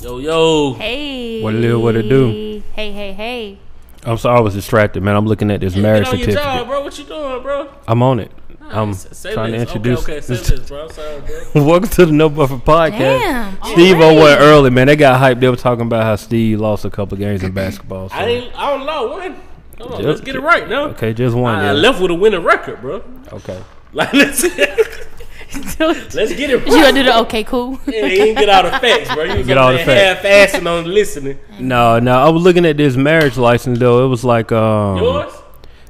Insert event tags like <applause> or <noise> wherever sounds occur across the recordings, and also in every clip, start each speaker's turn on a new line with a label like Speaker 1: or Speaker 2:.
Speaker 1: Yo, yo.
Speaker 2: Hey.
Speaker 3: What it is, what it do.
Speaker 2: Hey, hey, hey.
Speaker 3: I'm sorry, I was distracted, man. I'm looking at this
Speaker 1: Get on
Speaker 3: marriage
Speaker 1: your
Speaker 3: certificate.
Speaker 1: job, bro. What you doing, bro?
Speaker 3: I'm on it. I'm
Speaker 1: S- say
Speaker 3: trying
Speaker 1: this.
Speaker 3: to introduce.
Speaker 1: Okay, okay, say
Speaker 3: this-
Speaker 1: this, bro. I'm sorry, bro.
Speaker 3: <laughs> Welcome to the No Buffer Podcast.
Speaker 2: Damn,
Speaker 3: Steve O
Speaker 2: already?
Speaker 3: went early, man. They got hyped. They were talking about how Steve lost a couple games in basketball. So.
Speaker 1: I ain't. I don't know. What? Hold on.
Speaker 3: Just-
Speaker 1: let's get it right now.
Speaker 3: okay, just one.
Speaker 1: I
Speaker 3: yeah.
Speaker 1: left with a winning record, bro. <laughs>
Speaker 3: Okay.
Speaker 1: Like let's let's get it.
Speaker 2: <laughs> you
Speaker 1: Right.
Speaker 2: gonna do the okay,
Speaker 1: <laughs>
Speaker 2: cool.
Speaker 1: You ain't get all the facts, bro.
Speaker 3: <laughs>
Speaker 1: You
Speaker 3: Get all the
Speaker 1: half assing on listening.
Speaker 3: No, no. I was looking at this marriage license though. It was like um.
Speaker 1: Yours?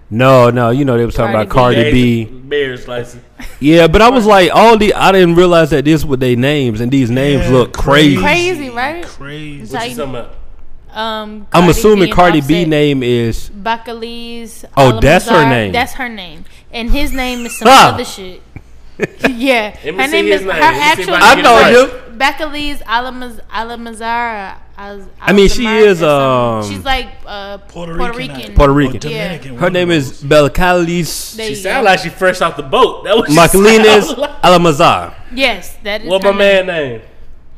Speaker 3: No, no. You know they was talking about
Speaker 2: Cardi
Speaker 3: Cardi B.
Speaker 1: Bears license.
Speaker 3: Yeah, but I was like, all the I didn't realize that this were their names, and these names
Speaker 4: Yeah,
Speaker 3: look crazy.
Speaker 4: crazy.
Speaker 2: Crazy, right?
Speaker 4: Crazy.
Speaker 1: What you talking about?
Speaker 2: Um,
Speaker 3: I'm
Speaker 2: Cardi
Speaker 3: assuming
Speaker 2: B and
Speaker 3: Cardi B
Speaker 2: Offset.
Speaker 3: name is
Speaker 2: Bacalese.
Speaker 3: Oh,
Speaker 2: Oliver
Speaker 3: that's her
Speaker 2: Lazard.
Speaker 3: name.
Speaker 2: That's her name, and his name is some
Speaker 3: Huh.
Speaker 2: other
Speaker 3: <laughs>
Speaker 2: shit. yeah, her
Speaker 1: Let me see
Speaker 2: name
Speaker 1: his
Speaker 2: is
Speaker 1: name.
Speaker 2: her
Speaker 1: Let me see if
Speaker 2: actual.
Speaker 1: I
Speaker 3: I
Speaker 1: Get it
Speaker 3: know
Speaker 1: right.
Speaker 3: you.
Speaker 2: Bacalese Alamaz Alamazara. Al-
Speaker 3: I mean, she
Speaker 2: Alzamara
Speaker 3: is,
Speaker 2: or something.
Speaker 3: um,
Speaker 2: she's like uh, Puerto,
Speaker 4: Puerto,
Speaker 2: Rican.
Speaker 4: Rican. I-
Speaker 3: Puerto
Speaker 4: or
Speaker 3: Rican.
Speaker 4: Dominican,
Speaker 3: Her
Speaker 4: one
Speaker 3: name
Speaker 4: of
Speaker 3: is
Speaker 4: those.
Speaker 3: Belcalis
Speaker 2: There
Speaker 1: Oh, She
Speaker 2: you
Speaker 1: sound
Speaker 2: go.
Speaker 1: like she fresh off the boat. That
Speaker 3: <laughs>
Speaker 1: was <laughs>
Speaker 3: Makalines Alamazar.
Speaker 2: yes, that is.
Speaker 1: What
Speaker 2: her
Speaker 1: my man name?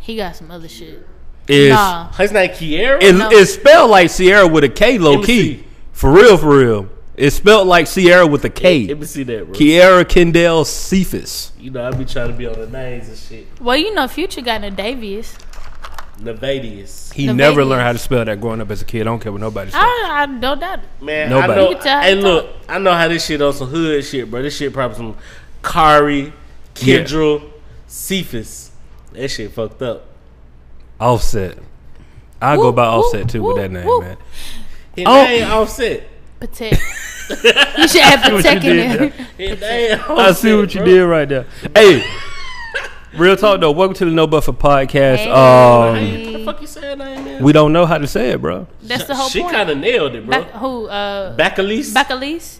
Speaker 2: He got some other shit.
Speaker 3: Is
Speaker 2: Nah,
Speaker 1: His name Kiera.
Speaker 3: it,
Speaker 2: No.
Speaker 3: it's spelled like Sierra with a K, low
Speaker 1: me
Speaker 3: key.
Speaker 1: see.
Speaker 3: For real, for real. It's spelled like Sierra with a K.
Speaker 1: Let me see that, bro.
Speaker 3: Kiera Kendall Cephas.
Speaker 1: You know I be trying to be on the names and shit.
Speaker 2: well, you know, Future got a Davies.
Speaker 1: Nevadius.
Speaker 3: He
Speaker 2: The Ah.
Speaker 3: never
Speaker 2: baby.
Speaker 3: learned how to spell that growing up as a kid. I don't care what nobody says.
Speaker 2: I, I don't doubt it.
Speaker 1: Man,
Speaker 3: Nobody.
Speaker 1: I know.
Speaker 3: You
Speaker 2: can tell
Speaker 1: hey,
Speaker 2: he
Speaker 1: look, I know how this shit on some hood shit, bro. This shit probably some Kari,
Speaker 3: Yeah.
Speaker 1: Kendra, Cephas. That shit fucked up.
Speaker 3: Offset. I go
Speaker 2: Whoop,
Speaker 3: by
Speaker 2: whoop,
Speaker 3: Offset too with
Speaker 2: whoop,
Speaker 3: that name,
Speaker 2: whoop.
Speaker 3: man.
Speaker 1: His
Speaker 3: Oh.
Speaker 1: name Offset.
Speaker 2: Protect. you
Speaker 1: <laughs>
Speaker 2: should have protect in
Speaker 3: did
Speaker 2: there.
Speaker 3: <laughs>
Speaker 1: His name Offset.
Speaker 3: I see what you
Speaker 1: bro.
Speaker 3: did right there.
Speaker 2: <laughs>
Speaker 3: Hey, real talk though. Welcome to the No Buffer Podcast.
Speaker 2: Hey.
Speaker 3: Um,
Speaker 1: What the fuck you saying name is?
Speaker 3: we don't know how to say it, bro.
Speaker 2: That's the whole
Speaker 1: she
Speaker 2: point.
Speaker 1: kind of nailed it, bro.
Speaker 2: Bac- who? Uh,
Speaker 1: Bacalise,
Speaker 2: Bacalese?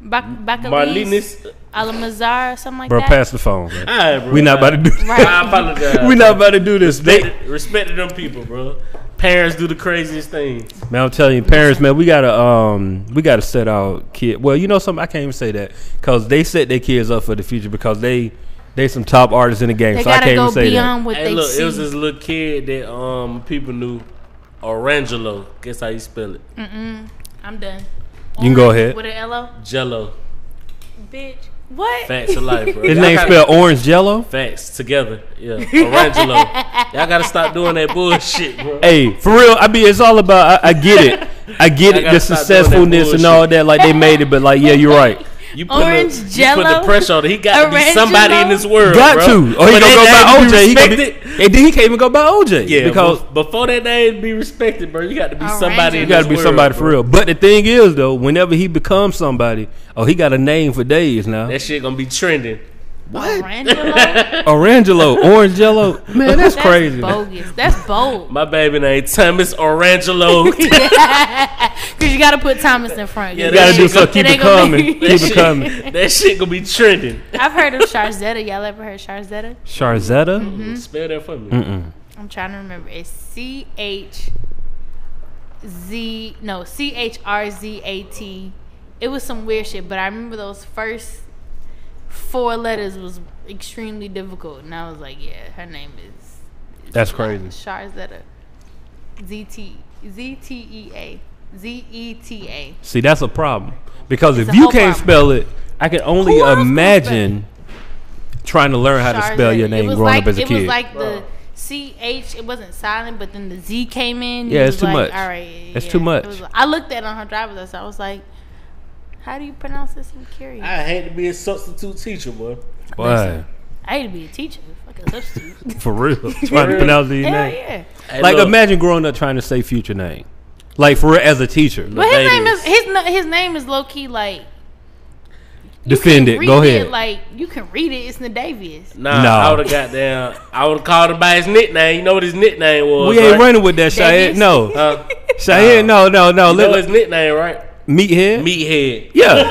Speaker 2: Bac- Bacalese?
Speaker 1: Marlenis.
Speaker 2: Alamazar, something like
Speaker 3: Bro,
Speaker 2: that?
Speaker 3: pass the phone. Bro.
Speaker 1: All right, bro.
Speaker 3: We not about to do.
Speaker 2: Right.
Speaker 1: I apologize.
Speaker 3: <laughs> we not about to do this. They,
Speaker 1: respect to them people, bro. Parents do the craziest things.
Speaker 3: man, I'm telling you, parents, man, we gotta um, we gotta set our kid. Well, you know something, I can't even say that because they set their kids up for the future because they they some top artists in the game.
Speaker 2: They
Speaker 3: so I
Speaker 2: gotta
Speaker 3: can't
Speaker 2: go
Speaker 3: even say
Speaker 2: beyond what
Speaker 1: Hey,
Speaker 2: they
Speaker 1: look,
Speaker 2: see.
Speaker 1: it was this little kid that um people knew, Orangelo. Guess how you spell it?
Speaker 2: I'm done.
Speaker 3: You can go ahead.
Speaker 2: With an L-O?
Speaker 1: Jello.
Speaker 2: Bitch. What?
Speaker 1: Facts of
Speaker 2: <laughs>
Speaker 1: life, bro.
Speaker 3: that. <laughs> His
Speaker 1: Y'all
Speaker 3: name
Speaker 1: gotta-
Speaker 3: spelled Orange Jello.
Speaker 1: Facts together. Yeah, Orangelo. Y'all gotta stop doing that bullshit, bro.
Speaker 3: Hey, for real, I mean, it's all about. I, I get it, I get
Speaker 1: I
Speaker 3: it, the
Speaker 1: gotta stop doing that
Speaker 3: successfulness and all that. Like they made it, but like, yeah, you're right.
Speaker 1: You put
Speaker 2: Orange
Speaker 1: the, You put
Speaker 2: Jell-O?
Speaker 1: the pressure on. it. He got to be
Speaker 2: Orangelo?
Speaker 1: somebody in this world.
Speaker 3: Got
Speaker 1: bro.
Speaker 3: to, or he
Speaker 1: But
Speaker 3: gonna go
Speaker 1: that
Speaker 3: by
Speaker 1: name
Speaker 3: OJ. He gonna be,
Speaker 1: respected.
Speaker 3: and then he can't even go by OJ
Speaker 1: yeah,
Speaker 3: because
Speaker 1: because before that name be respected, bro, you got to be somebody.
Speaker 2: Orangelo.
Speaker 1: in
Speaker 3: You gotta
Speaker 1: this
Speaker 3: be
Speaker 1: world,
Speaker 3: somebody
Speaker 1: bro.
Speaker 3: for real. But the thing is though, whenever he becomes somebody, oh he got a name for days now.
Speaker 1: That shit gonna be trending. <laughs>
Speaker 2: What? That's
Speaker 3: Orangelo, Orange
Speaker 2: <laughs>
Speaker 3: Jello. Man, that's, crazy.
Speaker 2: bogus. That's <laughs>
Speaker 1: <laughs>
Speaker 2: bold.
Speaker 1: My baby name Thomas
Speaker 3: <laughs>
Speaker 1: Orangelo.
Speaker 2: Because you got to put Thomas in front.
Speaker 1: Yeah,
Speaker 2: You
Speaker 3: You gotta do
Speaker 1: It
Speaker 3: so keep
Speaker 2: ain't
Speaker 3: it
Speaker 2: gonna
Speaker 3: coming.
Speaker 2: be- <laughs>
Speaker 3: Keep it
Speaker 1: <laughs>
Speaker 3: coming.
Speaker 1: that shit gonna be trending.
Speaker 2: I've heard of Charzetta. Y'all ever heard Charzetta?
Speaker 3: Charzetta?
Speaker 2: Mm-hmm.
Speaker 1: Spell that for me.
Speaker 2: I'm trying to remember. It's C H Z no C H R Z A T. It was some weird shit, but I remember those first four letters was extremely difficult, and I was like, yeah, her name is
Speaker 3: That's crazy.
Speaker 2: Charzetta. Z T Z T E A Z E T A.
Speaker 3: See, that's a problem. Because
Speaker 2: It's
Speaker 3: if
Speaker 2: a
Speaker 3: you
Speaker 2: whole
Speaker 3: can't
Speaker 2: problem.
Speaker 3: spell it, I can only
Speaker 2: Who else can
Speaker 3: imagine trying to learn how to spell your name growing
Speaker 2: like,
Speaker 3: up as a
Speaker 2: It was
Speaker 3: kid.
Speaker 2: like the C H. It wasn't silent, but then the Z came in.
Speaker 3: Yeah,
Speaker 2: It
Speaker 3: it's
Speaker 2: was
Speaker 3: too
Speaker 2: like,
Speaker 3: much.
Speaker 2: All right,
Speaker 3: It's
Speaker 2: yeah.
Speaker 3: too
Speaker 2: It
Speaker 3: much.
Speaker 2: was- I looked at it on her driver's license. I was like, "How do you pronounce this?" I'm curious. I,
Speaker 1: I hate to be a substitute teacher, boy.
Speaker 3: Why?
Speaker 2: hate to be a teacher. Fucking substitute.
Speaker 3: <laughs> For
Speaker 2: <laughs>
Speaker 3: real. trying to
Speaker 1: real.
Speaker 3: pronounce these
Speaker 2: Hell
Speaker 3: names.
Speaker 2: yeah.
Speaker 1: Hey,
Speaker 3: Like
Speaker 1: look,
Speaker 3: imagine growing up trying to say future name. Like for real as a teacher.
Speaker 2: But his name
Speaker 1: ladies.
Speaker 2: is his na- his name is low key like you can
Speaker 3: Defend it.
Speaker 2: read
Speaker 3: Go ahead.
Speaker 2: like you can read it. It's Nadavius.
Speaker 1: Nah,
Speaker 3: No.
Speaker 1: I would have got down. I would have called him by his nickname. You know what his nickname was?
Speaker 3: we ain't
Speaker 1: right?
Speaker 3: running with that, Cheyenne.
Speaker 2: is-
Speaker 3: No.
Speaker 2: <laughs>
Speaker 3: <laughs>
Speaker 1: Huh?
Speaker 3: Cheyenne, no, no, no.
Speaker 1: You know
Speaker 3: Let,
Speaker 1: his nickname, right?
Speaker 3: meathead.
Speaker 1: Meathead.
Speaker 2: <laughs>
Speaker 3: yeah,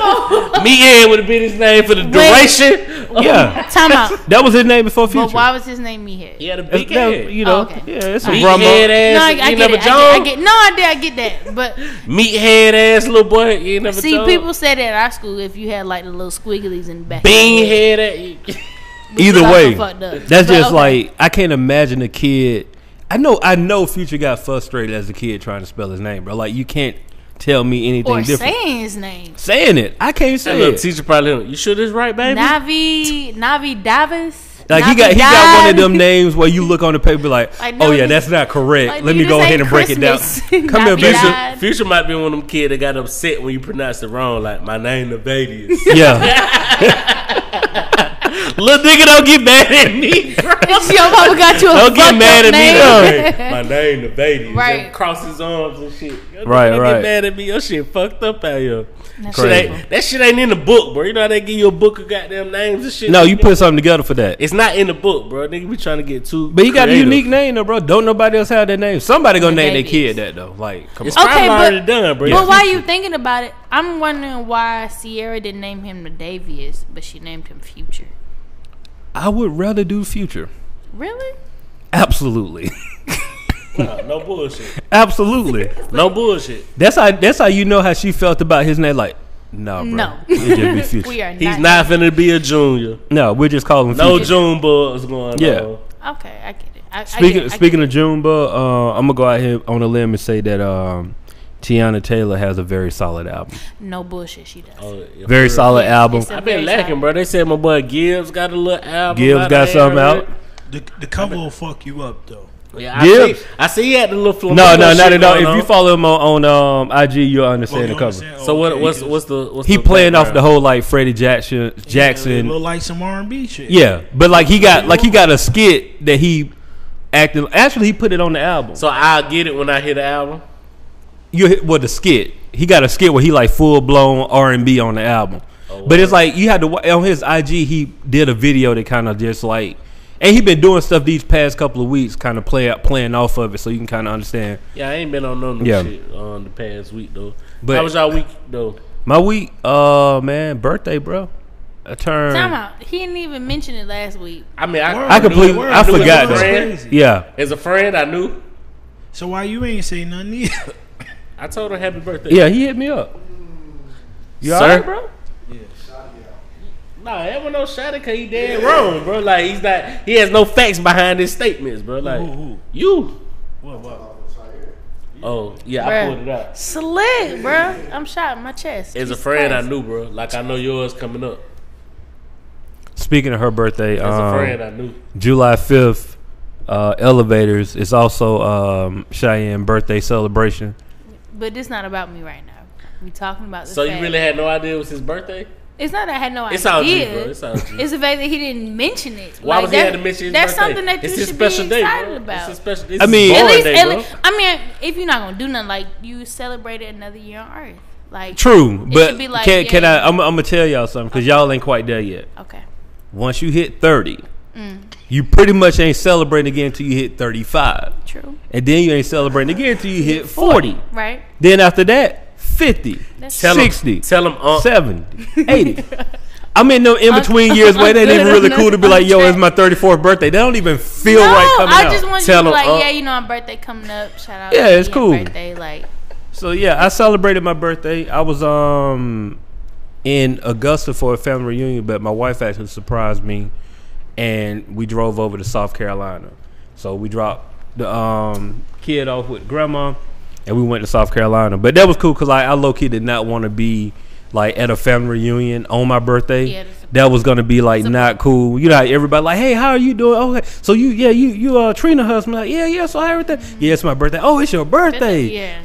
Speaker 1: Meathead would have been his name for the duration.
Speaker 3: yeah.
Speaker 2: Time
Speaker 3: <laughs>
Speaker 2: out.
Speaker 3: That was his name before Future.
Speaker 2: But why was his name Meathead?
Speaker 1: He had a big
Speaker 3: It's-
Speaker 1: head.
Speaker 3: that, you know,
Speaker 2: Oh, okay.
Speaker 3: yeah, it's a
Speaker 1: meathead
Speaker 3: rumble.
Speaker 2: No,
Speaker 1: ass.
Speaker 2: I,
Speaker 1: you
Speaker 2: I get
Speaker 1: never
Speaker 2: it. I get, I
Speaker 1: John.
Speaker 2: get. No, I did. I get that. But
Speaker 1: Meathead ass little boy. You ain't never
Speaker 2: See,
Speaker 1: John.
Speaker 2: people said at our school if you had like the little squigglies in the back.
Speaker 1: Bean head. ass.
Speaker 3: <laughs>
Speaker 2: Which is
Speaker 3: Either
Speaker 2: also
Speaker 3: way,
Speaker 2: fucked up.
Speaker 3: That's
Speaker 2: But
Speaker 3: just
Speaker 2: okay.
Speaker 3: like I can't imagine a kid. I know, I know. Future got frustrated as a kid trying to spell his name, bro. Like you can't tell me anything
Speaker 2: or
Speaker 3: different.
Speaker 2: saying his name.
Speaker 3: Saying it, I can't say
Speaker 1: That little
Speaker 3: it.
Speaker 1: teacher probably, don't- you sure this right, baby?
Speaker 2: Navi Navi Davis.
Speaker 3: Like he
Speaker 2: Navi
Speaker 3: got he got one of
Speaker 2: Dav-
Speaker 3: them names where you look on the paper like,
Speaker 2: Like,
Speaker 3: oh
Speaker 2: no,
Speaker 3: yeah,
Speaker 2: this-
Speaker 3: that's not correct.
Speaker 2: like,
Speaker 3: Let me
Speaker 2: nigga,
Speaker 3: go
Speaker 2: this
Speaker 3: ahead and
Speaker 2: ain't
Speaker 3: break it down.
Speaker 2: Christmas.
Speaker 3: <laughs> Come here,
Speaker 2: Navidad.
Speaker 3: Bishop.
Speaker 1: Future, Future might be one of them kid that got upset when you pronounced it wrong. Like my name Nevadius.
Speaker 2: <laughs>
Speaker 3: Yeah,
Speaker 1: Little nigga, don't get mad at
Speaker 3: <laughs>
Speaker 1: me.
Speaker 2: <laughs>
Speaker 1: bro.
Speaker 2: Your mama got you a
Speaker 3: Don't get
Speaker 2: fucked
Speaker 3: mad
Speaker 2: up
Speaker 3: at me,
Speaker 2: name.
Speaker 3: <laughs> though.
Speaker 2: <laughs>
Speaker 1: Hey, my name Nevadius.
Speaker 2: Right.
Speaker 1: Right. Cross his arms and shit. Yo,
Speaker 3: Right,
Speaker 1: nigga
Speaker 3: right.
Speaker 1: Get mad at me. Your shit fucked up out here. Shit
Speaker 2: That's
Speaker 3: Crazy.
Speaker 1: ain't, that shit ain't in the book, bro. You know how they give you a book of goddamn names and shit.
Speaker 3: no, you put something together for that.
Speaker 1: It's not in the book, bro. Nigga, be trying to get too.
Speaker 3: But he got a
Speaker 1: creative.
Speaker 3: unique name though, bro. Don't nobody else have that name. Somebody gonna name their
Speaker 2: Davies.
Speaker 3: kid that though. Like, come
Speaker 1: It's
Speaker 3: on.
Speaker 2: Okay,
Speaker 1: probably
Speaker 2: but-
Speaker 1: already done, bro.
Speaker 2: But while you thinking about it, I'm wondering why Sierra didn't name him Nadavius, but she named him Future.
Speaker 3: I would rather do Future.
Speaker 2: Really?
Speaker 3: Absolutely, <laughs>
Speaker 1: Nah, no bullshit.
Speaker 3: absolutely.
Speaker 1: No bullshit.
Speaker 3: That's how that's how you know how she felt about his name. Like, no, bro,
Speaker 2: No.
Speaker 3: Oh, it just
Speaker 2: <laughs>
Speaker 3: be Future.
Speaker 2: We are
Speaker 1: He's not finna be a junior.
Speaker 3: No, we're just calling him
Speaker 1: No
Speaker 3: Future.
Speaker 1: June bugs going
Speaker 3: Yeah.
Speaker 1: on.
Speaker 2: Okay, I get it. I, I
Speaker 3: Speaking
Speaker 2: get it.
Speaker 3: speaking of Juneba, uh, I'm gonna go out here on a limb and say that um, Tiana Taylor has a very solid album.
Speaker 2: of no bullshit, she does.
Speaker 1: Oh, yeah,
Speaker 3: Very
Speaker 1: for real.
Speaker 3: solid
Speaker 2: Yeah,
Speaker 3: album.
Speaker 2: it's a-
Speaker 1: I've been
Speaker 2: Very
Speaker 1: lacking,
Speaker 2: solid.
Speaker 1: bro. They said my boy Gibbs got a little album.
Speaker 3: Gibbs
Speaker 1: out
Speaker 3: got
Speaker 1: there,
Speaker 3: something
Speaker 1: right?
Speaker 3: out.
Speaker 4: The, the cover will fuck you up though.
Speaker 1: Yeah, I
Speaker 3: Gibbs?
Speaker 1: See, I see he had the little flamingo.
Speaker 3: No, no, not
Speaker 1: shit
Speaker 3: at all.
Speaker 1: going
Speaker 3: If you
Speaker 1: on.
Speaker 3: follow him on, on um, IG, you'll understand the
Speaker 4: you
Speaker 3: cover.
Speaker 4: understand?
Speaker 1: so what?
Speaker 4: Okay,
Speaker 1: What's
Speaker 4: because
Speaker 1: what's the what's
Speaker 3: He
Speaker 1: the
Speaker 3: playing off the
Speaker 1: background?
Speaker 3: whole like Freddie Jackson,
Speaker 4: It
Speaker 3: Jackson.
Speaker 4: look like some R and B shit.
Speaker 3: Yeah, but like he got like he got a skit that he acted. Actually, he put it on the album.
Speaker 1: So I'll get it when I hear the album.
Speaker 3: you hit well the skit. He got a skit where he like full blown R and B on the album.
Speaker 1: Oh,
Speaker 3: but it's like you had to wa- on his IG. He did a video that kind of just like, and he been doing stuff these past couple of weeks, kind of play out playing off of it, so you can kind of understand.
Speaker 1: Yeah, I ain't been on none of yeah.
Speaker 3: Yeah.
Speaker 1: shit on the past week though.
Speaker 3: But-
Speaker 1: How was y'all week though?
Speaker 3: My week, uh man, birthday, bro. I turned.
Speaker 2: Time out. He didn't even mention it last week.
Speaker 1: I mean, I,
Speaker 4: Word,
Speaker 3: I
Speaker 4: dude,
Speaker 3: completely-
Speaker 4: word,
Speaker 3: I
Speaker 4: dude,
Speaker 3: forgot
Speaker 4: that's
Speaker 1: that.
Speaker 4: crazy.
Speaker 3: Yeah,
Speaker 1: as a friend, I knew.
Speaker 4: So why you ain't say nothing? Either? <laughs>
Speaker 1: I told her happy birthday.
Speaker 3: yeah, he hit me up. You all right, bro?
Speaker 1: Nah, everyone knows Shotty cause he dead wrong, bro. Like he's not. He has no facts behind his statements, bro. Like
Speaker 4: Who, who?
Speaker 1: you.
Speaker 4: What, what?
Speaker 1: Oh yeah, I
Speaker 2: Bruh.
Speaker 1: pulled it out.
Speaker 2: Slick, bruh. I'm shot in my chest.
Speaker 1: As a
Speaker 2: Jesus
Speaker 1: friend, I
Speaker 2: Christ.
Speaker 1: knew, bro. Like I know yours coming up.
Speaker 3: Speaking of her birthday,
Speaker 1: As a friend, uh,
Speaker 3: um,
Speaker 1: I knew.
Speaker 3: July fifth, uh, elevators is also um, Cheyenne birthday celebration.
Speaker 2: But it's not about me right now. We talking about the
Speaker 1: So you
Speaker 2: fact-
Speaker 1: really had no idea it was his birthday?
Speaker 2: It's not that I had no
Speaker 1: It's all G,
Speaker 2: idea.
Speaker 1: bro. It's all G.
Speaker 2: It's the fact that he didn't mention it.
Speaker 1: Why
Speaker 2: Like,
Speaker 1: was he
Speaker 2: that-
Speaker 1: had to mention his
Speaker 2: That's
Speaker 1: birthday?
Speaker 2: something that you
Speaker 1: It's his
Speaker 2: should be
Speaker 1: special
Speaker 2: excited
Speaker 1: day, bro.
Speaker 2: about.
Speaker 1: It's a special.
Speaker 3: I
Speaker 1: I
Speaker 3: mean-
Speaker 1: mean,
Speaker 3: At
Speaker 2: at least,
Speaker 1: day,
Speaker 2: at
Speaker 1: bro.
Speaker 2: least, I mean, if you're not gonna do nothing, like you celebrate it another year on Earth. Like
Speaker 3: True, but
Speaker 2: should be like,
Speaker 3: can can I?
Speaker 2: yeah.
Speaker 3: I'm, I'm gonna tell y'all something because y'all ain't quite there yet.
Speaker 2: Okay.
Speaker 3: Once you hit 30,
Speaker 2: Mm.
Speaker 3: you pretty much ain't celebrating again until you hit 35,
Speaker 2: True.
Speaker 3: and then you ain't celebrating again until
Speaker 2: <laughs>
Speaker 3: you hit 40.
Speaker 2: Right.
Speaker 3: Then after that, 50,
Speaker 2: That's-
Speaker 1: Tell
Speaker 3: 60,
Speaker 1: him. Tell him. uh, Unc.
Speaker 3: 70,
Speaker 2: <laughs>
Speaker 3: 80. I'm in them in between years where it ain't even really cool to be like, yo, it's my 34th birthday. They don't even feel
Speaker 2: No,
Speaker 3: right coming
Speaker 2: I
Speaker 3: out.
Speaker 2: just want
Speaker 1: Tell
Speaker 2: you to be
Speaker 1: 'em,
Speaker 2: like,
Speaker 1: uh,
Speaker 2: yeah, you know, my birthday coming up. Shout out.
Speaker 3: Yeah,
Speaker 2: to
Speaker 3: it's
Speaker 2: your
Speaker 3: cool.
Speaker 2: Birthday, like
Speaker 3: So yeah, I celebrated my birthday. I was um in Augusta for a family reunion, but my wife actually surprised me, and we drove over to South Carolina. So we dropped the um kid off with grandma, and we went to South Carolina. But that was cool because I, I low key did not want to be like at a family reunion on my birthday.
Speaker 2: Yeah, that's a-
Speaker 3: that was gonna be like not cool. You know, how everybody like, hey, how are you doing? Okay, so you yeah you you uh Trina husband like yeah yeah so how everything yeah it's my birthday. Oh, it's your birthday.
Speaker 2: Yeah.
Speaker 1: <laughs>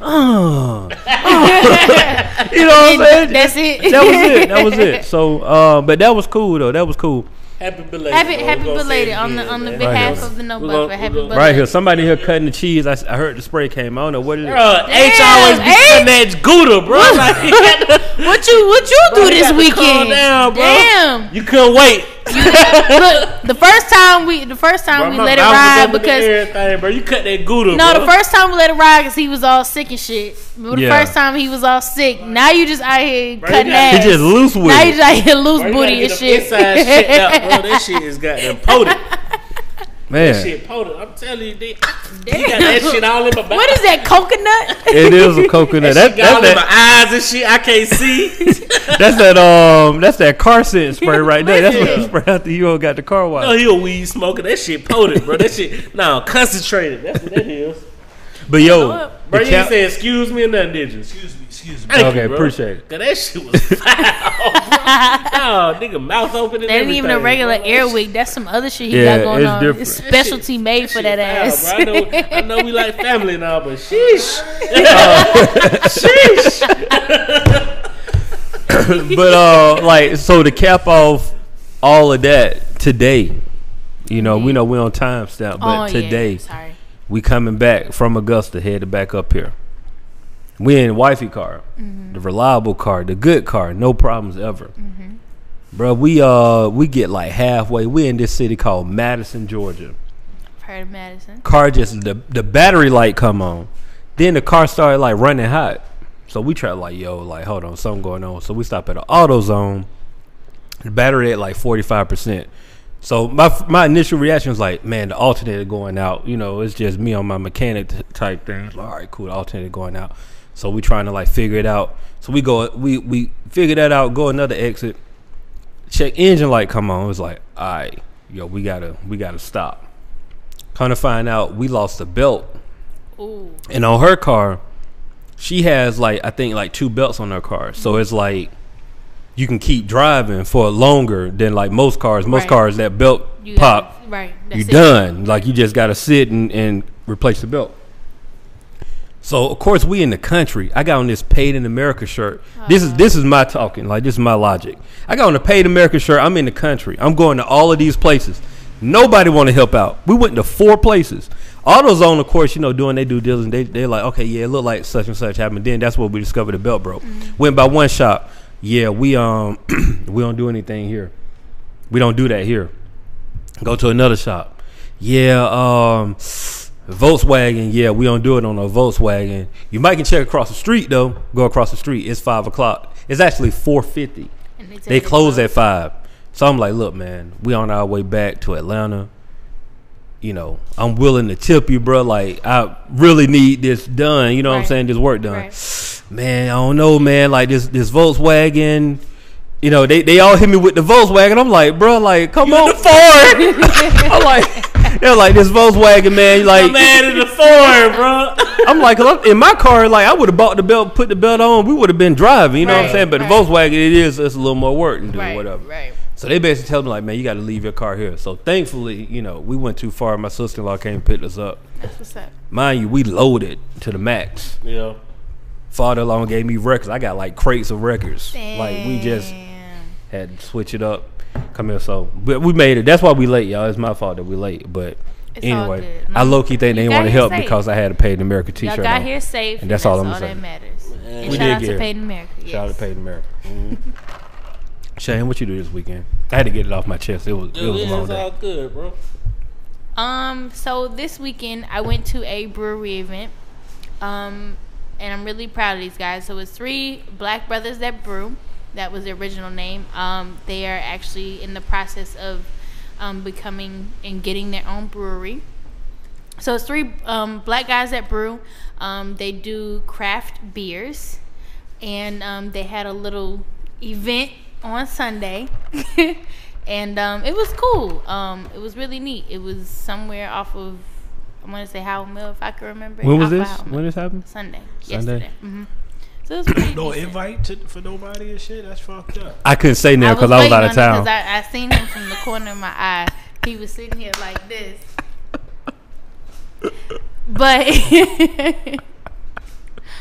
Speaker 3: Uh, you know what I'm saying?
Speaker 2: that's it.
Speaker 3: that was it. That
Speaker 1: <laughs>
Speaker 3: was it. So, uh, but that was cool though. That was cool.
Speaker 1: Happy belated.
Speaker 2: happy
Speaker 1: bro. We
Speaker 2: happy
Speaker 1: gonna say
Speaker 2: belated
Speaker 1: it
Speaker 2: on the
Speaker 1: again,
Speaker 2: on the
Speaker 1: man.
Speaker 2: behalf
Speaker 1: Right.
Speaker 2: of the no
Speaker 1: We gonna-
Speaker 2: buffer.
Speaker 1: we
Speaker 2: Happy
Speaker 1: gonna-
Speaker 2: birthday.
Speaker 3: Right here, somebody here cutting the cheese. I, s- I heard the spray came. I don't know what it is.
Speaker 1: Bro, H
Speaker 2: Damn,
Speaker 1: always be
Speaker 2: H.
Speaker 1: cutting that Gouda, bro. Like, he got
Speaker 3: <laughs>
Speaker 1: the-
Speaker 2: What you what you do
Speaker 1: you
Speaker 2: this
Speaker 1: got to calm
Speaker 2: weekend?
Speaker 1: down, bro.
Speaker 2: Damn.
Speaker 1: you couldn't wait.
Speaker 2: Look, the first time we the first time
Speaker 1: Bro,
Speaker 2: we
Speaker 1: my
Speaker 2: let it
Speaker 1: mouth was
Speaker 2: ride
Speaker 1: up in the
Speaker 2: because
Speaker 1: air and thing, bro, you cut that Gouda.
Speaker 2: No,
Speaker 1: bro.
Speaker 2: the first time we let it ride because he was all sick and shit. But the
Speaker 3: Yeah.
Speaker 2: first time he was all sick. Now you just out here
Speaker 1: you
Speaker 2: cutting
Speaker 1: gotta-
Speaker 3: He
Speaker 2: ass.
Speaker 3: just loose with
Speaker 2: now you
Speaker 3: it.
Speaker 2: just out here loose
Speaker 1: Bro, you gotta
Speaker 2: booty
Speaker 1: get
Speaker 2: and
Speaker 1: them
Speaker 2: shit. <laughs>
Speaker 1: Inside shit out, bro. That shit is goddamn potent. That
Speaker 3: man.
Speaker 1: shit, Poda. I'm telling you, they, he got that shit all in my
Speaker 2: What is that coconut?
Speaker 3: It is a coconut.
Speaker 1: That,
Speaker 3: That,
Speaker 1: shit got all
Speaker 3: that's,
Speaker 1: in
Speaker 3: that,
Speaker 1: my eyes and shit. I can't see.
Speaker 2: <laughs>
Speaker 3: that's that um that's that car <laughs> scent spray right there. That's what
Speaker 1: Listen.
Speaker 3: you spray after you all got the car
Speaker 1: no,
Speaker 3: wash.
Speaker 1: Oh, he a weed smoker. That shit potent, bro. That shit, no, concentrated. That's what that is.
Speaker 3: But yo,
Speaker 1: Bro,
Speaker 3: the
Speaker 1: you ain't
Speaker 3: cap-
Speaker 1: say excuse me or nothing, did you?
Speaker 4: Excuse me, excuse me.
Speaker 1: Thank
Speaker 3: Okay,
Speaker 1: you, bro.
Speaker 3: appreciate it.
Speaker 1: Cause that shit was <laughs> foul. bro. no, nigga, mouth open. And
Speaker 2: That ain't even a
Speaker 1: everything,
Speaker 2: regular
Speaker 1: bro.
Speaker 2: air wig. That's some other shit he
Speaker 3: Yeah,
Speaker 2: got going
Speaker 3: it's
Speaker 2: on.
Speaker 3: different.
Speaker 2: It's
Speaker 3: That
Speaker 2: specialty made for
Speaker 1: Shit
Speaker 2: that ass.
Speaker 1: foul, bro. I know, I know we like family now, but
Speaker 2: <laughs>
Speaker 1: sheesh,
Speaker 2: Uh,
Speaker 1: sheesh.
Speaker 3: <laughs> but uh, like so to cap off all of that today, you know, we know we're on time stamp, but
Speaker 2: Mm-hmm. oh,
Speaker 3: today
Speaker 2: yeah. Sorry.
Speaker 3: we coming back from Augusta, headed back up here. We in wifey car,
Speaker 2: Mm-hmm.
Speaker 3: the reliable car, the good car, no problems ever.
Speaker 2: Mm-hmm.
Speaker 3: Bro, we uh we get like halfway. We in this city called Madison, Georgia.
Speaker 2: I've heard of Madison.
Speaker 3: Car just the the battery light come on, then the car started like running hot. So we try like yo like hold on something going on. So we stop at an auto zone. The battery at like forty five percent. So my my initial reaction was like, man, the alternator going out. You know, it's just me on my mechanic t- type thing. Like, all right, cool, the alternator going out. So we trying to like figure it out. So we go, we we figure that out. Go another exit. Check engine light come on. It was like, all right, yo, we gotta we gotta stop. Kind of find out we lost the belt,
Speaker 2: Ooh.
Speaker 3: and on her car, she has like I think like two belts on her car. So it's like you can keep driving for longer than like most cars. Most
Speaker 2: Right.
Speaker 3: cars that belt
Speaker 2: You
Speaker 3: pop
Speaker 2: Got, right. That's
Speaker 3: you
Speaker 2: it.
Speaker 3: done. Like you just gotta sit and, and replace the belt. So of course we in the country. I got on this paid in America shirt. This is this is my talking. Like this is my logic. I got on a paid America shirt. I'm in the country. I'm going to all of these places. Nobody want to help out. We went to four places. AutoZone, of course, you know, doing they due diligence. They they're like, okay, yeah, it looked like such and such happened. Then that's what we discovered the belt broke.
Speaker 2: Mm-hmm.
Speaker 3: Went by one shop. Yeah, we um <clears throat> we don't do anything here. We don't do that here go to another shop. Yeah, um, Volkswagen. Yeah, we don't do it on a Volkswagen. You might can check across the street though. Go across the street. It's five o'clock. It's actually four fifty.
Speaker 2: And tell
Speaker 3: They
Speaker 2: you
Speaker 3: close
Speaker 2: about-
Speaker 3: at five. So I'm like, look, man, we on our way back to Atlanta. You know, I'm willing to tip you, bro. Like, I really need this done. You know what I'm
Speaker 2: Right.
Speaker 3: saying? This work done.
Speaker 2: Right.
Speaker 3: Man, I don't know, man. Like this, this Volkswagen. You know, they, they all hit me with the Volkswagen. I'm like, bro, like, come on, the Ford. <laughs> I'm like, they're like this Volkswagen, man. Like,
Speaker 1: I'm mad in the foreign, bro.
Speaker 3: I'm like, 'cause I'm- in my car, like I would have bought the belt, put the belt on, we would have been driving. You know what I'm
Speaker 2: Right,
Speaker 3: saying? But
Speaker 2: right.
Speaker 3: the Volkswagen, it is, it's a little more work to do,
Speaker 2: Right.
Speaker 3: whatever.
Speaker 2: Right.
Speaker 3: So they basically tell me like, man, you got to leave your car here. So thankfully, you know, we went too far. My sister in law came and picked us up.
Speaker 2: That's what's up.
Speaker 3: Mind you, we loaded to the max.
Speaker 1: Yeah.
Speaker 3: Father in law gave me records. I got like crates of records. Like we just
Speaker 2: Damn.
Speaker 3: had to switch it up. Come here, so but we made it. That's why we late, y'all. It's my fault that we late. But
Speaker 2: It's all
Speaker 3: anyway,
Speaker 2: good. Mm.
Speaker 3: I low key think they
Speaker 2: You got
Speaker 3: want to
Speaker 2: here
Speaker 3: help
Speaker 2: safe.
Speaker 3: because I had a paid America
Speaker 2: Y'all
Speaker 3: T-shirt.
Speaker 2: got
Speaker 3: on.
Speaker 2: here safe,
Speaker 3: And that's all I'm saying.
Speaker 2: that matters. And
Speaker 3: We
Speaker 2: shout
Speaker 3: did
Speaker 2: out
Speaker 3: get
Speaker 2: to
Speaker 3: it.
Speaker 2: Peyton America. Yes.
Speaker 3: Shout out to
Speaker 2: <laughs>
Speaker 3: Paid America. Shane, what you do this weekend? I had to get it off my chest. It was it was a long
Speaker 1: It's all
Speaker 3: day.
Speaker 1: good, bro.
Speaker 2: Um, so this weekend I went to a brewery event. Um, and I'm really proud of these guys. So it's three black brothers that brew. That was the original name. Um, they are actually in the process of um, becoming and getting their own brewery. So it's three um, black guys that brew. Um, they do craft beers, and um, they had a little event on Sunday, <laughs> and um, it was cool. Um, it was really neat. It was somewhere off of I want to say Howell Mill, if I can remember.
Speaker 3: When was
Speaker 2: Off of
Speaker 3: this?
Speaker 2: Howell Mill.
Speaker 3: When this happened?
Speaker 2: Sunday.
Speaker 3: Sunday?
Speaker 2: Yesterday. hmm So it was pretty
Speaker 4: No
Speaker 2: decent.
Speaker 4: invite to, for nobody and shit. That's fucked up.
Speaker 3: I couldn't say now because I was
Speaker 2: waiting
Speaker 3: out of
Speaker 2: on it 'cause
Speaker 3: town.
Speaker 2: I, I seen him from the corner of my eye. He was sitting here like
Speaker 3: <laughs>
Speaker 2: this. But <laughs>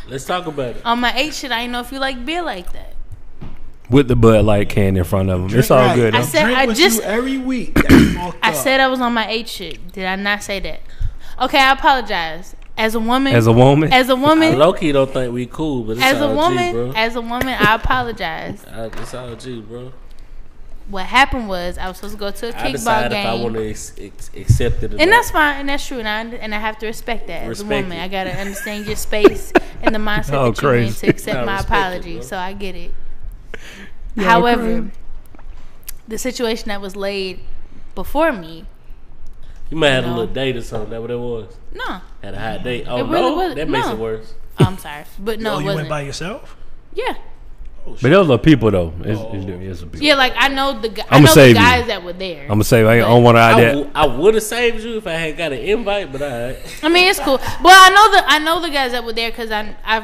Speaker 1: Let's talk about it.
Speaker 2: on my eight shit, I didn't know if you like beer like that.
Speaker 3: With the Bud Light can in front of him, it's
Speaker 4: Drink
Speaker 3: all
Speaker 4: right.
Speaker 3: good.
Speaker 2: I
Speaker 3: though.
Speaker 2: said-
Speaker 4: Drink
Speaker 2: I
Speaker 4: with
Speaker 2: just-
Speaker 4: you every week. That's fucked
Speaker 2: I
Speaker 4: up.
Speaker 2: said I was on my eight shit. Did I not say that? Okay, I apologize. As a woman,
Speaker 3: As a woman,
Speaker 2: as a woman,
Speaker 1: Low key don't think we cool, but it's
Speaker 2: as a
Speaker 1: all G,
Speaker 2: woman,
Speaker 1: bro.
Speaker 2: as a woman, I apologize.
Speaker 1: I, it's all G, bro.
Speaker 2: What happened was I was supposed to go to a
Speaker 1: I
Speaker 2: kickball
Speaker 1: decide
Speaker 2: game.
Speaker 1: if I want to ex- ex- accept it or not.
Speaker 2: And that's fine, and that's true, and I und- and I have to respect that as a
Speaker 1: Respect
Speaker 2: woman.
Speaker 1: it.
Speaker 2: I gotta understand your space
Speaker 1: <laughs>
Speaker 2: and the mindset
Speaker 3: Oh,
Speaker 2: that you're in
Speaker 3: crazy.
Speaker 2: to accept
Speaker 1: Nah,
Speaker 2: my
Speaker 1: respect it,
Speaker 2: apology.
Speaker 1: bro.
Speaker 2: so I get it. However, the situation that was laid before me
Speaker 1: You might have had a
Speaker 2: No.
Speaker 1: little date or something. That what it was.
Speaker 2: No,
Speaker 1: Had a hot date. Oh
Speaker 2: really
Speaker 1: no,
Speaker 2: wasn't-
Speaker 1: that makes
Speaker 2: no.
Speaker 1: it worse.
Speaker 2: I'm sorry, but no,
Speaker 4: oh,
Speaker 2: it
Speaker 4: you went
Speaker 2: wasn't.
Speaker 4: by yourself?
Speaker 2: yeah,
Speaker 4: Oh,
Speaker 3: But
Speaker 4: shit.
Speaker 3: those are people though. It's, it's, it's a people.
Speaker 2: yeah. Like I know the gu- I
Speaker 3: I'ma
Speaker 2: know the
Speaker 3: save you.
Speaker 2: guys that were there.
Speaker 3: I'm gonna say I don't want to
Speaker 1: I,
Speaker 3: add that.
Speaker 1: w- I would have saved you if I had got an invite, but all right.
Speaker 2: I mean, it's cool. Well, I know the I know the guys that were there because I I've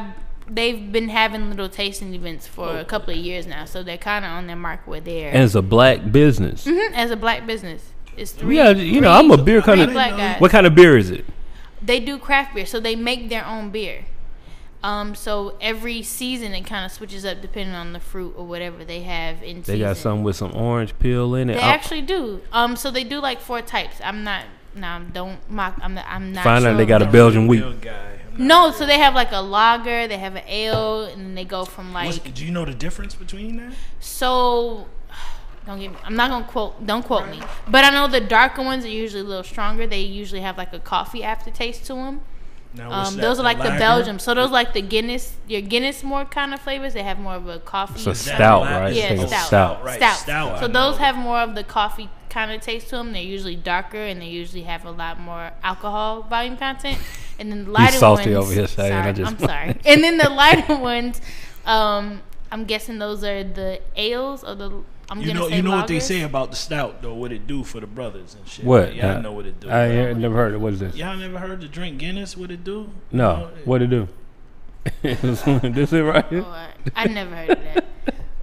Speaker 2: they've been having little tasting events for a couple of years now, so they're kind of on their mark where they're
Speaker 3: And it's a black business.
Speaker 2: Mhm, as a black business. It's three.
Speaker 3: Yeah, you know, I'm a beer kind
Speaker 2: three
Speaker 3: of.
Speaker 2: black guys.
Speaker 3: What kind of beer is it?
Speaker 2: They do craft beer, so they make their own beer. Um, so every season it kind of switches up depending on the fruit or whatever they have in
Speaker 3: They got
Speaker 2: season.
Speaker 3: something with some orange peel in it.
Speaker 2: They
Speaker 3: I'll
Speaker 2: actually do. Um, so they do like four types. I'm not. Nah, don't mock. I'm not. I'm not.
Speaker 3: find
Speaker 2: sure
Speaker 3: out they got a
Speaker 2: about-
Speaker 3: Belgian wheat.
Speaker 4: Real guy. I'm not-
Speaker 2: No, so they have like a lager, they have an ale, and then they go from like
Speaker 4: What's- do you know the difference between that?
Speaker 2: so. <sighs> Don't get me. I'm not gonna quote. Don't quote me. But I know the darker ones are usually a little stronger. They usually have like a coffee aftertaste to them.
Speaker 4: Now, what's
Speaker 2: Um,
Speaker 4: that,
Speaker 2: those are like the
Speaker 4: lager?
Speaker 2: Belgium. So those like the Guinness, your Guinness more kind of flavors. They have more of a coffee.
Speaker 3: It's a
Speaker 4: Is that
Speaker 3: stout,
Speaker 4: black?
Speaker 3: right?
Speaker 2: Yeah,
Speaker 3: I think it's
Speaker 2: stout.
Speaker 3: stout.
Speaker 4: Right,
Speaker 2: Stouts.
Speaker 4: stout,
Speaker 2: So
Speaker 4: I
Speaker 2: those
Speaker 4: know.
Speaker 2: have more of the coffee kind of taste to them. They're usually darker and they usually have a lot more alcohol volume content. And then the lighter
Speaker 3: salty
Speaker 2: ones.
Speaker 3: over here, Shane,
Speaker 2: sorry,
Speaker 3: I just-
Speaker 2: I'm sorry. and then
Speaker 4: <laughs>
Speaker 2: the lighter ones, um, I'm guessing those are the ales or the. I'm
Speaker 4: You
Speaker 2: gonna
Speaker 4: know,
Speaker 2: say
Speaker 4: you know what they
Speaker 2: lagers.
Speaker 4: say about the stout though. What it do for the brothers and shit.
Speaker 3: What?
Speaker 4: Y'all
Speaker 3: Uh,
Speaker 4: know what it do.
Speaker 3: I
Speaker 4: bro.
Speaker 3: ain't- never heard of what is this?
Speaker 4: Y'all never heard the drink Guinness? What it do?
Speaker 3: No, what it do? <laughs> this is right here.
Speaker 2: Or- I never heard of that.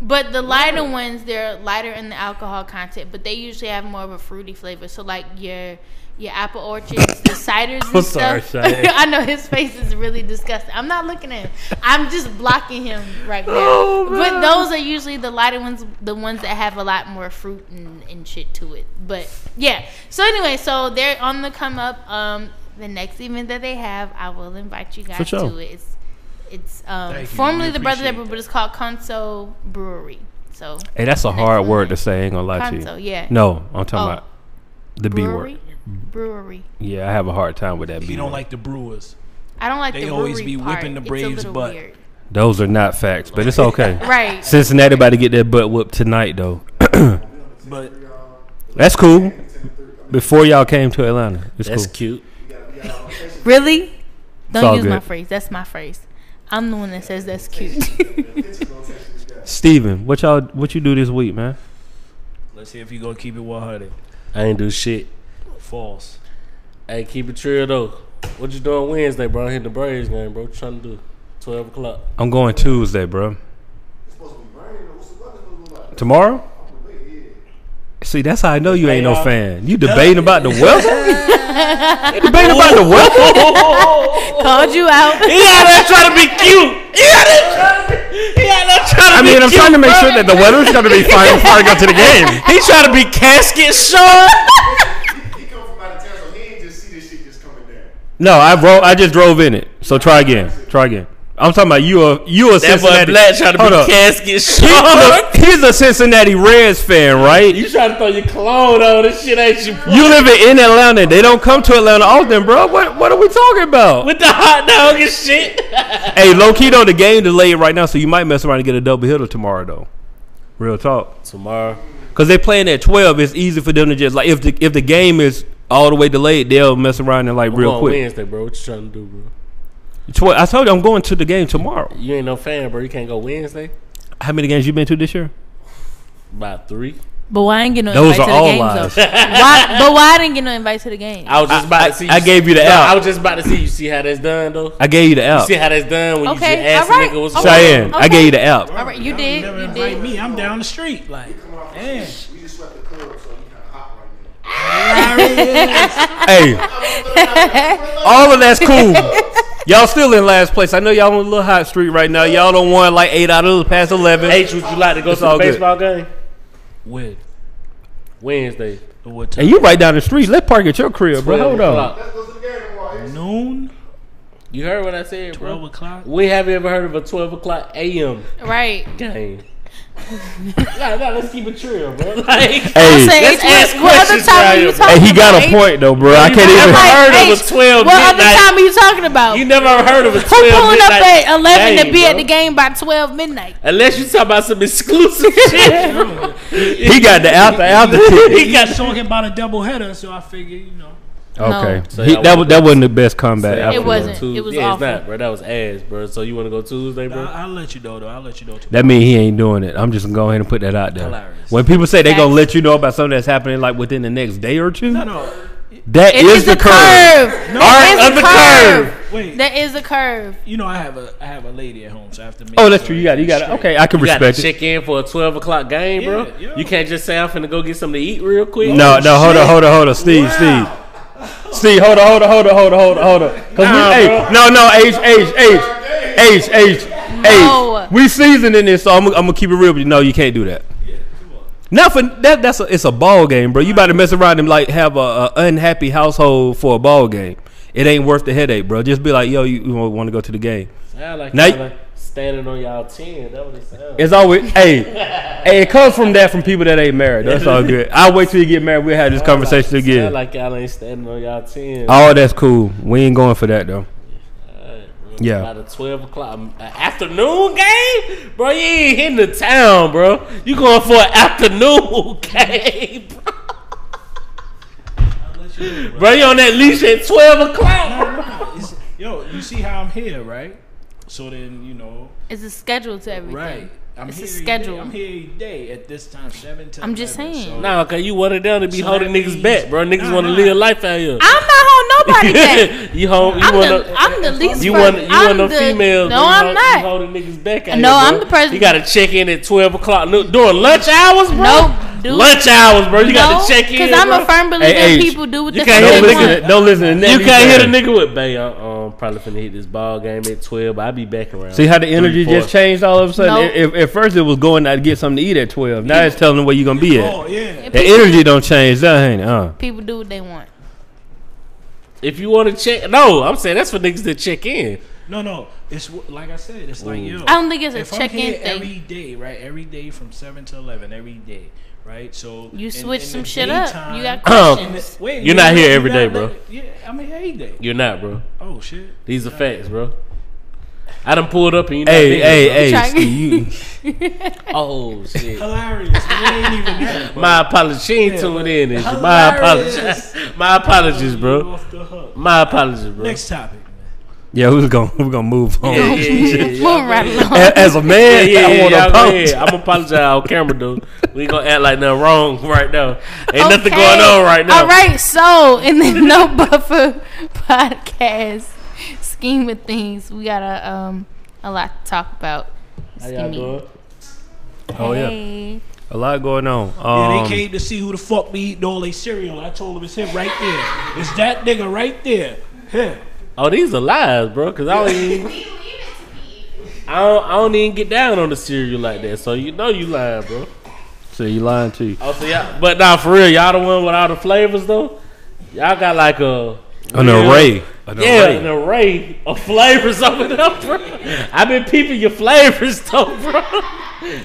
Speaker 2: But
Speaker 3: <laughs>
Speaker 2: the lighter ones, they're lighter in the alcohol content, but they usually have more of a fruity flavor. So like your your apple orchards, the ciders
Speaker 3: <laughs>
Speaker 2: and
Speaker 3: I'm sorry,
Speaker 2: stuff. <laughs>
Speaker 3: Shay.
Speaker 2: I know his face is really disgusting. I'm not looking at him. I'm just blocking him right now.
Speaker 3: <laughs> Oh,
Speaker 2: but
Speaker 3: man.
Speaker 2: those are usually the lighter ones, the ones that have a lot more fruit and, and shit to it. But yeah. So anyway, so they're on the come up. Um, the next event that they have, I will invite you guys
Speaker 3: sure.
Speaker 2: to it. It's it's um,
Speaker 4: Thank you.
Speaker 2: formerly
Speaker 4: We
Speaker 2: the Brother
Speaker 4: appreciate
Speaker 2: Debra,
Speaker 4: that.
Speaker 2: but it's called Conso Brewery. So
Speaker 3: Hey, that's a hard
Speaker 2: Excellent.
Speaker 3: word to say. I ain't gonna lie to
Speaker 2: Conso,
Speaker 3: you.
Speaker 2: yeah.
Speaker 3: No, I'm talking
Speaker 2: Oh.
Speaker 3: about the B
Speaker 2: brewery.
Speaker 3: word.
Speaker 2: Brewery.
Speaker 3: Yeah, I have a hard time with that
Speaker 4: If
Speaker 3: B
Speaker 4: you
Speaker 3: word.
Speaker 4: don't like the Brewers,
Speaker 2: I don't like
Speaker 4: They
Speaker 2: the
Speaker 4: always
Speaker 2: brewery
Speaker 4: be
Speaker 2: part.
Speaker 4: whipping the
Speaker 2: It's a
Speaker 4: Braves'
Speaker 2: little
Speaker 4: butt.
Speaker 2: weird.
Speaker 3: Those are not facts, but <laughs>
Speaker 4: <laughs>
Speaker 3: it's okay.
Speaker 2: Right.
Speaker 3: Cincinnati about to get their butt whooped tonight, though.
Speaker 4: but
Speaker 3: That's cool. Before y'all came to Atlanta, it's
Speaker 1: That's
Speaker 3: cool.
Speaker 1: cute.
Speaker 2: really?
Speaker 3: all
Speaker 2: Don't use my
Speaker 3: good.
Speaker 2: phrase. That's my phrase. I'm the one that says that's cute. <laughs>
Speaker 3: Steven, what y'all what you do this week, man?
Speaker 4: let's see if you gonna keep it 100.
Speaker 1: I ain't do shit.
Speaker 4: False.
Speaker 1: Hey, keep it real though. What you doing Wednesday, bro? Hit the Braves game, bro. What you trying to do? Twelve o'clock.
Speaker 3: I'm going Tuesday, bro. Tomorrow? See, that's how I know you ain't no
Speaker 1: Playoff.
Speaker 3: fan. You debating about the
Speaker 1: <laughs>
Speaker 3: weather? You debating about the weather?
Speaker 2: Called you out.
Speaker 1: He out there trying to be cute. He out there. He out there trying to
Speaker 3: I
Speaker 1: be
Speaker 3: mean, I'm
Speaker 1: cute,
Speaker 3: trying to make
Speaker 1: bro.
Speaker 3: sure that the weather's going to be fine before I go to the game.
Speaker 1: He trying to be casket short.
Speaker 5: He come from out of town, so he ain't just see this shit just coming down.
Speaker 3: No, I drove. I just drove in it. So try again. Try again. I'm talking about you. A you a
Speaker 1: That boy
Speaker 3: Cincinnati.
Speaker 1: Black trying to
Speaker 3: Hold
Speaker 1: be
Speaker 3: up.
Speaker 1: casket
Speaker 3: He's <laughs>
Speaker 1: short.
Speaker 3: a- He's a Cincinnati Reds fan, right?
Speaker 1: You trying to throw your clone on this shit ain't you
Speaker 2: <laughs>
Speaker 3: You living in Atlanta. They don't come to Atlanta often, bro. What What are we talking about?
Speaker 1: with the hot dog and shit.
Speaker 3: Hey, low key though, the game delayed right now, so you might mess around and get a double hitter tomorrow though. Real talk,
Speaker 1: Tomorrow.
Speaker 3: because they playing at twelve. It's easy for them to just like if the if the game is all the way delayed, they'll mess around and like
Speaker 1: I'm
Speaker 3: real
Speaker 1: going
Speaker 3: quick.
Speaker 1: Wednesday, bro. What you trying to do, bro?
Speaker 3: Tw- I told you I'm going to the game tomorrow.
Speaker 1: You ain't no fan, bro. You can't go Wednesday.
Speaker 3: How many games you been to this year?
Speaker 1: By three.
Speaker 2: <laughs> But why I didn't get no
Speaker 3: Those
Speaker 2: invite
Speaker 3: are
Speaker 2: to the
Speaker 3: all
Speaker 2: game
Speaker 3: lies.
Speaker 2: though? <laughs> Why, but why I didn't get no invite to the game?
Speaker 1: I was just about
Speaker 3: I-
Speaker 1: to see.
Speaker 3: I gave you the
Speaker 1: No,
Speaker 3: out.
Speaker 1: I was just about to see you see how that's done though.
Speaker 3: I gave you the
Speaker 1: You
Speaker 3: app.
Speaker 1: see how that's done when
Speaker 2: Okay,
Speaker 1: you just ask a
Speaker 2: alright,
Speaker 1: nigga what's
Speaker 2: alright.
Speaker 1: going
Speaker 3: Cheyenne,
Speaker 1: on.
Speaker 3: I gave you the app.
Speaker 2: All right, you
Speaker 4: Y'all
Speaker 2: did.
Speaker 4: never
Speaker 2: You
Speaker 4: invite
Speaker 2: did.
Speaker 4: me. I'm down the street. Like,
Speaker 1: <laughs>
Speaker 4: man.
Speaker 5: We just swept the club, so he kind of hot right now.
Speaker 3: <laughs> Hey, all of that's cool. Y'all still in last place. I know y'all on a little hot streak right now. Y'all don't want like eight out of the past eleven.
Speaker 1: H, would you like to go
Speaker 3: It's
Speaker 1: to the
Speaker 3: all good.
Speaker 1: baseball game
Speaker 4: When?
Speaker 1: Wednesday?
Speaker 4: What time?
Speaker 3: And you right down the street. Let's park at your crib, bro.
Speaker 1: 12
Speaker 3: Hold on.
Speaker 1: o'clock.
Speaker 5: Let's go to the game tomorrow.
Speaker 4: Noon?
Speaker 1: You heard what I said,
Speaker 4: 12
Speaker 1: bro.
Speaker 4: o'clock?
Speaker 1: We have ever heard of a twelve o'clock a.m.
Speaker 2: Right.
Speaker 1: game. <laughs> nah, nah, let's keep it real, bro. <laughs> Like,
Speaker 2: I'll
Speaker 3: Hey,
Speaker 2: say
Speaker 1: Let's
Speaker 2: it's
Speaker 1: ask
Speaker 2: ask, what other
Speaker 1: questions
Speaker 2: time
Speaker 1: right
Speaker 2: are
Speaker 1: here,
Speaker 2: you
Speaker 1: bro.
Speaker 2: talking
Speaker 3: hey, he
Speaker 2: about?
Speaker 3: got a
Speaker 2: H?
Speaker 3: point though, bro. I
Speaker 1: You
Speaker 3: can't
Speaker 1: never Hey,
Speaker 2: I'm
Speaker 3: even.
Speaker 1: heard
Speaker 2: like,
Speaker 1: of a
Speaker 2: H,
Speaker 1: 12
Speaker 2: What
Speaker 1: midnight.
Speaker 2: other time are you talking about?
Speaker 1: you never heard of a twelve.
Speaker 2: Who pulling up
Speaker 1: midnight
Speaker 2: at 11 to be at
Speaker 1: bro.
Speaker 2: the game by 12 midnight?
Speaker 1: Unless you talk about some
Speaker 2: <laughs>
Speaker 1: exclusive shit. bro.
Speaker 3: <laughs> He got the after
Speaker 1: <laughs>
Speaker 3: after
Speaker 1: he
Speaker 3: ticket.
Speaker 1: got
Speaker 3: <laughs>
Speaker 4: Just talking about a doubleheader, so I figured, you know.
Speaker 3: Okay,
Speaker 2: No.
Speaker 1: So
Speaker 3: he,
Speaker 1: y'all
Speaker 3: that
Speaker 1: wanna
Speaker 3: was
Speaker 1: go-
Speaker 3: that wasn't the best comeback.
Speaker 1: Say
Speaker 3: I
Speaker 1: I
Speaker 3: feel.
Speaker 1: wanna go
Speaker 2: wasn't.
Speaker 1: Tues-
Speaker 2: It was
Speaker 1: yeah,
Speaker 2: awful.
Speaker 1: it's not, bro. That was ass, bro. So you want to go Tuesday, bro?
Speaker 4: I, will let you know though. I'll let you know tomorrow.
Speaker 3: That mean he ain't doing it. I'm just gonna go ahead and put that out there.
Speaker 4: Hilarious.
Speaker 3: When people say they gonna
Speaker 2: Facts.
Speaker 3: let you know about something that's happening like within the next day or two,
Speaker 4: No, no.
Speaker 3: that
Speaker 2: It
Speaker 3: is
Speaker 2: is
Speaker 3: the
Speaker 2: a
Speaker 3: curve.
Speaker 2: curve.
Speaker 3: Art
Speaker 2: It is
Speaker 3: of
Speaker 2: a
Speaker 3: the
Speaker 2: curve.
Speaker 4: Wait.
Speaker 2: That is a curve.
Speaker 4: you know I have a I have a lady at home, so I have to. Make
Speaker 3: Oh, that's
Speaker 4: sure
Speaker 3: true. You got you
Speaker 4: it's
Speaker 3: got it.
Speaker 4: straight.
Speaker 3: Okay, I can
Speaker 1: You gotta
Speaker 3: respect it.
Speaker 1: check in for a twelve o'clock game, bro.
Speaker 4: Yeah, yeah.
Speaker 1: You can't just say I'm finna go get something to eat real quick.
Speaker 3: No, no, hold on, hold on, hold on, Steve, Steve, Steve, hold on, hold on, hold on, hold on, hold on, hold on. 'Cause
Speaker 1: Nah,
Speaker 3: we, hey,
Speaker 1: bro.
Speaker 3: no, no, age, age, age, age, age,
Speaker 2: No.
Speaker 3: age. We seasoning this, so I'm, I'm gonna keep it real with you. No, you can't do that. Not for that. That's a, it's a ball game, bro. You about to mess around and like have a, a unhappy household for a ball game. It ain't worth the headache, bro. Just be like, yo, you, want to go to the game?
Speaker 1: Sound like
Speaker 3: Now-
Speaker 1: y'all like standing on y'all ten. That what it sound.
Speaker 3: It's always hey, hey. It comes from that from people that ain't married. That's all good. I'll wait till you get married. We'll have this conversation
Speaker 1: Sound
Speaker 3: again.
Speaker 1: like y'all ain't standing on y'all ten.
Speaker 3: Oh, that's cool. We ain't going for that though.
Speaker 1: Alright, bro.
Speaker 3: Yeah.
Speaker 1: About a 12 o'clock um, a afternoon game? Bro, you ain't hitting the town, bro. You going for an afternoon <laughs> game, bro.
Speaker 4: I'll let you know,
Speaker 1: Bro, you on that leash at 12 o'clock.
Speaker 4: bro. It's- Yo, you see how I'm here, right? So then you know,
Speaker 2: It's a schedule to everything.
Speaker 4: right? I'm
Speaker 2: It's a
Speaker 4: here
Speaker 2: schedule.
Speaker 4: Every day. I'm here every day at this time, seven to.
Speaker 2: I'm just
Speaker 4: 11,
Speaker 2: saying.
Speaker 4: so-
Speaker 1: Nah, cause you wanted them to be
Speaker 4: So
Speaker 1: holding
Speaker 4: that
Speaker 1: niggas
Speaker 4: means-
Speaker 1: back, bro. Niggas
Speaker 4: Nah,
Speaker 1: want to
Speaker 4: nah.
Speaker 1: live life out here.
Speaker 2: I'm not holding
Speaker 1: <laughs>
Speaker 2: nobody back.
Speaker 1: you hold, you
Speaker 2: I'm
Speaker 1: want
Speaker 2: the,
Speaker 1: to.
Speaker 2: I'm the least.
Speaker 1: You
Speaker 2: person-
Speaker 1: want you
Speaker 2: I'm
Speaker 1: want no
Speaker 2: the-
Speaker 1: females?
Speaker 2: No,
Speaker 1: you
Speaker 2: I'm
Speaker 1: hold-
Speaker 2: not.
Speaker 1: You holding niggas back out
Speaker 2: No,
Speaker 1: here,
Speaker 2: I'm
Speaker 1: bro.
Speaker 2: the person-
Speaker 1: You got to check in at twelve o'clock no, during lunch hours, bro.
Speaker 2: No, dude.
Speaker 1: lunch hours, bro. You got to check in
Speaker 2: because I'm
Speaker 1: bro.
Speaker 2: a firm believer
Speaker 3: Hey, Age,
Speaker 2: people do what
Speaker 1: you
Speaker 2: the
Speaker 1: can't
Speaker 2: fuck
Speaker 1: hear
Speaker 2: they
Speaker 1: the
Speaker 2: want.
Speaker 1: nigga-
Speaker 3: don't listen to
Speaker 1: You can't hit a nigga with, babe, I'm um, probably finna hit this ball game at 12. I'll be back around.
Speaker 3: See how the energy
Speaker 1: three,
Speaker 3: just
Speaker 1: four.
Speaker 3: changed all of a sudden.
Speaker 2: Nope.
Speaker 3: If, at first it was going out to get something to eat at twelve. Now it's telling them where you gonna be at.
Speaker 4: Oh yeah.
Speaker 3: The energy don't change. That ain't it, Uh. huh?
Speaker 2: People do what they want.
Speaker 1: If you want to check. No, I'm saying that's for niggas that check in.
Speaker 4: No, no. It's wh- like I said. It's like yo.
Speaker 2: I don't think it's a
Speaker 4: if I'm
Speaker 2: check-in
Speaker 4: here
Speaker 2: thing.
Speaker 4: every day, right? Every day from seven to eleven, every day, right? So
Speaker 2: You
Speaker 4: in-
Speaker 2: switch
Speaker 4: in
Speaker 2: some
Speaker 4: the
Speaker 2: shit up.
Speaker 4: daytime-
Speaker 2: You got
Speaker 1: Um,
Speaker 2: questions.
Speaker 4: <laughs> Wait,
Speaker 1: You're not here every
Speaker 4: every
Speaker 1: day,
Speaker 4: day,
Speaker 1: bro.
Speaker 4: Yeah, I'm here every day.
Speaker 1: You're not, bro.
Speaker 4: Oh shit.
Speaker 1: These are facts, bro. I done pulled up and you not
Speaker 3: Hey,
Speaker 1: there,
Speaker 3: hey,
Speaker 1: bro.
Speaker 3: hey,
Speaker 2: Trying-
Speaker 3: Steve, you,
Speaker 1: Oh, shit.
Speaker 4: Hilarious. but it ain't even that.
Speaker 1: <laughs>
Speaker 4: bro.
Speaker 1: My apologies. She ain't tuned in. is she? My
Speaker 4: Hilarious.
Speaker 1: apologies. My apologies,
Speaker 4: You
Speaker 1: bro.
Speaker 4: off the hook.
Speaker 1: My apologies, bro.
Speaker 4: Next topic. man.
Speaker 3: <laughs> yeah, we're gonna we're gonna move on.
Speaker 1: Yeah, yeah, <laughs> yeah,
Speaker 2: <laughs>
Speaker 1: yeah.
Speaker 2: Moving right along.
Speaker 3: <laughs> A- As a
Speaker 1: Yeah,
Speaker 3: man,
Speaker 1: yeah,
Speaker 3: I
Speaker 1: yeah.
Speaker 3: want to
Speaker 1: y'all go ahead.
Speaker 3: apologize.
Speaker 1: I'm apologize on camera, dude. We gonna act like nothing wrong right now. Ain't nothing
Speaker 2: Okay.
Speaker 1: going on right now.
Speaker 2: All right, so in the <laughs> No Buffer podcast scheme of things, we got a um a lot to talk about.
Speaker 1: How y'all doing?
Speaker 3: Oh yeah,
Speaker 2: Hey.
Speaker 3: a lot going on.
Speaker 4: Yeah,
Speaker 3: Um,
Speaker 4: they came to see who the fuck be eating all they cereal. I told them it's him right there. It's that nigga right there. Him.
Speaker 1: Oh, these are lies, bro. Cause
Speaker 2: <laughs>
Speaker 1: I don't even. I don't, I don't even get down on the cereal like that, so you know you lying, bro.
Speaker 3: so you lying to you?
Speaker 1: Oh, so y'all, but nah, for real, y'all the one with all the flavors though. Y'all got like a
Speaker 3: An
Speaker 1: real-
Speaker 3: array. An
Speaker 1: yeah,
Speaker 3: array.
Speaker 1: an array of flavors over there, bro. I've been peeping your flavors though, bro.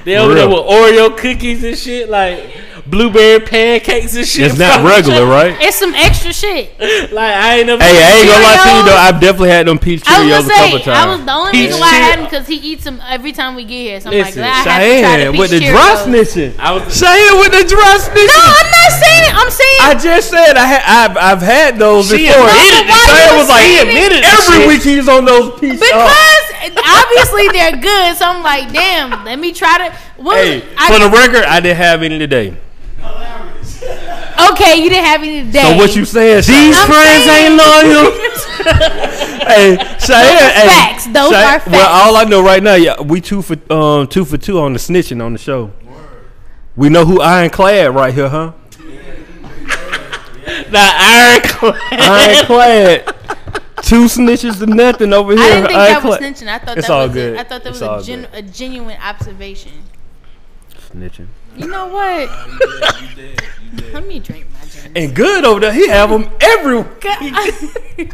Speaker 1: They over there with
Speaker 3: real.
Speaker 1: Oreo cookies and shit, like blueberry pancakes and shit.
Speaker 3: It's not
Speaker 1: bro.
Speaker 3: regular, right?
Speaker 2: It's some extra shit.
Speaker 1: <laughs> Like I ain't never.
Speaker 3: Hey, I ain't gonna lie to you though.
Speaker 2: Cheerios.
Speaker 3: I've definitely had them peach
Speaker 2: I
Speaker 3: Cheerios
Speaker 2: was
Speaker 3: a
Speaker 2: gonna
Speaker 3: couple
Speaker 2: say, I
Speaker 3: times.
Speaker 2: was the only
Speaker 1: Peach
Speaker 2: reason why I
Speaker 1: Cheer-
Speaker 2: had him because he eats them every time we get here. So I'm like,
Speaker 1: Listen,
Speaker 2: "Glad I had to try
Speaker 3: Cheyenne
Speaker 2: the
Speaker 3: with the
Speaker 2: peach
Speaker 3: dry
Speaker 2: Cheerios."
Speaker 3: snitching.
Speaker 1: I was.
Speaker 3: Cheyenne with the dry snitching.
Speaker 2: No, I'm not saying. it. I'm saying
Speaker 3: I just said I ha- I've I've had those
Speaker 1: She
Speaker 3: before.
Speaker 1: admitted
Speaker 2: it. Why
Speaker 3: Sam
Speaker 2: you
Speaker 3: was like
Speaker 2: saying it?
Speaker 3: every
Speaker 1: Shit.
Speaker 3: week he's on those peach. uh,
Speaker 2: <laughs> because obviously they're good. So I'm like, damn, let me try to. What was-
Speaker 3: hey,
Speaker 2: I,
Speaker 3: for the record, I didn't have any today.
Speaker 5: <laughs>
Speaker 2: okay, you didn't have any today.
Speaker 3: So what you saying? These
Speaker 2: I'm saying-
Speaker 3: loyal.
Speaker 2: <laughs>
Speaker 3: hey, Cheyenne. hey,
Speaker 2: facts. Those
Speaker 3: Cheyenne-
Speaker 2: are facts.
Speaker 3: Well, all I know right now, yeah, we two for um two for two on the snitching on the show. We know who ironclad right
Speaker 2: <laughs>
Speaker 3: here, huh?
Speaker 1: The ironclad.
Speaker 3: Ironclad. Two snitches to nothing over here.
Speaker 2: I didn't think that was
Speaker 3: Ironclad.
Speaker 2: snitching. I thought
Speaker 3: It's
Speaker 2: that
Speaker 3: all
Speaker 2: was.
Speaker 3: good.
Speaker 2: A, I thought that
Speaker 3: It's all
Speaker 2: was a, gen, a genuine observation.
Speaker 3: snitching.
Speaker 2: You know what? let me drink my gin.
Speaker 3: And good over there. He have them every.
Speaker 2: <laughs>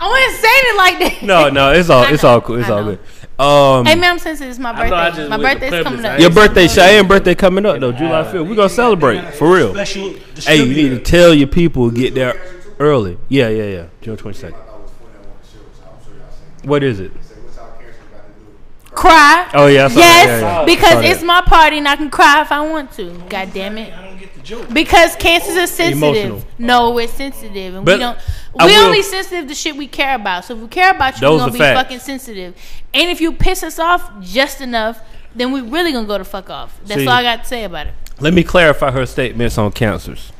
Speaker 2: I wasn't saying it like that.
Speaker 3: No, no, it's all
Speaker 2: I
Speaker 3: it's
Speaker 2: know,
Speaker 3: all cool. It's
Speaker 2: I
Speaker 3: all
Speaker 2: know.
Speaker 3: good. Um,
Speaker 2: Hey man, I'm sensitive. It's my
Speaker 1: I know I
Speaker 2: birthday.
Speaker 1: just
Speaker 2: My
Speaker 1: went to
Speaker 2: birthday is coming
Speaker 1: Clippers. I
Speaker 2: up.
Speaker 1: ain't
Speaker 3: your birthday, Cheyenne birthday coming up though, July fifth. We're gonna celebrate for real.
Speaker 4: Special.
Speaker 3: Hey, you need to
Speaker 4: distributor.
Speaker 3: tell your people to get there early. Yeah, yeah, yeah. June twenty second. What is it?
Speaker 2: Cry.
Speaker 3: Oh yeah, I saw that.
Speaker 2: yes,
Speaker 3: Yeah, yeah.
Speaker 2: because
Speaker 3: Saw that.
Speaker 2: it's my party and I can cry if I want to. God damn it.
Speaker 4: I don't get to joke.
Speaker 2: Because cancers are sensitive.
Speaker 3: Emotional.
Speaker 2: No, we're sensitive, and
Speaker 3: But
Speaker 2: we don't.
Speaker 3: I
Speaker 2: We're
Speaker 3: will-
Speaker 2: only sensitive to shit we care about. So if we care about you,
Speaker 3: Those
Speaker 2: we're gonna
Speaker 3: are
Speaker 2: be
Speaker 3: facts.
Speaker 2: fucking sensitive. And if you piss us off just enough, then we really gonna go to fuck off. That's
Speaker 3: See.
Speaker 2: all I got to say about it.
Speaker 3: Let me clarify her statements on cancers.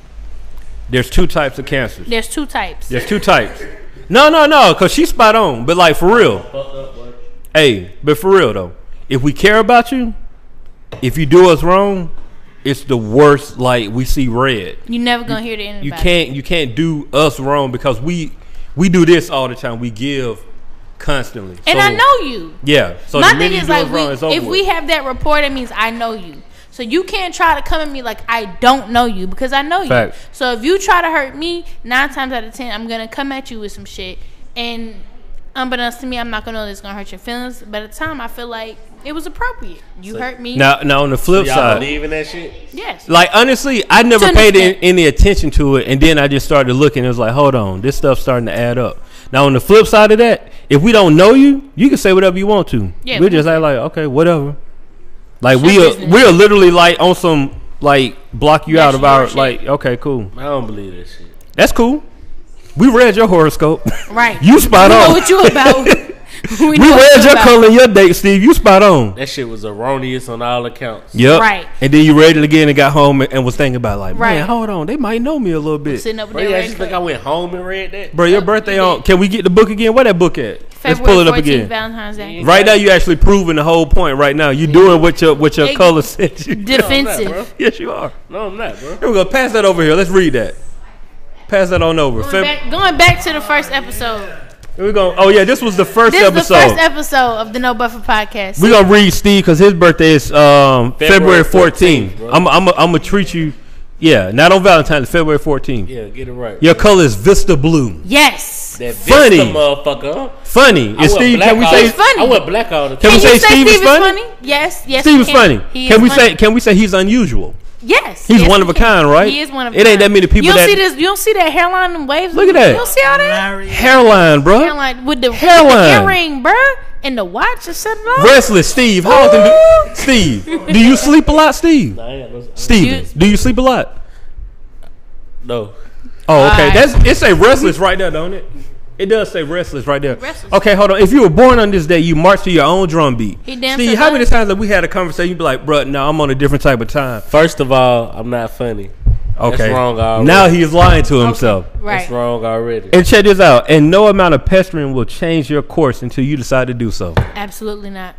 Speaker 3: There's two types of cancers.
Speaker 2: There's two types.
Speaker 3: There's two types. No, no, no, because she's spot on. But like for real. Hey, but for real though, if we care about you, if you do us wrong, it's the worst. Like we see red.
Speaker 2: You're never gonna hear the end.
Speaker 3: You
Speaker 2: about it.
Speaker 3: can't you can't do us wrong because we we do this all the time. We give constantly.
Speaker 2: And
Speaker 3: So,
Speaker 2: I know you.
Speaker 3: Yeah. So
Speaker 2: My
Speaker 3: the
Speaker 2: thing
Speaker 3: minute you
Speaker 2: is
Speaker 3: do
Speaker 2: like,
Speaker 3: us wrong, it's
Speaker 2: we,
Speaker 3: over
Speaker 2: if we
Speaker 3: with.
Speaker 2: have that rapport, that means I know you. So you can't try to come at me like I don't know you because I know
Speaker 3: Facts.
Speaker 2: you. So if you try to hurt me, nine times out of ten, I'm gonna come at you with some shit, and unbeknownst to me, I'm not gonna know this gonna hurt your feelings. By the time I feel like it was appropriate, you hurt me.
Speaker 3: now now on the flip
Speaker 1: Y'all
Speaker 3: side,
Speaker 1: believe in that shit?
Speaker 2: Yes.
Speaker 3: Like honestly, I never
Speaker 2: To an
Speaker 3: paid
Speaker 2: extent.
Speaker 3: any, any attention to it, and then I just started looking. It was like, hold on, this stuff's starting to add up. Now, on the flip side of that, if we don't know you, you can say whatever you want to.
Speaker 2: Yeah,
Speaker 3: we
Speaker 2: we
Speaker 3: just act like, okay, whatever. Like we
Speaker 2: Shit
Speaker 3: are,
Speaker 2: business.
Speaker 3: we are literally like on some like block you
Speaker 2: That's
Speaker 3: out of our
Speaker 2: your shit.
Speaker 3: like, okay, cool,
Speaker 1: I don't believe that shit.
Speaker 3: that's cool. We read your horoscope.
Speaker 2: Right.
Speaker 3: You spot
Speaker 2: we
Speaker 3: on.
Speaker 2: Know what you
Speaker 3: <laughs>
Speaker 2: about? we
Speaker 3: we
Speaker 2: know what
Speaker 3: read
Speaker 2: you
Speaker 3: your
Speaker 2: about.
Speaker 3: color, and your date, Steve. You spot on.
Speaker 1: That shit was erroneous on all accounts.
Speaker 3: Yep.
Speaker 2: Right.
Speaker 3: And then you read it again and got home and, and was thinking about like,
Speaker 2: Right.
Speaker 3: man, hold on, they might know me a little bit.
Speaker 2: Sitting up with
Speaker 1: Bro,
Speaker 2: their
Speaker 1: you
Speaker 2: red
Speaker 1: actually
Speaker 2: dress.
Speaker 1: think I went home and read that?
Speaker 3: Bro, your birthday on. Can we get the book again? Where that book at? Let's
Speaker 2: February
Speaker 3: pull it up
Speaker 2: 14th,
Speaker 3: again.
Speaker 2: Valentine's Day.
Speaker 3: Right now, you actually proving the whole point. Right now, you doing what your what your
Speaker 2: Hey.
Speaker 3: color said you.
Speaker 1: No, I'm not,
Speaker 2: Defensive.
Speaker 1: bro.
Speaker 3: <laughs> Yes, you are.
Speaker 1: No, I'm not, bro.
Speaker 3: Here we go. Pass that over here. Let's read that. Pass that on over.
Speaker 2: Going
Speaker 3: Feb-
Speaker 2: back, going back to the first episode.
Speaker 3: here we go. Oh yeah, this was the first
Speaker 2: This
Speaker 3: episode.
Speaker 2: is the first episode of the No Buffer podcast.
Speaker 3: we gonna read Steve because his birthday is um, February
Speaker 1: February
Speaker 3: 14th.
Speaker 1: 14th, bro.
Speaker 3: I'm I'm I'm gonna treat you. Yeah, not on Valentine's. February 14th.
Speaker 1: Yeah, get it right.
Speaker 3: Your color is Vista Blue.
Speaker 2: yes.
Speaker 1: That
Speaker 3: Funny.
Speaker 1: funny motherfucker. huh?
Speaker 3: Funny.
Speaker 1: I went
Speaker 3: Is Steve?
Speaker 1: black
Speaker 3: Can we
Speaker 1: all-
Speaker 3: say?
Speaker 2: He's funny.
Speaker 1: I went black all the
Speaker 3: Can
Speaker 1: time.
Speaker 3: we say Steve is funny?
Speaker 2: Yes. Yes.
Speaker 3: Steve
Speaker 2: we
Speaker 3: is
Speaker 2: can.
Speaker 3: funny.
Speaker 2: He
Speaker 3: Can
Speaker 2: is
Speaker 3: we
Speaker 2: funny.
Speaker 3: say? Can we say he's unusual?
Speaker 2: Yes.
Speaker 3: He's
Speaker 2: yes,
Speaker 3: one
Speaker 2: we
Speaker 3: of a
Speaker 2: can.
Speaker 3: kind, right?
Speaker 2: He is one of. a
Speaker 3: It ain't that
Speaker 2: kind.
Speaker 3: many people
Speaker 2: You don't
Speaker 3: that-
Speaker 2: see this. You don't see that hairline and waves.
Speaker 3: Look at that.
Speaker 2: You don't see all that
Speaker 4: Larry,
Speaker 3: Hairline, bro.
Speaker 2: hairline with the, with the
Speaker 3: Hairline.
Speaker 2: earring, bruh, and the watch and something. on.
Speaker 3: Restless, Steve. How often do Steve? Do you sleep a lot, Steve?
Speaker 1: I ain't got no-
Speaker 3: Steven, do you sleep a lot?
Speaker 1: No.
Speaker 3: Oh, okay.
Speaker 2: Alright.
Speaker 3: That's it. Say restless right there, don't it? It does say restless right there.
Speaker 2: Restless.
Speaker 3: Okay, hold on. If you were born on this day, you march to your own drum beat.
Speaker 2: He damn
Speaker 3: Steve,
Speaker 2: sure
Speaker 3: how many
Speaker 2: does.
Speaker 3: times have we had a conversation? You be like, "Bruh, no, I'm on a different type of time."
Speaker 1: First of all, I'm not funny.
Speaker 3: Okay,
Speaker 1: wrong already.
Speaker 3: now he's lying to himself.
Speaker 2: Right.
Speaker 1: That's wrong already.
Speaker 3: And check this out. And no amount of pestering will change your course until you decide to do so.
Speaker 2: Absolutely not.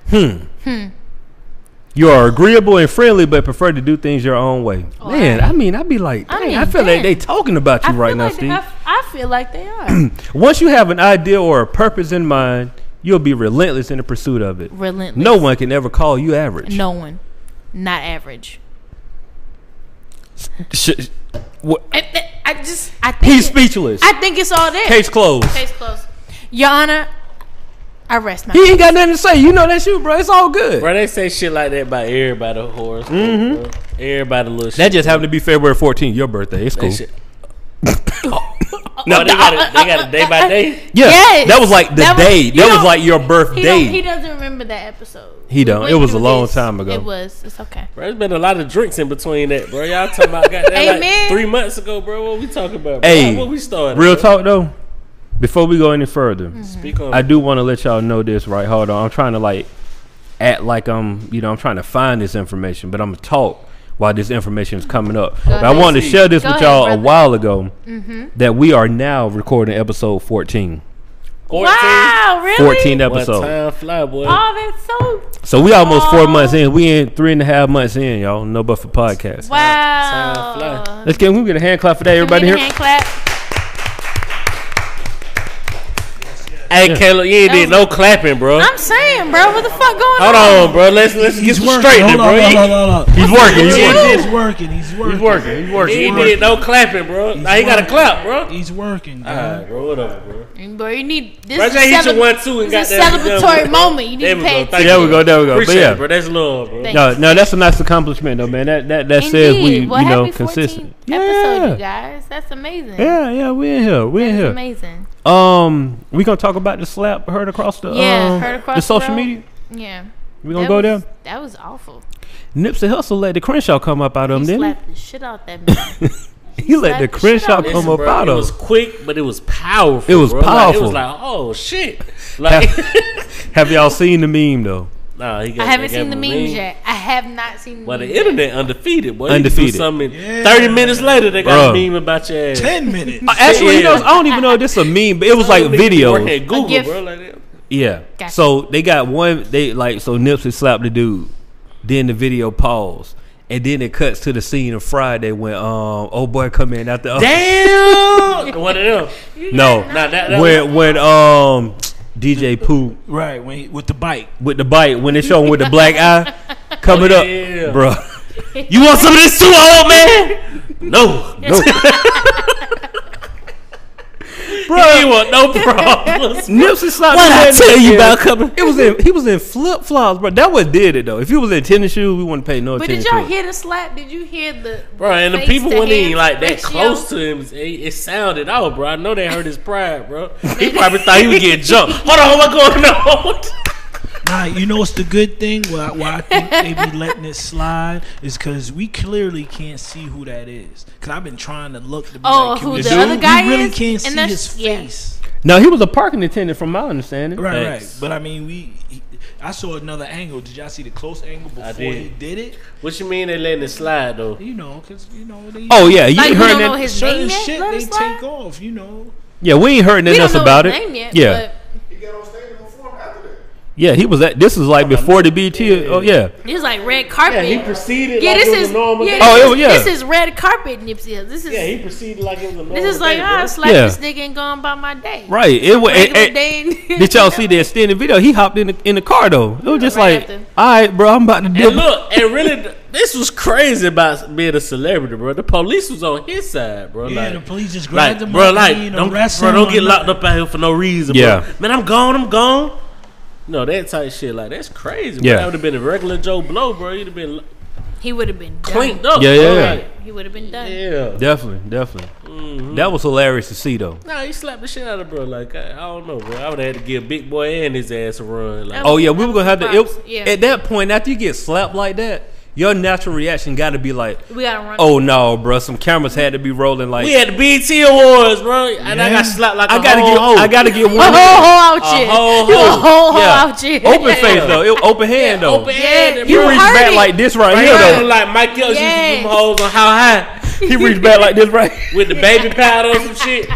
Speaker 3: You are agreeable and friendly, but prefer to do things your own way. Man, I mean, I'd be like,
Speaker 2: I
Speaker 3: dang, I,
Speaker 2: mean,
Speaker 3: feel like
Speaker 2: damn.
Speaker 3: they talking about
Speaker 2: I
Speaker 3: you
Speaker 2: feel
Speaker 3: right now,
Speaker 2: like
Speaker 3: Steve.
Speaker 2: They, I, I feel like they
Speaker 3: <clears throat>
Speaker 2: are
Speaker 3: Once you have an idea or a purpose in mind, you'll be relentless in the pursuit of it.
Speaker 2: relentless.
Speaker 3: No one can ever call you average.
Speaker 2: No one, not average.
Speaker 3: Sh- wha-
Speaker 2: And th- I just. I think
Speaker 3: He's
Speaker 2: it-
Speaker 3: speechless.
Speaker 2: I think it's all there.
Speaker 3: Case closed.
Speaker 2: Case closed. Your Honor, I rest my
Speaker 3: He ain't got nothing to say. You know that's you, bro. It's all good.
Speaker 1: Bro, they say shit like that about everybody horse. Bro. Everybody little shit.
Speaker 3: That just happened to be February 14th, your birthday. It's
Speaker 1: That
Speaker 3: cool.
Speaker 1: shit. Oh, no, they
Speaker 2: uh,
Speaker 1: got it. They got it day by day.
Speaker 3: Yeah,
Speaker 2: Yes.
Speaker 3: that was like the
Speaker 2: That was-
Speaker 3: day.
Speaker 2: you
Speaker 3: That was
Speaker 2: don't-
Speaker 3: like your
Speaker 2: He,
Speaker 3: birthday.
Speaker 2: don't, he doesn't remember that episode.
Speaker 3: He don't.
Speaker 2: went
Speaker 3: It was a
Speaker 2: through
Speaker 3: long time ago.
Speaker 2: It was. It's okay.
Speaker 1: Bro, there's been a lot of drinks in between that, bro. Y'all talking about goddamn
Speaker 2: Amen.
Speaker 1: like three months ago, bro. What we talking about? Bro?
Speaker 3: Hey,
Speaker 1: what we started?
Speaker 3: Real
Speaker 1: bro?
Speaker 3: talk though. Before we go any further,
Speaker 2: Mm-hmm.
Speaker 1: Speak on.
Speaker 3: I do want to let y'all know this. Right, hold on. I'm trying to like act like I'm, you know, I'm trying to find this information, but I'm gonna talk while this information is coming up. But I
Speaker 2: ahead,
Speaker 3: wanted to
Speaker 1: Steve.
Speaker 3: share this
Speaker 2: Go
Speaker 3: with
Speaker 2: ahead,
Speaker 3: y'all
Speaker 2: brother.
Speaker 3: a
Speaker 2: Mm-hmm.
Speaker 3: while ago that we are now recording episode 14.
Speaker 1: 14.
Speaker 2: Wow, really?
Speaker 3: 14
Speaker 1: What
Speaker 3: episode.
Speaker 1: time fly, boy?
Speaker 2: Oh, that's so.
Speaker 3: So we almost
Speaker 2: Aw.
Speaker 3: four months in. We in three and a half months in, y'all. No buffer podcast.
Speaker 2: Wow.
Speaker 1: fly.
Speaker 3: Let's get we get a hand clap for that.
Speaker 2: Can we
Speaker 3: Everybody
Speaker 2: get a
Speaker 3: here.
Speaker 2: Hand clap.
Speaker 1: Hey, Caleb, you ain't
Speaker 2: That
Speaker 1: did no clapping, bro.
Speaker 2: I'm saying, bro, what the fuck going
Speaker 1: Hold on, bro. Let's let's get
Speaker 4: he's
Speaker 1: some
Speaker 4: working.
Speaker 1: straight
Speaker 4: Hold
Speaker 1: there, bro.
Speaker 4: on, hold on,
Speaker 1: You
Speaker 4: hold on.
Speaker 3: He's working. He's
Speaker 1: Yeah.
Speaker 3: working.
Speaker 4: He's working. He's working.
Speaker 3: He's working. He's working.
Speaker 1: ain't did no clapping, bro. Now you gotta clap, bro.
Speaker 4: He's working, dude.
Speaker 1: Alright, bro, whatever, bro.
Speaker 2: on. Bro, you need this.
Speaker 1: Bro,
Speaker 2: is
Speaker 1: just hit
Speaker 2: celeb-
Speaker 1: your one, two, and
Speaker 2: this is a
Speaker 1: goddamn be done with
Speaker 2: celebratory
Speaker 1: it.
Speaker 2: moment. You need
Speaker 1: There
Speaker 2: to
Speaker 1: we
Speaker 2: pay
Speaker 1: go. Thank
Speaker 2: attention.
Speaker 1: you.
Speaker 3: There we go. There we go.
Speaker 1: Appreciate
Speaker 3: but yeah.
Speaker 1: it, bro. That's love, bro.
Speaker 2: Thank
Speaker 3: No, no, that's a nice accomplishment though, man. That that, that says we,
Speaker 2: Indeed. Well,
Speaker 3: you know,
Speaker 2: happy 14th
Speaker 3: consistent.
Speaker 2: Episode, you
Speaker 3: yeah.
Speaker 2: guys. That's amazing.
Speaker 3: yeah, yeah, we in here. We in
Speaker 2: That's
Speaker 3: here.
Speaker 2: amazing.
Speaker 3: Um, we gonna talk about the slap heard across the
Speaker 2: Yeah,
Speaker 3: um,
Speaker 2: heard across the
Speaker 3: the social
Speaker 2: road.
Speaker 3: media.
Speaker 2: Yeah.
Speaker 3: We gonna
Speaker 2: That
Speaker 3: go
Speaker 2: was-
Speaker 3: there.
Speaker 2: That was awful.
Speaker 3: Nipsey Hussle let the Crenshaw come up out of him,
Speaker 2: He
Speaker 3: didn't
Speaker 2: slapped the shit out that man.
Speaker 3: he? He let
Speaker 2: slapped
Speaker 3: the
Speaker 2: the shit
Speaker 3: Crenshaw
Speaker 2: out of
Speaker 3: come
Speaker 2: him.
Speaker 3: up
Speaker 1: Bro,
Speaker 3: out
Speaker 1: it
Speaker 3: of
Speaker 1: was
Speaker 3: him.
Speaker 1: quick, but it was powerful.
Speaker 3: It was
Speaker 1: bro. Like, it
Speaker 3: powerful.
Speaker 1: was like, oh
Speaker 3: <laughs>
Speaker 1: shit! Like,
Speaker 3: <laughs> Have y'all seen the meme though?
Speaker 1: nah, he got,
Speaker 2: I haven't
Speaker 1: they gave
Speaker 2: seen the
Speaker 1: him a
Speaker 2: meme yet. I have not seen the
Speaker 1: But
Speaker 2: meme
Speaker 1: the
Speaker 2: yet.
Speaker 1: internet undefeated, boy. You can do
Speaker 3: Undefeated.
Speaker 1: something in-
Speaker 4: Yeah.
Speaker 1: Thirty minutes later, they got
Speaker 3: Bruh.
Speaker 1: a meme about your ass.
Speaker 4: Ten minutes.
Speaker 3: Uh, Actually, you
Speaker 1: Yeah.
Speaker 3: know, I don't even know if this a meme, but it was like
Speaker 1: Niggas be
Speaker 3: video.
Speaker 1: working at Google,
Speaker 2: gif.
Speaker 1: bro. Like, that.
Speaker 3: Yeah.
Speaker 2: Gotcha.
Speaker 3: So they got one. They like so Nipsey slapped the dude. Then the video paused, and then it cuts to the scene of Friday when um old boy come in after uh,
Speaker 1: damn, one of them.
Speaker 3: no
Speaker 1: Nah, that, that
Speaker 3: when when um DJ Pooh
Speaker 4: right when he, with the bike.
Speaker 3: with the bite when they show him with the black eye coming
Speaker 1: Oh,
Speaker 3: up,
Speaker 1: yeah.
Speaker 3: bro. You want some of this too, old man?
Speaker 1: no,
Speaker 3: No,
Speaker 1: he want no <laughs> problems.
Speaker 3: Nipsey slapped.
Speaker 1: What
Speaker 3: the
Speaker 1: I
Speaker 3: man
Speaker 1: tell you
Speaker 3: in-
Speaker 1: about coming-
Speaker 3: It was in he was in flip flops, bro. That what did it though. If he was in tennis shoes, we wouldn't pay no
Speaker 2: But
Speaker 3: attention.
Speaker 2: did y'all
Speaker 3: to it.
Speaker 2: hear the slap? Did you hear the
Speaker 1: Bro, and the
Speaker 2: face
Speaker 1: people
Speaker 2: to
Speaker 1: weren't
Speaker 2: hand
Speaker 1: even like that
Speaker 2: ratio?
Speaker 1: close to him. It, it sounded out, bro. I know that hurt his pride,
Speaker 2: <laughs>
Speaker 1: bro. He probably thought he was getting jumped. Hold on, what's going on? <laughs>
Speaker 4: Nah, you know what's the good thing? Why, why I think they be letting it slide is because we clearly can't see who that is. Because I've been trying to look. To be
Speaker 2: Oh,
Speaker 4: like, can
Speaker 2: who
Speaker 4: we-
Speaker 2: the other guy
Speaker 4: We really
Speaker 2: is?
Speaker 4: can't
Speaker 2: And
Speaker 4: see
Speaker 2: that's-
Speaker 4: his
Speaker 2: yeah.
Speaker 4: face.
Speaker 3: No, he was a parking attendant, from my understanding.
Speaker 4: Right,
Speaker 1: Thanks.
Speaker 4: right. But I mean, we. He, I saw another angle. Did y'all see the close angle before
Speaker 1: did.
Speaker 4: he did it?
Speaker 1: What you mean they letting it slide though?
Speaker 4: You know, because you know they.
Speaker 3: Oh yeah, you
Speaker 2: Like,
Speaker 3: ain't
Speaker 2: we
Speaker 3: heard
Speaker 2: don't know
Speaker 3: that.
Speaker 2: his
Speaker 4: certain
Speaker 2: name yet.
Speaker 4: shit
Speaker 2: Let
Speaker 4: they
Speaker 2: us slide?
Speaker 4: take off. You know.
Speaker 3: Yeah, we ain't heard
Speaker 2: We
Speaker 3: nothing
Speaker 2: don't
Speaker 3: else
Speaker 2: know
Speaker 3: about
Speaker 2: his
Speaker 3: it.
Speaker 2: name yet.
Speaker 3: yeah,
Speaker 5: He got on stage and performed after that.
Speaker 3: yeah, he was at. This is like before the BT. Oh yeah,
Speaker 2: but he's like red carpet.
Speaker 1: proceeded
Speaker 2: Yeah, this is yeah,
Speaker 3: guy.
Speaker 2: this,
Speaker 3: Oh, it was- yeah.
Speaker 2: this is red carpet Nipsey. Hussle. This is
Speaker 1: he proceeded like it was a normal
Speaker 2: this is like ah, slap
Speaker 3: Yeah.
Speaker 2: this nigga and gone by my day.
Speaker 3: right. It was.
Speaker 2: Regular day in-
Speaker 3: <laughs> did
Speaker 2: <laughs>
Speaker 3: y'all see the extended video? He hopped in the in the car though. It was just
Speaker 2: Right
Speaker 3: like,
Speaker 2: after.
Speaker 3: all right, bro, I'm about to dip.
Speaker 1: And look, and really, this was crazy about being a celebrity, bro. The police was on his side, bro.
Speaker 4: Yeah,
Speaker 1: like,
Speaker 4: the police just grabbed
Speaker 1: like,
Speaker 4: him.
Speaker 1: bro,
Speaker 4: up
Speaker 1: like,
Speaker 4: and
Speaker 1: don't,
Speaker 4: arrest
Speaker 1: bro,
Speaker 4: him
Speaker 1: don't
Speaker 4: or
Speaker 1: get locked
Speaker 4: nothing.
Speaker 1: up out here for no reason,
Speaker 3: Yeah.
Speaker 1: bro. Man, I'm gone, I'm gone. No, that type shit, like, that's crazy. Bro.
Speaker 3: Yeah.
Speaker 1: That would have been a regular Joe Blow, bro. You'd have been
Speaker 2: He would have been
Speaker 1: cleaned
Speaker 2: done.
Speaker 1: up.
Speaker 3: Yeah,
Speaker 1: bro.
Speaker 3: yeah, yeah.
Speaker 1: Like,
Speaker 2: He would have been done.
Speaker 1: yeah.
Speaker 3: Definitely, definitely. Mm-hmm. That was hilarious to see though.
Speaker 1: Nah, he slapped the shit out of bro. Like, I, I don't know, bro. I would have had to give Big Boy and his ass a run. Like,
Speaker 2: Oh,
Speaker 3: Oh yeah, we were gonna have to.
Speaker 2: Props,
Speaker 3: It,
Speaker 2: yeah.
Speaker 3: At that point, after you get slapped like that, your natural reaction got to be like,
Speaker 2: We gotta run.
Speaker 3: oh no, bro, some cameras had to be rolling. Like,
Speaker 1: we had the BT Awards, bro, and I
Speaker 4: Yeah.
Speaker 1: got slapped like I
Speaker 3: I
Speaker 1: a
Speaker 3: gotta
Speaker 1: whole
Speaker 3: get,
Speaker 1: hoe.
Speaker 3: I gotta <laughs> get one.
Speaker 2: a whole whole out
Speaker 1: A
Speaker 2: shit.
Speaker 1: whole
Speaker 2: <laughs> You a
Speaker 1: hoe.
Speaker 2: whole whole
Speaker 3: Yeah.
Speaker 2: out shit.
Speaker 3: Open face though, it, open hand though.
Speaker 1: Open
Speaker 2: Yeah,
Speaker 1: handed,
Speaker 3: He
Speaker 1: bro.
Speaker 3: reached
Speaker 2: heard
Speaker 3: back
Speaker 2: it.
Speaker 3: like this right,
Speaker 1: Right
Speaker 3: here
Speaker 1: here,
Speaker 3: though.
Speaker 1: like Mike Ellis used to
Speaker 2: Yes.
Speaker 1: them hoes on how high
Speaker 3: he reached back like this right. <laughs>
Speaker 1: with the baby
Speaker 2: <laughs>
Speaker 1: powder or some shit.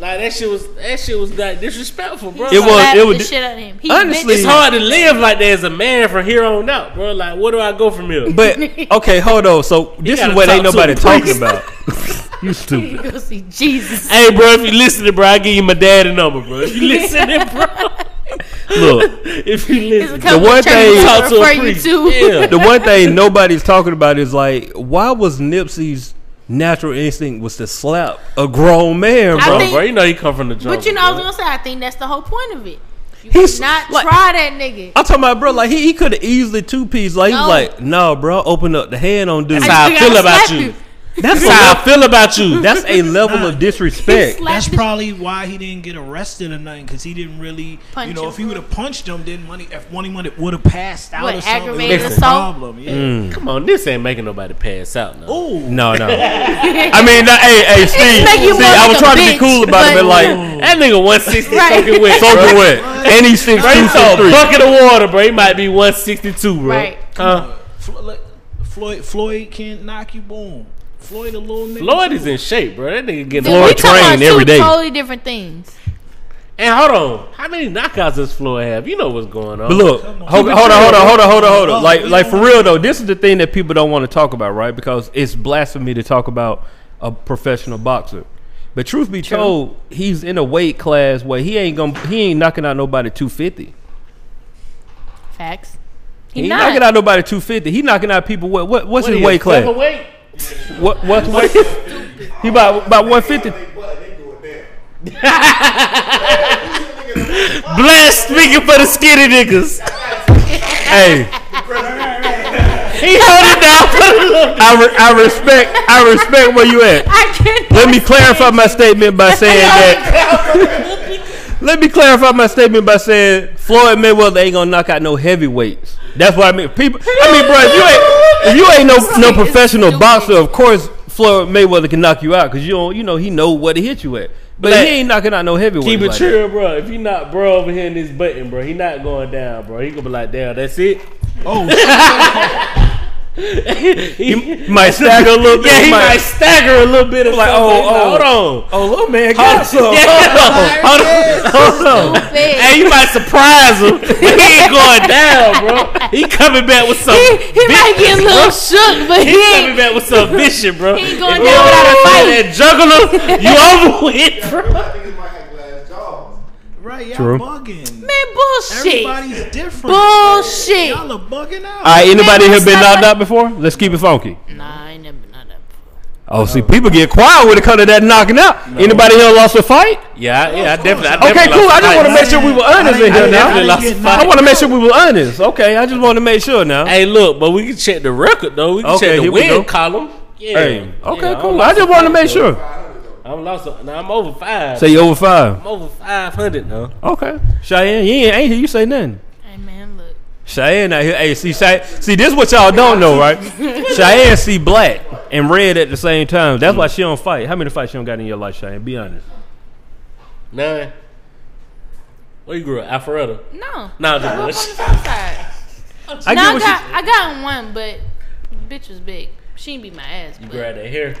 Speaker 1: Like that shit was that shit was like disrespectful, bro.
Speaker 2: <laughs>
Speaker 3: It
Speaker 1: Like,
Speaker 3: was-
Speaker 2: Slapped
Speaker 3: it was-
Speaker 2: the shit out of him. He
Speaker 3: Honestly-
Speaker 2: bit-
Speaker 1: It's hard to live like that as a man from here on out, bro. Like where do I go from here?
Speaker 3: But okay, hold on. So this is
Speaker 1: gotta
Speaker 3: what ain't
Speaker 1: talk to
Speaker 3: nobody
Speaker 1: the
Speaker 3: talking
Speaker 1: priest. <laughs>
Speaker 3: about.
Speaker 2: <laughs>
Speaker 3: you stupid.
Speaker 2: go see Jesus.
Speaker 1: hey, bro, if you listening, bro, I give you my daddy number, bro. If you <laughs> listening, bro.
Speaker 3: Look,
Speaker 1: if you
Speaker 2: It's a
Speaker 1: listen,
Speaker 2: couple
Speaker 3: one
Speaker 2: of
Speaker 3: thing-
Speaker 2: churches
Speaker 1: Talk to a
Speaker 2: refer you
Speaker 1: priest.
Speaker 2: to.
Speaker 1: Yeah.
Speaker 3: the one thing nobody's talking about is like, why was Nipsey's natural instinct was to slap a grown man,
Speaker 2: I
Speaker 3: bro?
Speaker 2: think-
Speaker 1: bro, you know you come from the jungle.
Speaker 2: <laughs> But you know, I was
Speaker 1: bro.
Speaker 2: gonna say, I think that's the whole point of it. You
Speaker 3: He's-
Speaker 2: should not
Speaker 3: like-
Speaker 2: try that nigga.
Speaker 3: I'm talking about bro, like he, he could have easily two piece. Like he
Speaker 2: No.
Speaker 3: was like, no, bro, open up the hand on dude.
Speaker 1: That's how I
Speaker 2: You
Speaker 1: feel
Speaker 2: gotta
Speaker 1: about
Speaker 2: slap
Speaker 1: you.
Speaker 2: you.
Speaker 3: That's
Speaker 1: That's how I
Speaker 3: a,
Speaker 1: feel about you.
Speaker 3: that's a level of disrespect.
Speaker 2: Slap
Speaker 4: That's
Speaker 2: the-
Speaker 4: probably why he didn't get arrested or nothing, because he didn't really.
Speaker 2: Punch
Speaker 4: you know,
Speaker 2: him.
Speaker 4: if he would have punched him, then money if money money would have passed out
Speaker 2: What,
Speaker 4: or something.
Speaker 2: aggravated
Speaker 4: it was a
Speaker 2: assault?
Speaker 4: problem. Yeah.
Speaker 1: Come on, this ain't making nobody pass out. No.
Speaker 4: Oh,
Speaker 3: No,
Speaker 2: <laughs>
Speaker 3: no. I mean, no, hey, hey, Steve.
Speaker 2: make you
Speaker 3: Steve,
Speaker 2: more
Speaker 3: I
Speaker 2: like
Speaker 3: was
Speaker 2: a
Speaker 3: trying to be
Speaker 2: bitch,
Speaker 3: cool about it, but
Speaker 2: but-
Speaker 3: like,
Speaker 1: That nigga 160
Speaker 2: Right.
Speaker 1: soaking wet.
Speaker 3: so
Speaker 1: bro.
Speaker 3: wet. And he's six
Speaker 1: Bro,
Speaker 3: two,
Speaker 1: he
Speaker 3: six
Speaker 1: saw a
Speaker 3: three.
Speaker 1: bucket of water, bro. He might be 162, bro.
Speaker 2: Right.
Speaker 1: Huh?
Speaker 4: Flo- like, Floyd Floyd can't knock you. Boom. Floyd a little nigga.
Speaker 1: Lloyd is in shape, bro. That nigga getting
Speaker 3: Floyd
Speaker 2: we talking about
Speaker 3: trained every
Speaker 2: two
Speaker 3: day.
Speaker 2: totally different things.
Speaker 1: And hold on, how many knockouts does Floyd have? You know what's going on.
Speaker 3: But look,
Speaker 4: Come on.
Speaker 3: hold,
Speaker 4: Keep it
Speaker 3: hold on,
Speaker 4: real.
Speaker 3: hold on, hold on, hold on, hold on.
Speaker 4: Oh,
Speaker 3: Like,
Speaker 4: we
Speaker 3: like
Speaker 4: don't
Speaker 3: for
Speaker 4: want-
Speaker 3: real though, this is the thing that people don't want to talk about, right? Because it's blasphemy to talk about a professional boxer. But truth be told, he's in a weight class where he ain't gonna, he ain't knocking out nobody two fifty.
Speaker 2: Facts. He,
Speaker 3: He, ain't
Speaker 2: not.
Speaker 3: knocking out nobody two fifty. He knocking out people. What, what what's
Speaker 1: What
Speaker 3: his
Speaker 1: is
Speaker 3: weight
Speaker 1: it,
Speaker 3: class?
Speaker 1: featherweight?
Speaker 3: What what's weight? he about about one fifty.
Speaker 5: They butt, they going down.
Speaker 1: Blast speaking for the skinny niggas.
Speaker 4: <laughs>
Speaker 3: Hey.
Speaker 1: He held it down for the little.
Speaker 3: <laughs> I, re- I respect I respect where you at.
Speaker 2: I can't. <laughs>
Speaker 3: Let me clarify my statement by saying that. Let me clarify my statement by saying Floyd Mayweather ain't gonna knock out no heavyweights, That's what I mean. People, I mean, bro, if you ain't if you ain't no no professional boxer, of course Floyd Mayweather can knock you out because you don't you know he know where to hit you at. But,
Speaker 1: But
Speaker 3: he ain't knocking out no heavyweight.
Speaker 1: Keep it
Speaker 3: like that.
Speaker 1: chill, bro. If you not bro over here in this button, bro, he not going down, bro. He gonna be like, damn, that's it. <laughs>
Speaker 4: Oh,
Speaker 1: he <laughs>
Speaker 3: might stagger a little bit.
Speaker 1: Yeah, he
Speaker 3: He
Speaker 1: might,
Speaker 3: might-
Speaker 1: stagger a little bit. Or like,
Speaker 3: Like, oh, oh.
Speaker 1: hold on.
Speaker 3: Oh, little man,
Speaker 1: Hold,
Speaker 3: got some.
Speaker 1: yeah,
Speaker 3: <laughs>
Speaker 1: hold on, hold on. Hey, you might surprise
Speaker 2: <laughs>
Speaker 1: him. he ain't going down, bro. He coming back with some.
Speaker 2: he he might get a little shook, but he
Speaker 1: He coming
Speaker 2: ain't.
Speaker 1: back with some vision, bro.
Speaker 2: He ain't going
Speaker 1: If
Speaker 2: down
Speaker 1: you
Speaker 2: without a
Speaker 1: don't
Speaker 2: fight.
Speaker 1: That juggler,
Speaker 2: <laughs>
Speaker 1: you over with, bro.
Speaker 5: niggas might have glass jaws.
Speaker 4: right, y'all
Speaker 3: True.
Speaker 4: bugging.
Speaker 2: Man, bullshit.
Speaker 4: Everybody's different.
Speaker 2: Bullshit.
Speaker 4: Y'all are bugging
Speaker 3: All
Speaker 4: out. <laughs>
Speaker 3: right, anybody
Speaker 2: Man,
Speaker 3: here been
Speaker 2: stop
Speaker 3: knocked
Speaker 2: it.
Speaker 3: out before? Let's keep it funky.
Speaker 2: Nah, I ain't never done that before.
Speaker 3: Oh, see, people get quiet when it comes to that knocking out. Anybody here lost a fight?
Speaker 1: <laughs> Yeah, I- yeah, I definitely. I
Speaker 3: Okay,
Speaker 1: definitely
Speaker 3: cool. I
Speaker 1: lost
Speaker 3: just
Speaker 1: the
Speaker 3: want to
Speaker 1: fight.
Speaker 3: make sure we were honest in
Speaker 1: I
Speaker 3: here
Speaker 1: definitely
Speaker 3: now.
Speaker 1: lost
Speaker 4: get
Speaker 1: the
Speaker 4: knocked
Speaker 1: fight.
Speaker 3: I want to make sure we were honest. Okay, I just want to make sure now.
Speaker 1: Hey, look, but we can check the record though. We can
Speaker 3: Okay,
Speaker 1: check the
Speaker 3: here we go.
Speaker 1: win column. Yeah.
Speaker 3: Hey, okay,
Speaker 1: Yeah, I'm
Speaker 3: cool. I
Speaker 1: lost
Speaker 3: just
Speaker 1: a
Speaker 3: want
Speaker 1: fight,
Speaker 3: to make
Speaker 1: though.
Speaker 3: sure.
Speaker 1: I'm lost. a- Now I'm over five.
Speaker 3: Say you over five.
Speaker 1: I'm over five hundred though.
Speaker 3: Okay, Cheyenne, you ain't, ain't here. You say nothing.
Speaker 2: Hey, man, look.
Speaker 3: Cheyenne out here. Hey, see, Chey- see, this what y'all don't know,
Speaker 2: <laughs>
Speaker 3: right? Cheyenne see black and red at the same time. That's why she don't fight. How many fights you don't got in your life, Cheyenne? Be honest.
Speaker 1: Nine. Where you grew up, Alpharetta?
Speaker 2: No.
Speaker 1: Nah,
Speaker 2: I grew up on the
Speaker 1: just
Speaker 2: south side.
Speaker 3: I
Speaker 2: No,
Speaker 3: get
Speaker 2: I
Speaker 3: what
Speaker 2: got,
Speaker 3: she.
Speaker 2: I got in one, but the bitch was big. She ain't beat my ass.
Speaker 1: you
Speaker 2: But
Speaker 1: grab that hair.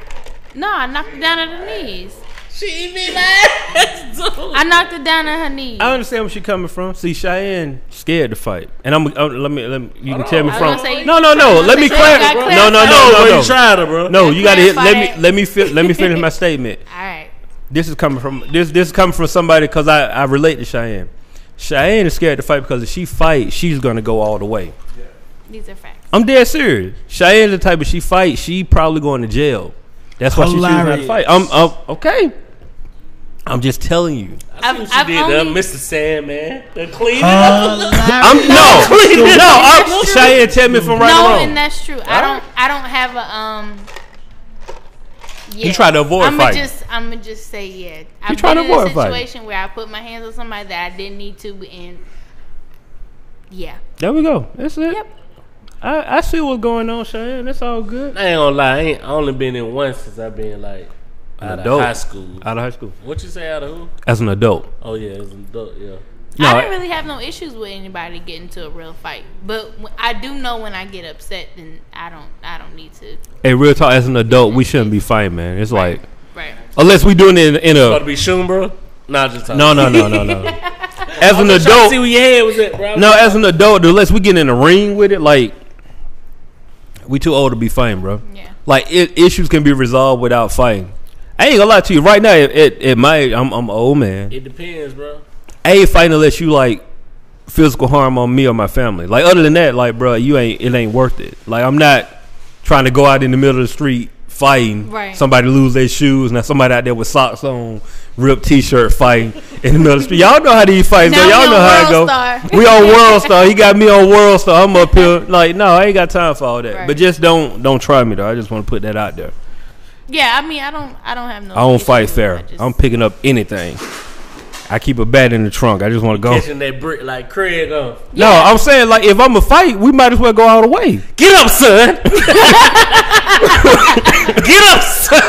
Speaker 2: no, I knocked her down at her knees.
Speaker 1: She be nice, dude.
Speaker 2: I knocked her down at her knees.
Speaker 3: I understand where she coming from. See, Cheyenne scared to fight, and I'm. uh, let me. Let me. You can
Speaker 1: Hold
Speaker 3: tell
Speaker 1: on.
Speaker 3: me
Speaker 1: I
Speaker 2: was
Speaker 3: from.
Speaker 2: gonna say-
Speaker 3: no, no, no. Let me
Speaker 2: You gotta
Speaker 3: clarify. No,
Speaker 2: clarify.
Speaker 3: no, no,
Speaker 1: No,
Speaker 3: no,
Speaker 1: you
Speaker 3: no.
Speaker 1: tried her, bro.
Speaker 3: No, you gotta hit,
Speaker 2: Clarify
Speaker 3: let me
Speaker 2: that.
Speaker 3: let me fi- let me
Speaker 2: <laughs>
Speaker 3: finish my statement.
Speaker 2: All right.
Speaker 3: This is coming from this this is coming from somebody because I, I relate to Cheyenne. Cheyenne is scared to fight because if she fights, she's gonna go all the way.
Speaker 2: These are facts.
Speaker 3: I'm dead serious. Cheyenne's the type of she fight, she probably going to jail. That's why she chooses not to
Speaker 4: Hilarious.
Speaker 3: fight. I'm, I'm okay. I'm just telling you.
Speaker 1: I see what
Speaker 2: I've-
Speaker 1: you
Speaker 2: I've
Speaker 1: did, there,
Speaker 2: only-
Speaker 1: Mr. Sandman, the cleaner. <laughs>
Speaker 3: I'm no, no. I'm, Cheyenne, tell me if I'm right
Speaker 2: no,
Speaker 3: or
Speaker 2: and
Speaker 3: wrong.
Speaker 2: that's true. I don't. I don't have a um. Yeah.
Speaker 3: You try to avoid
Speaker 2: I'm
Speaker 3: fighting.
Speaker 2: Just, I'm gonna just say yeah. I've
Speaker 3: try to
Speaker 2: been in a
Speaker 3: avoid fighting.
Speaker 2: situation where I put my hands on somebody that I didn't need to, and yeah,
Speaker 3: There we go. That's it.
Speaker 2: Yep.
Speaker 3: I, I see what's going on, Cheyenne. That's all good.
Speaker 1: I ain't gonna lie, I ain't I only been in one since I've been like
Speaker 3: An
Speaker 1: out
Speaker 3: adult.
Speaker 1: of high school.
Speaker 3: Out of high school.
Speaker 1: What you say out of who?
Speaker 3: As an adult.
Speaker 1: Oh yeah, it was an adult. Yeah.
Speaker 3: No,
Speaker 2: I
Speaker 3: I-
Speaker 2: don't really have no issues with anybody getting to a real fight, but wh- I do know when I get upset, then I don't. I don't need to.
Speaker 3: Hey, real talk, as an adult, we shouldn't be fighting, man. It's like
Speaker 2: Right.
Speaker 3: unless we doing it in, in
Speaker 1: About to
Speaker 3: a
Speaker 1: be Shun, bro. Nah, just talking.
Speaker 3: no no no
Speaker 1: <laughs>
Speaker 3: no no. As an
Speaker 1: Trying to see
Speaker 3: adult
Speaker 1: where your head was at, bro.
Speaker 3: No, as an adult, unless we get in a ring with it, like we too old to be fighting, bro.
Speaker 2: Yeah.
Speaker 3: Like i issues can be resolved without fighting. I ain't gonna lie to you. Right now, at, at, at my age, I'm I'm an old man.
Speaker 1: it depends, bro.
Speaker 3: I ain't fighting unless you like physical harm on me or my family. Like other than that, like bro, you ain't it ain't worth it. Like I'm not trying to go out in the middle of the street fighting.
Speaker 2: Right.
Speaker 3: Somebody lose their shoes. Now somebody out there with socks on, ripped t-shirt fighting in the middle of the street. Y'all know how these fights go.
Speaker 2: Now we
Speaker 3: Y'all
Speaker 2: on
Speaker 3: know how it go.
Speaker 2: World Star. <laughs>
Speaker 3: We on World Star. He got me on World Star. I'm up here like no, I ain't got time for all that.
Speaker 2: Right.
Speaker 3: But just don't don't try me though. I just want to put that out there.
Speaker 2: Yeah. I mean, I don't. I don't have no.
Speaker 3: I don't
Speaker 2: issues
Speaker 3: fight
Speaker 2: with it.
Speaker 3: fair.
Speaker 2: I just-
Speaker 3: I'm picking up anything. I keep a bat in the trunk. I just want to go.
Speaker 1: Catching that brick like Craig on.
Speaker 3: No, I'm saying like if I'm a fight, we might as well go all the way.
Speaker 1: Get up, son.
Speaker 3: <laughs>
Speaker 1: Get up, son.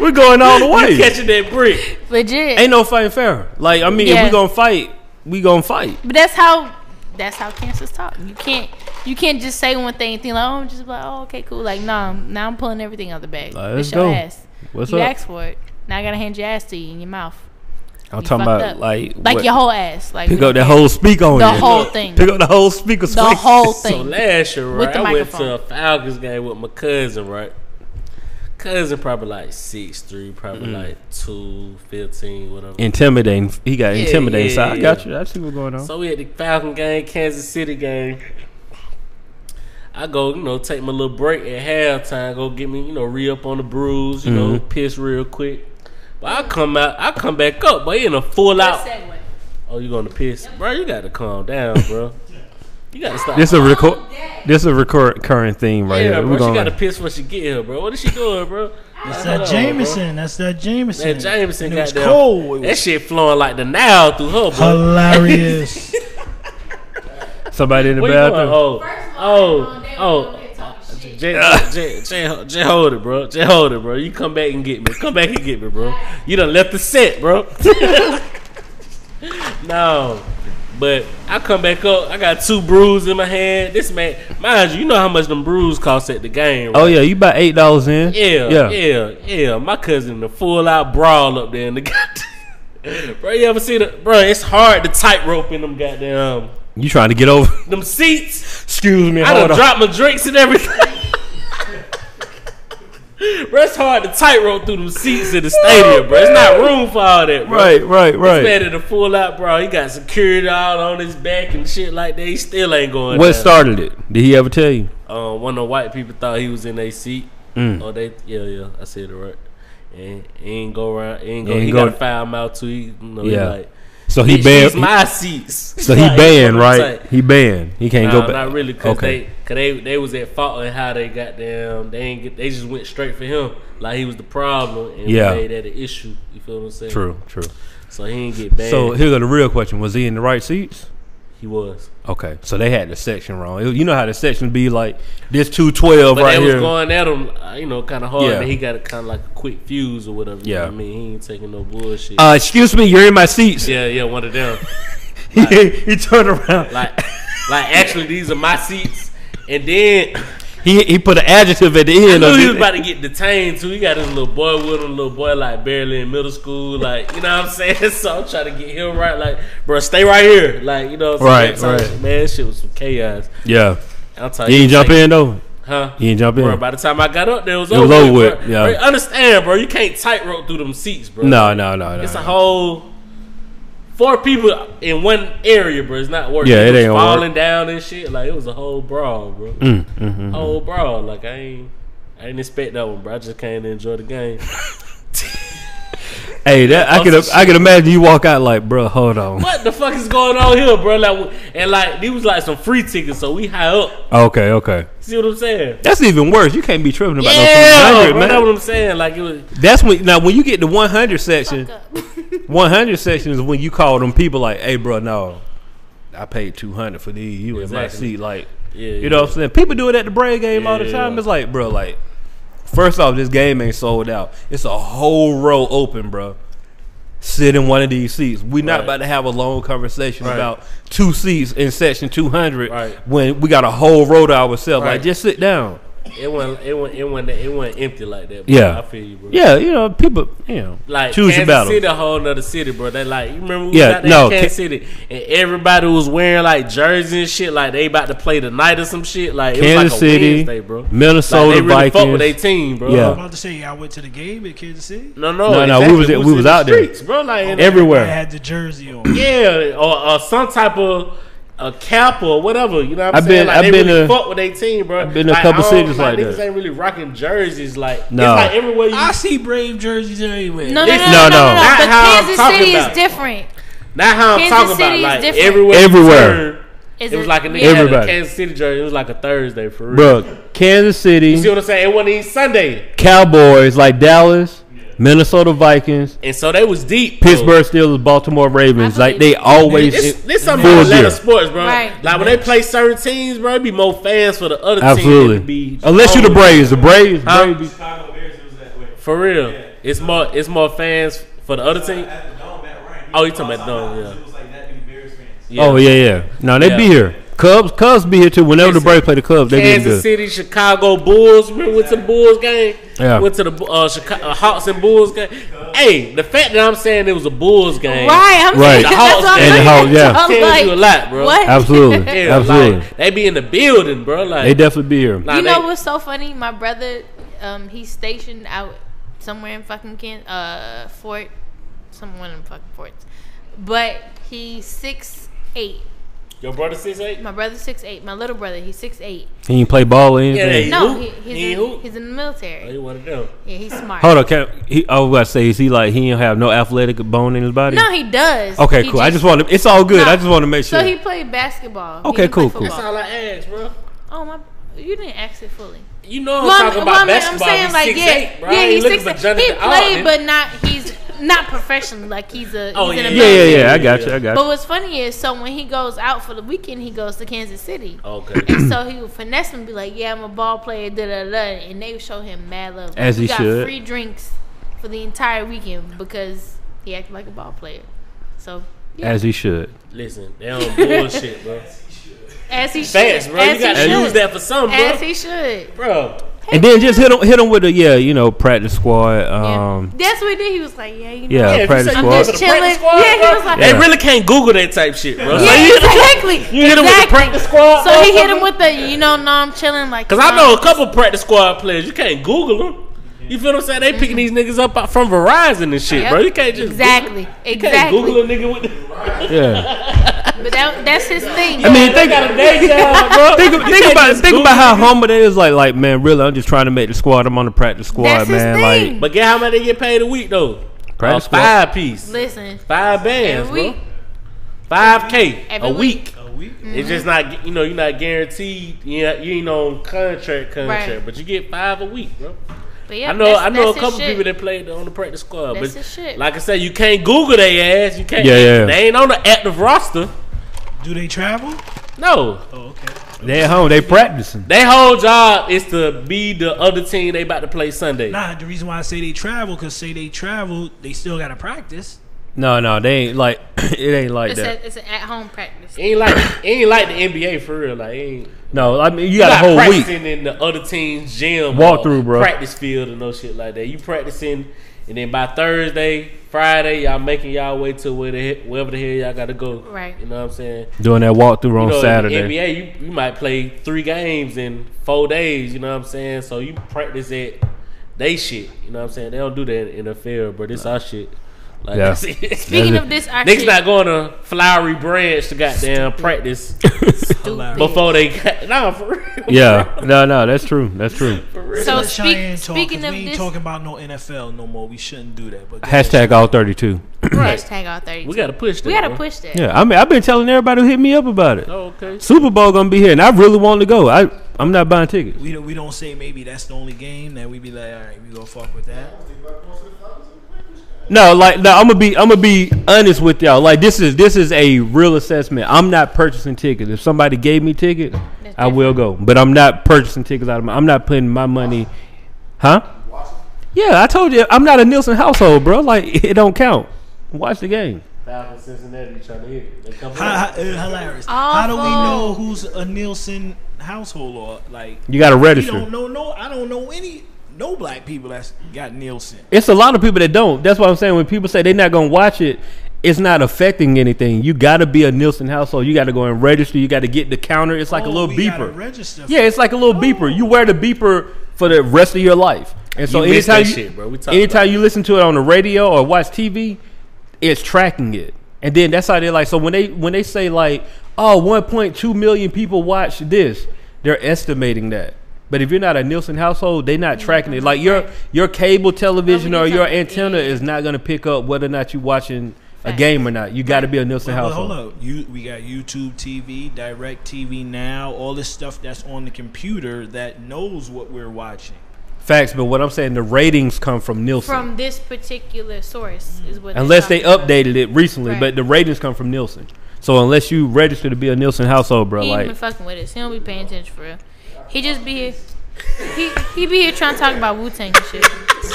Speaker 3: We're going all the
Speaker 1: You
Speaker 3: way.
Speaker 1: catching that brick.
Speaker 2: legit.
Speaker 3: Ain't no fighting fair. Like I mean, if
Speaker 2: Yeah.
Speaker 3: we gonna fight, we gonna fight.
Speaker 2: But that's how that's how cancers talk. You can't you can't just say one thing and think like, oh, I'm just like, oh, okay, cool. Like, no, I'm- now I'm pulling everything out the bag.
Speaker 3: Like, let's
Speaker 2: it's your
Speaker 3: go.
Speaker 2: ass.
Speaker 3: What's
Speaker 2: you
Speaker 3: up?
Speaker 2: asked for it. Now I gotta hand your ass to you in your mouth.
Speaker 3: I'm
Speaker 2: You
Speaker 3: talking
Speaker 2: fucked
Speaker 3: about
Speaker 2: up.
Speaker 3: like
Speaker 2: Like
Speaker 3: what-
Speaker 2: your whole ass. Like
Speaker 3: pick up that whole speak on
Speaker 2: the
Speaker 3: you.
Speaker 2: whole thing.
Speaker 3: Pick up the whole speaker.
Speaker 2: The whole thing.
Speaker 1: So last year,
Speaker 2: With
Speaker 1: right,
Speaker 2: the
Speaker 1: I went to a
Speaker 2: microphone.
Speaker 1: Falcons game with my cousin, right? Cousin probably like six three, probably
Speaker 3: Mm.
Speaker 1: like two fifteen, whatever.
Speaker 3: Intimidating. He got
Speaker 1: Yeah,
Speaker 3: intimidating
Speaker 1: yeah,
Speaker 3: side.
Speaker 1: yeah.
Speaker 3: I got you. I see what's going on.
Speaker 1: So we had the Falcon game, Kansas City game. I go, you know, take my little break at halftime, go get me, you know, re up on the bruise, you
Speaker 3: Mm-hmm.
Speaker 1: know, piss real quick. But I come out, I come back up, but in a full out. Oh, you going to piss, bro? You got to calm down, bro. You got to stop.
Speaker 3: this a record. This a recur- recurring theme right
Speaker 1: yeah,
Speaker 3: here. We're
Speaker 1: bro. She
Speaker 3: going.
Speaker 1: got to piss when she get here, bro. What is she doing, bro?
Speaker 4: That's
Speaker 1: Hold <laughs>
Speaker 4: that
Speaker 1: on,
Speaker 4: Jameson. That's that
Speaker 1: bro.
Speaker 4: Jameson.
Speaker 1: That Jameson
Speaker 4: And it
Speaker 1: got
Speaker 4: was cold. It
Speaker 1: That
Speaker 4: was
Speaker 1: shit flowing like the Nile through her, bro.
Speaker 4: hilarious.
Speaker 3: Somebody in the
Speaker 1: Where you going?
Speaker 3: bathroom.
Speaker 1: Oh,
Speaker 2: First of all,
Speaker 1: oh,
Speaker 2: they were
Speaker 1: oh.
Speaker 2: over here talking shit.
Speaker 1: Jay, Jay, Jay, Jay, hold it, bro. Jay, hold it, bro. You come back and get me. Come back and get me, bro. You done left the set, bro. <laughs> no, but I come back up. I got two brews in my hand. This man, mind you, you know how much them brews cost at the game.
Speaker 3: Oh
Speaker 1: Right?
Speaker 3: yeah, you about eight dollars in.
Speaker 1: yeah,
Speaker 3: yeah.
Speaker 1: yeah, yeah, My cousin, the full out brawl up there in the <laughs> goddamn. bro, you ever see the bro? It's hard to tightrope in them goddamn um,
Speaker 3: You trying to get over?
Speaker 1: them seats.
Speaker 3: Excuse me.
Speaker 1: I
Speaker 3: hold
Speaker 1: done
Speaker 3: on.
Speaker 1: dropped my drinks and everything. <laughs> bro, it's hard to tightrope through them seats in the stadium, bro. It's not room for all that, bro.
Speaker 3: Right, right,
Speaker 1: This man
Speaker 3: right.
Speaker 1: in a full out, bro. He got security all on his back and shit like that. He still ain't going.
Speaker 3: What
Speaker 1: down.
Speaker 3: started it? Did he ever tell you?
Speaker 1: Uh, one of the white people thought he was in a seat.
Speaker 3: Mm.
Speaker 1: Oh, they yeah, yeah. I said it right. And he ain't go around. He ain't go.
Speaker 3: Ain't
Speaker 1: he
Speaker 3: go-
Speaker 1: got a foul mouth too. He, you know, he
Speaker 3: Yeah.
Speaker 1: like,
Speaker 3: So he
Speaker 1: "Bitch,
Speaker 3: banned.
Speaker 1: these my seats.
Speaker 3: <laughs> so he
Speaker 1: Like,
Speaker 3: banned,
Speaker 1: what I'm saying.
Speaker 3: right? He banned. He can't
Speaker 1: Nah,
Speaker 3: go back.
Speaker 1: Not really, cause
Speaker 3: Okay.
Speaker 1: they, cause they, they was at fault in how they got them. They ain't get, they just went straight for him, like he was the problem, and
Speaker 3: Yeah.
Speaker 1: made that an issue. You feel what I'm saying?
Speaker 3: True, true.
Speaker 1: So he didn't get banned.
Speaker 3: So
Speaker 1: So
Speaker 3: here's the real question: Was he in the right seats?
Speaker 1: he was,
Speaker 3: Okay, so they had the section wrong. It- You know how the section be like this two twelve
Speaker 1: but
Speaker 3: right
Speaker 1: they was
Speaker 3: here.
Speaker 1: going at him, uh, you know, kind of hard.
Speaker 3: Yeah.
Speaker 1: And he got a kind of like a quick fuse or whatever. You know
Speaker 3: Yeah.
Speaker 1: what I mean, he ain't taking no bullshit.
Speaker 3: uh, excuse me, you're in my <laughs> seats.
Speaker 1: yeah, yeah, one of them.
Speaker 3: he, he turned around.
Speaker 1: Like, like actually, these are my seats. And
Speaker 3: <laughs>
Speaker 1: then
Speaker 3: <laughs> He he put an adjective at the
Speaker 1: I
Speaker 3: end.
Speaker 1: knew
Speaker 3: of
Speaker 1: he
Speaker 3: it. <laughs>
Speaker 1: was about to get detained too. He got his little boy with him, little boy like barely in middle school, like you know what I'm saying. <laughs> So I'm trying to get him right, like bro, stay right here, like you know. What I'm saying?
Speaker 3: Right,
Speaker 1: That type
Speaker 3: right.
Speaker 1: of- Man, that shit was some chaos.
Speaker 3: yeah,
Speaker 1: I'm talking.
Speaker 3: he ain't jump
Speaker 1: Oh, like,
Speaker 3: in though.
Speaker 1: huh?
Speaker 3: He ain't jump in.
Speaker 1: Bro, by the time I got up there, it was
Speaker 3: It
Speaker 1: over.
Speaker 3: was over
Speaker 1: with,
Speaker 3: with,
Speaker 1: bro.
Speaker 3: yeah.
Speaker 1: Bro, understand, bro? You can't tightrope through them seats, bro.
Speaker 3: No, no, no, no.
Speaker 1: it's a
Speaker 3: no.
Speaker 1: whole four people in one area, bro. It's not working.
Speaker 3: Yeah, it
Speaker 1: People
Speaker 3: ain't gonna work. Mm-hmm.
Speaker 1: falling down and shit. Like it was a whole brawl, bro.
Speaker 3: Mm,
Speaker 1: Whole brawl. Like I ain't, I didn't expect that one, bro. I just came to enjoy the game.
Speaker 3: Hey, that I could
Speaker 1: That's the
Speaker 3: I could imagine you walk out like, bro, hold on.
Speaker 1: what the fuck is going on here, bro? Like and like these was like some free tickets, so we high up.
Speaker 3: Okay, okay.
Speaker 1: See what I'm saying?
Speaker 3: That's even worse. You can't be tripping about
Speaker 1: Yeah,
Speaker 3: no 300,
Speaker 1: bro, that's what
Speaker 3: man.
Speaker 1: I'm saying. Like it was.
Speaker 3: That's when now when you get to 100
Speaker 1: <laughs>
Speaker 3: section,
Speaker 2: Fuck up.
Speaker 3: 100 section is when you call them people like, hey, bro, no, I paid 200 for these. You in my
Speaker 1: Exactly.
Speaker 3: seat, like,
Speaker 1: Yeah,
Speaker 3: you know what I'm saying? People do it at the Braves game all the
Speaker 1: Yeah.
Speaker 3: time. It's like, bro, like, first off, this game ain't sold out. It's a whole row open, bro. Sit in one of these seats. We're not
Speaker 1: Right.
Speaker 3: about to have a long conversation
Speaker 1: Right.
Speaker 3: about two seats in section 200
Speaker 1: Right.
Speaker 3: when we got a whole row to ourselves. Like,
Speaker 1: Right.
Speaker 3: just sit down.
Speaker 1: It wasn't. It wasn't. It wasn't. It wasn't empty like that. Bro.
Speaker 3: Yeah.
Speaker 1: I feel you, bro.
Speaker 3: Yeah, you know, people, you know,
Speaker 1: Like
Speaker 3: choose your
Speaker 1: Kansas
Speaker 3: battle.
Speaker 1: City, a whole nother city, bro. They like you remember we
Speaker 3: Yeah,
Speaker 1: got was out there
Speaker 3: no,
Speaker 1: in Kansas
Speaker 3: Ca-
Speaker 1: City, and everybody was wearing like jerseys and shit, like they about to play tonight or some shit. Like it was
Speaker 3: Kansas
Speaker 1: like a
Speaker 3: City,
Speaker 1: Wednesday, bro.
Speaker 3: Minnesota
Speaker 1: like, they really fuck
Speaker 3: Vikings.
Speaker 1: with their team, bro.
Speaker 3: Yeah.
Speaker 4: I'm about to say I went to the game at Kansas City.
Speaker 1: No, no,
Speaker 3: No, no, we
Speaker 1: exactly.
Speaker 3: was- we
Speaker 1: in
Speaker 3: was
Speaker 1: the
Speaker 3: out there.
Speaker 1: streets, bro. Like in-
Speaker 4: I
Speaker 3: everywhere.
Speaker 4: had the jersey on.
Speaker 1: yeah, or, or some type of. A cap or whatever, you know what I'm
Speaker 3: I've
Speaker 1: saying?
Speaker 3: been-
Speaker 1: like
Speaker 3: I've
Speaker 1: they
Speaker 3: been
Speaker 1: really
Speaker 3: to-
Speaker 1: fuck with their team, bro.
Speaker 3: I've been to a
Speaker 1: Like,
Speaker 3: couple
Speaker 1: I don't-
Speaker 3: cities like
Speaker 1: Niggas
Speaker 3: that.
Speaker 1: ain't really rocking jerseys like
Speaker 3: No.
Speaker 1: it's like everywhere you
Speaker 4: I see brave jerseys everywhere.
Speaker 2: No, no, no,
Speaker 1: It's-
Speaker 2: no, no, no. no.
Speaker 3: no, no.
Speaker 2: But
Speaker 1: Not how I'm
Speaker 2: Kansas
Speaker 1: talking
Speaker 2: City
Speaker 1: about
Speaker 2: is
Speaker 1: it.
Speaker 2: different.
Speaker 1: Not how I'm
Speaker 2: Kansas
Speaker 1: talking
Speaker 2: City
Speaker 1: about.
Speaker 2: is
Speaker 1: Like
Speaker 2: different.
Speaker 1: everywhere, you
Speaker 3: Everywhere.
Speaker 1: turn,
Speaker 2: Is
Speaker 1: it was like a nigga
Speaker 2: yeah.
Speaker 1: had a
Speaker 3: Everybody.
Speaker 1: Kansas City jersey. It was like a Thursday for real.
Speaker 3: Bro, Kansas City.
Speaker 1: You see what I'm saying? It wasn't even Sunday,
Speaker 3: Cowboys like Dallas, Minnesota Vikings,
Speaker 1: and so they was deep. bro.
Speaker 3: Pittsburgh Steelers, Baltimore Ravens.
Speaker 2: I
Speaker 3: Like they
Speaker 2: believe it.
Speaker 3: always
Speaker 1: This,
Speaker 3: it-
Speaker 1: this something
Speaker 3: full
Speaker 1: about Atlanta
Speaker 3: gear.
Speaker 1: sports, bro.
Speaker 2: Right.
Speaker 1: Like when they play certain teams, bro, it be more fans for the other team.
Speaker 3: Absolutely.
Speaker 1: It Be
Speaker 3: Unless you the Braves, the Braves,
Speaker 1: Huh?
Speaker 3: Braves be-
Speaker 5: Chicago Bears, it was that way.
Speaker 1: for real. It's more. It's more fans for the other team.
Speaker 5: At the dome, Matt Ryan.
Speaker 1: Oh, you talking about dome, yeah.
Speaker 5: It was like that many Bears fans.
Speaker 1: Yeah.
Speaker 3: Oh yeah, yeah. No, they be
Speaker 1: Yeah.
Speaker 3: here. Cubs, Cubs be here too. Whenever the
Speaker 1: Listen,
Speaker 3: Braves play the Cubs, they did
Speaker 1: Kansas
Speaker 3: good.
Speaker 1: City, Chicago Bulls. Remember went to the Bulls game.
Speaker 3: Yeah.
Speaker 1: Went to the uh, Chicago, uh, Hawks and Bulls game. Hey, the fact that I'm saying it was a Bulls game.
Speaker 2: Right, I'm
Speaker 3: Right.
Speaker 2: saying
Speaker 1: The Hawks
Speaker 2: that's what I'm
Speaker 1: and the
Speaker 3: Hawks,
Speaker 2: saying.
Speaker 3: yeah.
Speaker 2: <laughs> I'm
Speaker 1: Tells
Speaker 2: like,
Speaker 1: you a lot, bro.
Speaker 2: What? <laughs>
Speaker 3: Absolutely,
Speaker 1: Yeah,
Speaker 3: absolutely.
Speaker 1: Like, they be in the building, bro. Like
Speaker 3: they definitely be here.
Speaker 1: like,
Speaker 2: you
Speaker 1: they-
Speaker 2: know what's so funny? My brother, um, he's stationed out somewhere in fucking Ken, uh, Fort, someone in fucking Forts, but he's six eight.
Speaker 1: Your brother six eight.
Speaker 2: My brother's six eight. My little brother, he's six eight.
Speaker 3: He ain't play ball or anything.
Speaker 1: He
Speaker 2: No,
Speaker 1: hoop?
Speaker 2: he,
Speaker 1: He
Speaker 2: he's, in,
Speaker 1: hoop?
Speaker 2: he's in the
Speaker 1: Oh,
Speaker 2: military.
Speaker 1: you one of them.
Speaker 2: Yeah, he's smart.
Speaker 3: Hold on, can, he, I was about to say, is he like he don't have no athletic bone in his body?
Speaker 2: No, he does.
Speaker 3: okay,
Speaker 2: He
Speaker 3: cool. I just want to. It's all good.
Speaker 2: No.
Speaker 3: I just want to make sure.
Speaker 2: So he played basketball. He
Speaker 3: Okay,
Speaker 2: didn't play
Speaker 3: cool, cool.
Speaker 1: That's
Speaker 2: football.
Speaker 1: all I asked, bro.
Speaker 2: Oh my! You didn't ask it fully.
Speaker 1: You know I'm
Speaker 2: Well,
Speaker 1: talking about
Speaker 2: well, I mean,
Speaker 1: basketball.
Speaker 2: I'm saying like yeah,
Speaker 1: eight, bro. I
Speaker 2: yeah.
Speaker 1: ain't
Speaker 2: He's
Speaker 1: looking
Speaker 2: six.
Speaker 1: for Jonathan
Speaker 2: He played,
Speaker 1: Ogden.
Speaker 2: but not. He's not professionally. Like he's a
Speaker 1: Oh,
Speaker 2: he's an
Speaker 1: yeah,
Speaker 3: Yeah,
Speaker 2: American.
Speaker 3: yeah, yeah. I got you. I got
Speaker 2: But
Speaker 3: you.
Speaker 2: what's funny is, so when he goes out for the weekend, he goes to Kansas City.
Speaker 3: Oh.
Speaker 1: Okay.
Speaker 2: So he would finesse them, be like, "Yeah, I'm a ball player," da da da, and they would show him mad love.
Speaker 3: As
Speaker 2: We
Speaker 3: he
Speaker 2: got
Speaker 3: should.
Speaker 2: Free drinks for the entire weekend because he acted like a ball player. So yeah.
Speaker 3: As he should.
Speaker 1: Listen, they
Speaker 2: <laughs>
Speaker 1: don't bullshit, bro.
Speaker 2: as he should,
Speaker 1: Fast, bro.
Speaker 2: as
Speaker 1: you gotta
Speaker 2: he should,
Speaker 1: use that for something, bro.
Speaker 2: as he should.
Speaker 1: bro.
Speaker 3: And then just hit him, hit him with a yeah, you know, practice squad.
Speaker 2: Yeah.
Speaker 3: Um,
Speaker 2: That's what he did. He was like, "Yeah, you know,
Speaker 3: Yeah,
Speaker 1: Yeah, if you
Speaker 3: practice
Speaker 1: say you
Speaker 3: squad.
Speaker 1: go to the
Speaker 2: Chilling.
Speaker 1: practice squad,
Speaker 2: Yeah, he
Speaker 1: bro,
Speaker 2: was like-
Speaker 1: they
Speaker 3: Yeah.
Speaker 1: really can't Google that type shit, bro.
Speaker 2: Yeah,
Speaker 1: So you hit 'em with-
Speaker 2: exactly.
Speaker 1: <laughs> you hit him with the
Speaker 2: exactly.
Speaker 1: practice squad.
Speaker 2: So he hit him
Speaker 1: motherfucker.
Speaker 2: with the, you know, no, I'm chilling. Like,
Speaker 1: Cause I know a couple practice squad players. You can't Google them. You feel what I'm saying? They picking these niggas up out from Verizon and shit,
Speaker 2: Mm-hmm. Yep.
Speaker 1: bro. You can't just
Speaker 2: exactly,
Speaker 1: Google, you can't
Speaker 2: exactly.
Speaker 1: Google a nigga with. The, <laughs>
Speaker 3: yeah.
Speaker 2: But that, that's his thing.
Speaker 3: I
Speaker 1: they
Speaker 3: mean, think,
Speaker 1: got a
Speaker 3: <laughs>
Speaker 1: day job, bro.
Speaker 3: think,
Speaker 1: You
Speaker 3: think
Speaker 1: can't
Speaker 3: about
Speaker 1: just
Speaker 3: think
Speaker 1: Google
Speaker 3: about how
Speaker 1: niggas.
Speaker 3: humble they is. Like, like man, really, I'm just trying to make the squad. I'm on the practice squad,
Speaker 2: That's his
Speaker 3: man.
Speaker 2: thing.
Speaker 1: But get how much they get paid a week though?
Speaker 3: Practice
Speaker 1: a
Speaker 3: squad.
Speaker 1: five piece,
Speaker 2: Listen,
Speaker 1: five bands,
Speaker 2: every
Speaker 1: bro.
Speaker 2: week,
Speaker 1: Five k
Speaker 2: Every
Speaker 1: a week.
Speaker 4: A week?
Speaker 1: It's just not you know you're not guaranteed. You know, you ain't on contract contract,
Speaker 2: Right.
Speaker 1: but you get five a week, bro.
Speaker 2: but yeah,
Speaker 1: I know
Speaker 2: that's-
Speaker 1: I know
Speaker 2: that's
Speaker 1: a
Speaker 2: his
Speaker 1: couple
Speaker 2: shit.
Speaker 1: people that played on the practice squad,
Speaker 2: That's
Speaker 1: but
Speaker 2: his shit.
Speaker 1: like I said, you can't Google their ass. You can't.
Speaker 3: Yeah, yeah.
Speaker 1: They ain't on the active roster.
Speaker 4: Do they travel?
Speaker 1: No,
Speaker 4: Oh, okay.
Speaker 3: They at home. They practicing.
Speaker 1: their whole job is to be the other team they about to play Sunday.
Speaker 4: Nah, the reason why I say they travel, because say they travel, they still got to practice.
Speaker 3: No, no, they ain't like <clears throat> it. Ain't like
Speaker 2: It's,
Speaker 3: that.
Speaker 2: a, it's an at-home practice.
Speaker 1: It ain't like it ain't like the NBA for real. Like it ain't.
Speaker 3: No, I mean you
Speaker 1: You
Speaker 3: got a
Speaker 1: not
Speaker 3: whole week.
Speaker 1: practicing in the other team's gym,
Speaker 3: Walk
Speaker 1: or
Speaker 3: through, bro.
Speaker 1: Practice field and no shit like that. You practicing, and then by Thursday, Friday, y'all making y'all way to where the he- wherever the hell y'all got to go.
Speaker 2: Right.
Speaker 1: You know what I'm saying?
Speaker 3: Doing that walkthrough on
Speaker 1: you know, In the
Speaker 3: Saturday.
Speaker 1: NBA, you, you might play three games in four days. You know what I'm saying? So you practice at they shit. You know what I'm saying? They don't do that in NFL, but it's our shit. Like <laughs>
Speaker 3: Yeah.
Speaker 1: that's it.
Speaker 2: Speaking
Speaker 3: That's
Speaker 2: of this, our
Speaker 1: Niggas
Speaker 2: shit,
Speaker 1: not going to flowery branch to goddamn practice
Speaker 4: Hilarious.
Speaker 1: before they got <laughs> nah for real.
Speaker 3: Yeah, no, no, that's true. That's true.
Speaker 2: so
Speaker 4: Let Cheyenne
Speaker 2: speak,
Speaker 4: talk,
Speaker 2: speaking
Speaker 4: 'cause
Speaker 2: of
Speaker 4: we ain't
Speaker 2: this,
Speaker 4: talking about no NFL no more. We shouldn't do that. But
Speaker 3: Hashtag all thirty-two.
Speaker 1: Right.
Speaker 2: hashtag all thirty.
Speaker 1: We gotta push that.
Speaker 2: we gotta
Speaker 1: bro.
Speaker 2: push that.
Speaker 3: Yeah, I mean I've been telling everybody who hit me up about it.
Speaker 1: Oh, okay.
Speaker 3: Super Bowl gonna be here, and I really want to go. I I'm not buying tickets.
Speaker 4: we don't, we don't say maybe that's the only game that we be like, all right, we gonna fuck with that.
Speaker 3: No, like no, I'm gonna be I'm gonna be honest with y'all. Like this is this is a real assessment. I'm not purchasing tickets. If somebody gave me tickets,
Speaker 2: That's
Speaker 3: I will go. But I'm not purchasing tickets out of my. I'm not putting my money, huh? Yeah, I told you I'm not a Nielsen household, bro. Like <laughs> it don't count. Watch the game.
Speaker 1: Falcons, Cincinnati, trying to hit. it. They come
Speaker 4: How,
Speaker 1: up.
Speaker 4: how- uh, hilarious. How do we
Speaker 2: Awful.
Speaker 4: know who's a Nielsen household or like?
Speaker 3: You got to
Speaker 4: We
Speaker 3: register.
Speaker 4: don't know. No, I don't know any no black people that's got Nielsen.
Speaker 3: It's a lot of people that don't. That's what I'm saying. When people say they're not gonna watch it, it's not affecting anything. You got to be a Nielsen household. You got to go and register. You got to get the counter. It's like a
Speaker 4: Oh,
Speaker 3: little
Speaker 4: we gotta
Speaker 3: beeper.
Speaker 4: Register.
Speaker 3: Yeah, it's like a little beeper. You wear the beeper for the rest of your life. And so
Speaker 1: You missed
Speaker 3: anytime,
Speaker 1: that
Speaker 3: you,
Speaker 1: shit, bro. We talked
Speaker 3: anytime you listen to it on the radio or watch TV, it's tracking it. And then that's how they like. So when they when they say like, oh, 1.2 million people watch this, they're estimating that. But if you're not a Nielsen household, they're not tracking it. Like your your cable television
Speaker 2: Well,
Speaker 3: or
Speaker 2: we
Speaker 3: your
Speaker 2: talking-
Speaker 3: antenna
Speaker 2: yeah.
Speaker 3: is not going to pick up whether or not you're watching a
Speaker 2: Facts.
Speaker 3: game or not. You got to be a Nielsen
Speaker 4: Well, hold
Speaker 3: household.
Speaker 4: up. You we got YouTube TV, Direct TV now, all this stuff that's on the computer that knows what we're watching.
Speaker 3: Facts, but what I'm saying, the ratings come from Nielsen.
Speaker 2: From this particular source is what. they're
Speaker 3: Unless they
Speaker 2: talking about.
Speaker 3: updated it recently,
Speaker 2: Right.
Speaker 3: but the ratings come from Nielsen. So unless you register to be a Nielsen household, bro,
Speaker 2: He ain't even
Speaker 3: like
Speaker 2: fucking with us. He don't be paying attention for real. He just be here. He he be here trying to talk about Wu Tang and shit.